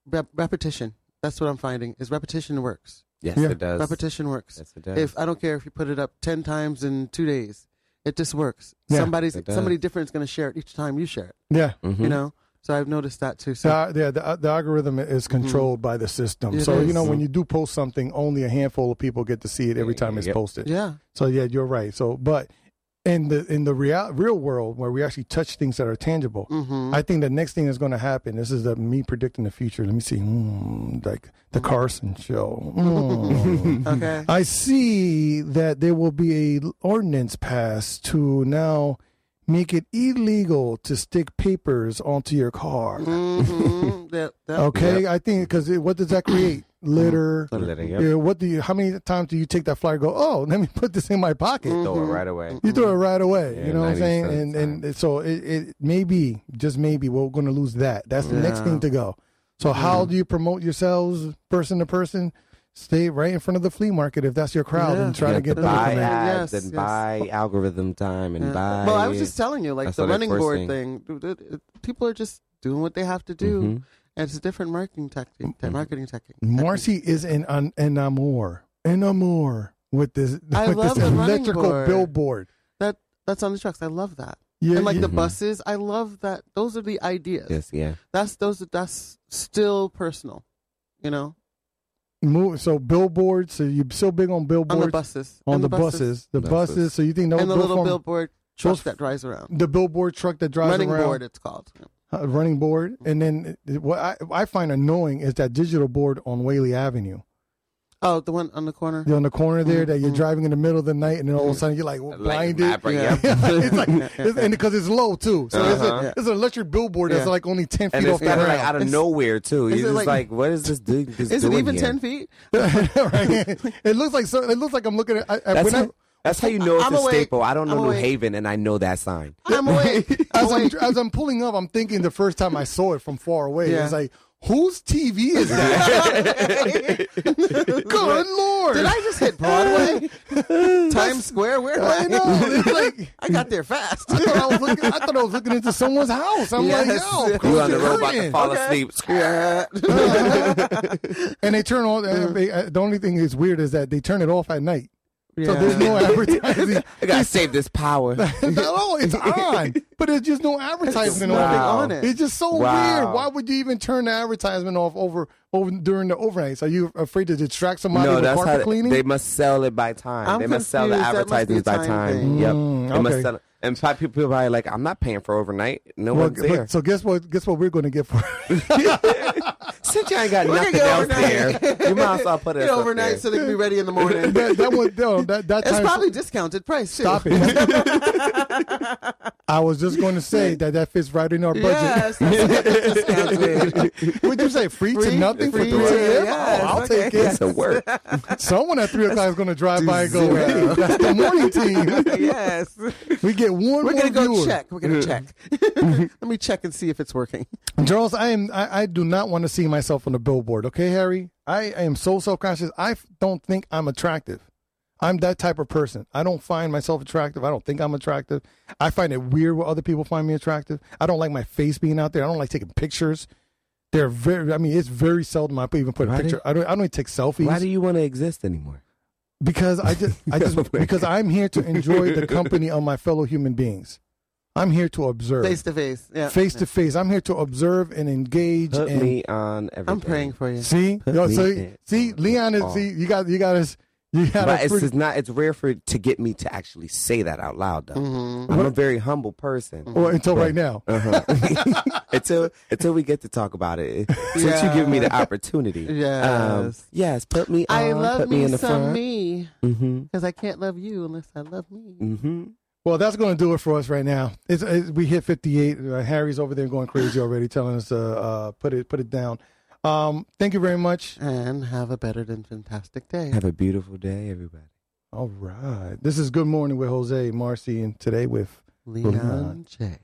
Speaker 4: rep- repetition. That's what I'm finding is repetition works.
Speaker 5: Yes,
Speaker 6: Yeah.
Speaker 5: it does.
Speaker 4: Repetition works.
Speaker 5: Yes, it does.
Speaker 4: If I don't care if you put it up ten times in two days, it just works.
Speaker 6: Yeah.
Speaker 4: Somebody's
Speaker 5: It does.
Speaker 4: somebody different's going to share it each time you share it.
Speaker 6: Yeah,
Speaker 5: Mhm.
Speaker 4: You know. So I've noticed that too.
Speaker 5: Uh,
Speaker 4: So Mm-hmm.
Speaker 6: the, yeah. The, the algorithm is controlled by the system.
Speaker 4: It
Speaker 6: so you
Speaker 4: is.
Speaker 6: know when you do post something, only a handful of people get to see it every time it's
Speaker 5: Yep.
Speaker 6: posted.
Speaker 4: yeah,
Speaker 6: So yeah, you're right. So but in the in the real real world where we actually touch things that are tangible,
Speaker 4: mm-hmm.
Speaker 6: I think the next thing that's going to happen. This is the, me predicting the future. Let me see. Hmm, like the Carson show. Hmm.
Speaker 4: okay.
Speaker 6: I see that there will be a ordinance passed to now make it illegal to stick papers onto your car.
Speaker 4: hmm that, that,
Speaker 6: Okay, I think because what does that create? Litter.
Speaker 5: Litter,
Speaker 4: Mm-hmm.
Speaker 5: yep.
Speaker 6: Yeah, what do you? How many times do you take that flyer? And go. Oh, let me put this in my pocket.
Speaker 5: Throw it right away.
Speaker 6: You
Speaker 4: Mm-hmm.
Speaker 6: throw it right away.
Speaker 5: Yeah,
Speaker 6: you know what I'm
Speaker 5: 90%
Speaker 6: saying?
Speaker 5: of the
Speaker 6: And
Speaker 5: time.
Speaker 6: and so it, it maybe just maybe we're going to lose that. That's the next
Speaker 4: Yeah. Mm-hmm.
Speaker 6: thing to go. So how do you promote yourselves person to person? Stay right in front of the flea market if that's your crowd
Speaker 4: Yeah.
Speaker 6: and try to
Speaker 5: Yeah,
Speaker 6: get
Speaker 5: the
Speaker 6: them. to
Speaker 5: buy
Speaker 6: come in.
Speaker 5: ads
Speaker 4: Yes,
Speaker 5: and
Speaker 4: yes.
Speaker 5: buy algorithm time and
Speaker 4: Yeah.
Speaker 5: buy.
Speaker 4: Well, I was just telling you, like
Speaker 5: That's
Speaker 4: the
Speaker 5: what I
Speaker 4: running
Speaker 5: first
Speaker 4: board
Speaker 5: think.
Speaker 4: thing. dude, it- it- People are just doing what they have to do,
Speaker 5: Mhm.
Speaker 4: and it's a different marketing tactic. te- Marketing tactic.
Speaker 6: Marcy is in an enamor, enamor with this
Speaker 4: I
Speaker 6: with
Speaker 4: love
Speaker 6: this
Speaker 4: the running
Speaker 6: electrical
Speaker 4: board.
Speaker 6: billboard.
Speaker 4: that that's on the trucks. I love that.
Speaker 6: Yeah,
Speaker 4: and like
Speaker 6: yeah.
Speaker 4: the buses, I love that. Those are the ideas.
Speaker 5: Mm-hmm. Yes, yeah.
Speaker 4: That's those. That's still personal. You know,
Speaker 6: move, so billboards. So you're so big on billboards
Speaker 4: on the buses,
Speaker 6: on
Speaker 4: And
Speaker 6: the buses, the
Speaker 5: Buses.
Speaker 6: buses. So you think no
Speaker 4: and the
Speaker 6: bill
Speaker 4: little
Speaker 6: form-
Speaker 4: billboard truck
Speaker 6: those-
Speaker 4: that drives around,
Speaker 6: the billboard truck that drives
Speaker 4: running
Speaker 6: around
Speaker 4: board. It's called.
Speaker 6: uh, running board, and then uh, what I, I find annoying is that digital board on Whaley Avenue,
Speaker 4: Oh, the one on the corner.
Speaker 6: You're on the corner there, that you're
Speaker 4: Mhm.
Speaker 6: driving in the middle of the night, and then all of a sudden you're like blinded.
Speaker 5: map right-
Speaker 4: Yeah.
Speaker 5: yep.
Speaker 6: it's like, it's, and because it's low too, so it's,
Speaker 5: Uh-huh.
Speaker 6: a, it's an electric billboard that's
Speaker 4: Yeah.
Speaker 6: like only ten feet
Speaker 5: And
Speaker 6: off
Speaker 5: it's
Speaker 6: the
Speaker 5: kind of
Speaker 6: ground.
Speaker 5: like out of
Speaker 4: It's-
Speaker 5: nowhere too.
Speaker 4: is
Speaker 5: You're
Speaker 4: it
Speaker 5: just
Speaker 4: like-
Speaker 5: like, what is this dude just
Speaker 4: Is it
Speaker 5: doing
Speaker 4: even
Speaker 5: here?
Speaker 4: ten feet?
Speaker 6: Right. It looks like so. It looks like I'm looking at. I, I,
Speaker 5: That's
Speaker 6: when
Speaker 5: how,
Speaker 6: I,
Speaker 5: that's how you know it's
Speaker 4: I'm
Speaker 5: a
Speaker 4: awake.
Speaker 5: staple. I don't know
Speaker 4: I'm
Speaker 5: New
Speaker 4: awake.
Speaker 5: Haven, and I know that sign.
Speaker 4: I'm awake. I'm
Speaker 6: as I'm
Speaker 4: awake.
Speaker 6: as I'm pulling up, I'm thinking the first time I saw it from far away.
Speaker 4: Yeah.
Speaker 6: It's like, whose TV is that? Good lord!
Speaker 4: Did I just hit Broadway? Times Square? Where
Speaker 6: I
Speaker 4: am I?
Speaker 6: know. It's like
Speaker 4: I got there fast.
Speaker 6: I thought I was looking. I thought I was looking into someone's house. I'm
Speaker 4: Yes.
Speaker 6: like, yo,
Speaker 4: You
Speaker 5: You
Speaker 6: who's
Speaker 5: on the road about to
Speaker 6: curtain?
Speaker 5: fall asleep.
Speaker 4: yeah.
Speaker 6: And they turn all. they- uh, the only thing that's weird is that they turn it off at night. So there's no advertising.
Speaker 5: I gotta save this power.
Speaker 6: no, it's on, but there's just no advertisement on it.
Speaker 5: Wow.
Speaker 4: on it.
Speaker 6: It's just so
Speaker 5: Wow.
Speaker 6: weird. Why would you even turn the advertisement off over over during the overnights? Are you afraid to distract somebody
Speaker 5: no,
Speaker 6: with
Speaker 5: that's how
Speaker 6: carpet
Speaker 5: they-
Speaker 6: cleaning?
Speaker 5: they must sell it by time.
Speaker 4: I'm
Speaker 5: they must sell the
Speaker 4: confused. That must be a
Speaker 5: advertisements by
Speaker 4: time
Speaker 5: time.
Speaker 4: thing.
Speaker 5: Yep.
Speaker 6: Mm,
Speaker 5: They must
Speaker 6: okay.
Speaker 5: sell it. And probably people are probably like, I'm not paying for overnight. No
Speaker 6: Well,
Speaker 5: one's
Speaker 6: but-
Speaker 5: there.
Speaker 6: so guess what? Guess what we're going to get for?
Speaker 5: Since you ain't got nothing
Speaker 4: get
Speaker 5: else
Speaker 4: overnight.
Speaker 5: there, you might as well put it
Speaker 4: Get
Speaker 5: up
Speaker 4: overnight
Speaker 5: there.
Speaker 4: so they can be ready in the morning.
Speaker 6: that, that was no, that that
Speaker 4: It's
Speaker 6: time.
Speaker 4: probably discounted price too.
Speaker 6: Stop it! I was just going to say that that fits right in our budget.
Speaker 4: Yes, that's discounted.
Speaker 6: Would you say free, to
Speaker 4: Free-
Speaker 6: nothing
Speaker 4: free
Speaker 6: for three
Speaker 4: to-
Speaker 6: a.m.?
Speaker 4: yes,
Speaker 6: oh, I'll
Speaker 4: okay.
Speaker 6: take it.
Speaker 5: It's a work.
Speaker 6: Someone at three o'clock is going to drive by and go, "Hey, that's the morning team."
Speaker 4: yes,
Speaker 6: We get one
Speaker 4: we're gonna
Speaker 6: more
Speaker 4: go
Speaker 6: viewer.
Speaker 4: check. We're gonna check.
Speaker 5: Mm-hmm.
Speaker 4: Let me check and see if it's working.
Speaker 6: Charles, I am. I, I do not want to see myself on the billboard. Okay, Harry. I, am so self conscious. I f- don't think I'm attractive. I'm that type of person. I don't find myself attractive. I don't think I'm attractive. I find it weird when other people find me attractive. I don't like my face being out there. I don't like taking pictures. They're very. I mean, it's very seldom I even put a
Speaker 5: Why do-
Speaker 6: picture. I don't. I don't even take selfies
Speaker 5: Why do you want to exist anymore?
Speaker 6: because I just. I just because I'm here to enjoy the company of my fellow human beings. I'm here to observe
Speaker 4: Face to face. Yeah,
Speaker 6: face to face. I'm here to observe and engage
Speaker 5: Put
Speaker 6: and
Speaker 5: me on everything.
Speaker 4: I'm praying for you.
Speaker 6: See,
Speaker 5: Put
Speaker 6: Yo,
Speaker 5: me
Speaker 6: so,
Speaker 5: in.
Speaker 6: see, Leon is.
Speaker 5: Oh.
Speaker 6: See, you got, you got us. You got
Speaker 5: But
Speaker 6: us.
Speaker 5: it's just not. It's rare for to get me to actually say that out loud. Though
Speaker 4: Mm-hmm.
Speaker 5: I'm a very humble person.
Speaker 6: well, until right now.
Speaker 5: Uh-huh. until until we get to talk about it, since
Speaker 4: Yeah.
Speaker 5: you give me the opportunity, Um,
Speaker 4: Yes.
Speaker 5: yes, put me. On,
Speaker 4: I love
Speaker 5: put me,
Speaker 4: me
Speaker 5: in the
Speaker 4: some
Speaker 5: front.
Speaker 4: me
Speaker 5: Mm-hmm.
Speaker 4: because I can't love you unless I love me.
Speaker 5: Mm-hmm.
Speaker 6: Well, that's going to do it for us right now. It's, it's, we hit 58. Uh, Harry's over there going crazy already, telling us to uh, put it put it down. Um, thank you very much.
Speaker 4: And have a better than fantastic day.
Speaker 5: Have a beautiful day, everybody.
Speaker 6: All right, this is Good Morning with Jose Marcy, and today with
Speaker 4: Leon J.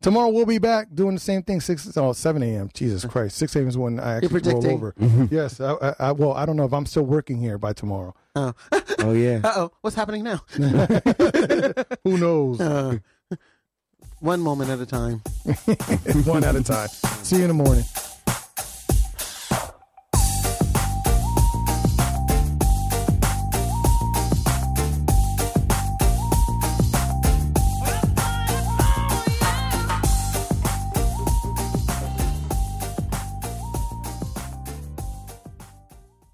Speaker 6: tomorrow we'll be back doing the same thing. Six oh seven a.m. Jesus Christ, six a.m. is when I actually roll
Speaker 4: predicting.
Speaker 6: over. yes, I, I, I well, I don't know if I'm still working here by tomorrow.
Speaker 4: Oh,
Speaker 5: Oh yeah.
Speaker 4: uh oh, what's happening now?
Speaker 6: Who knows?
Speaker 4: Uh, one moment at a time.
Speaker 6: One at a time. See you in the morning.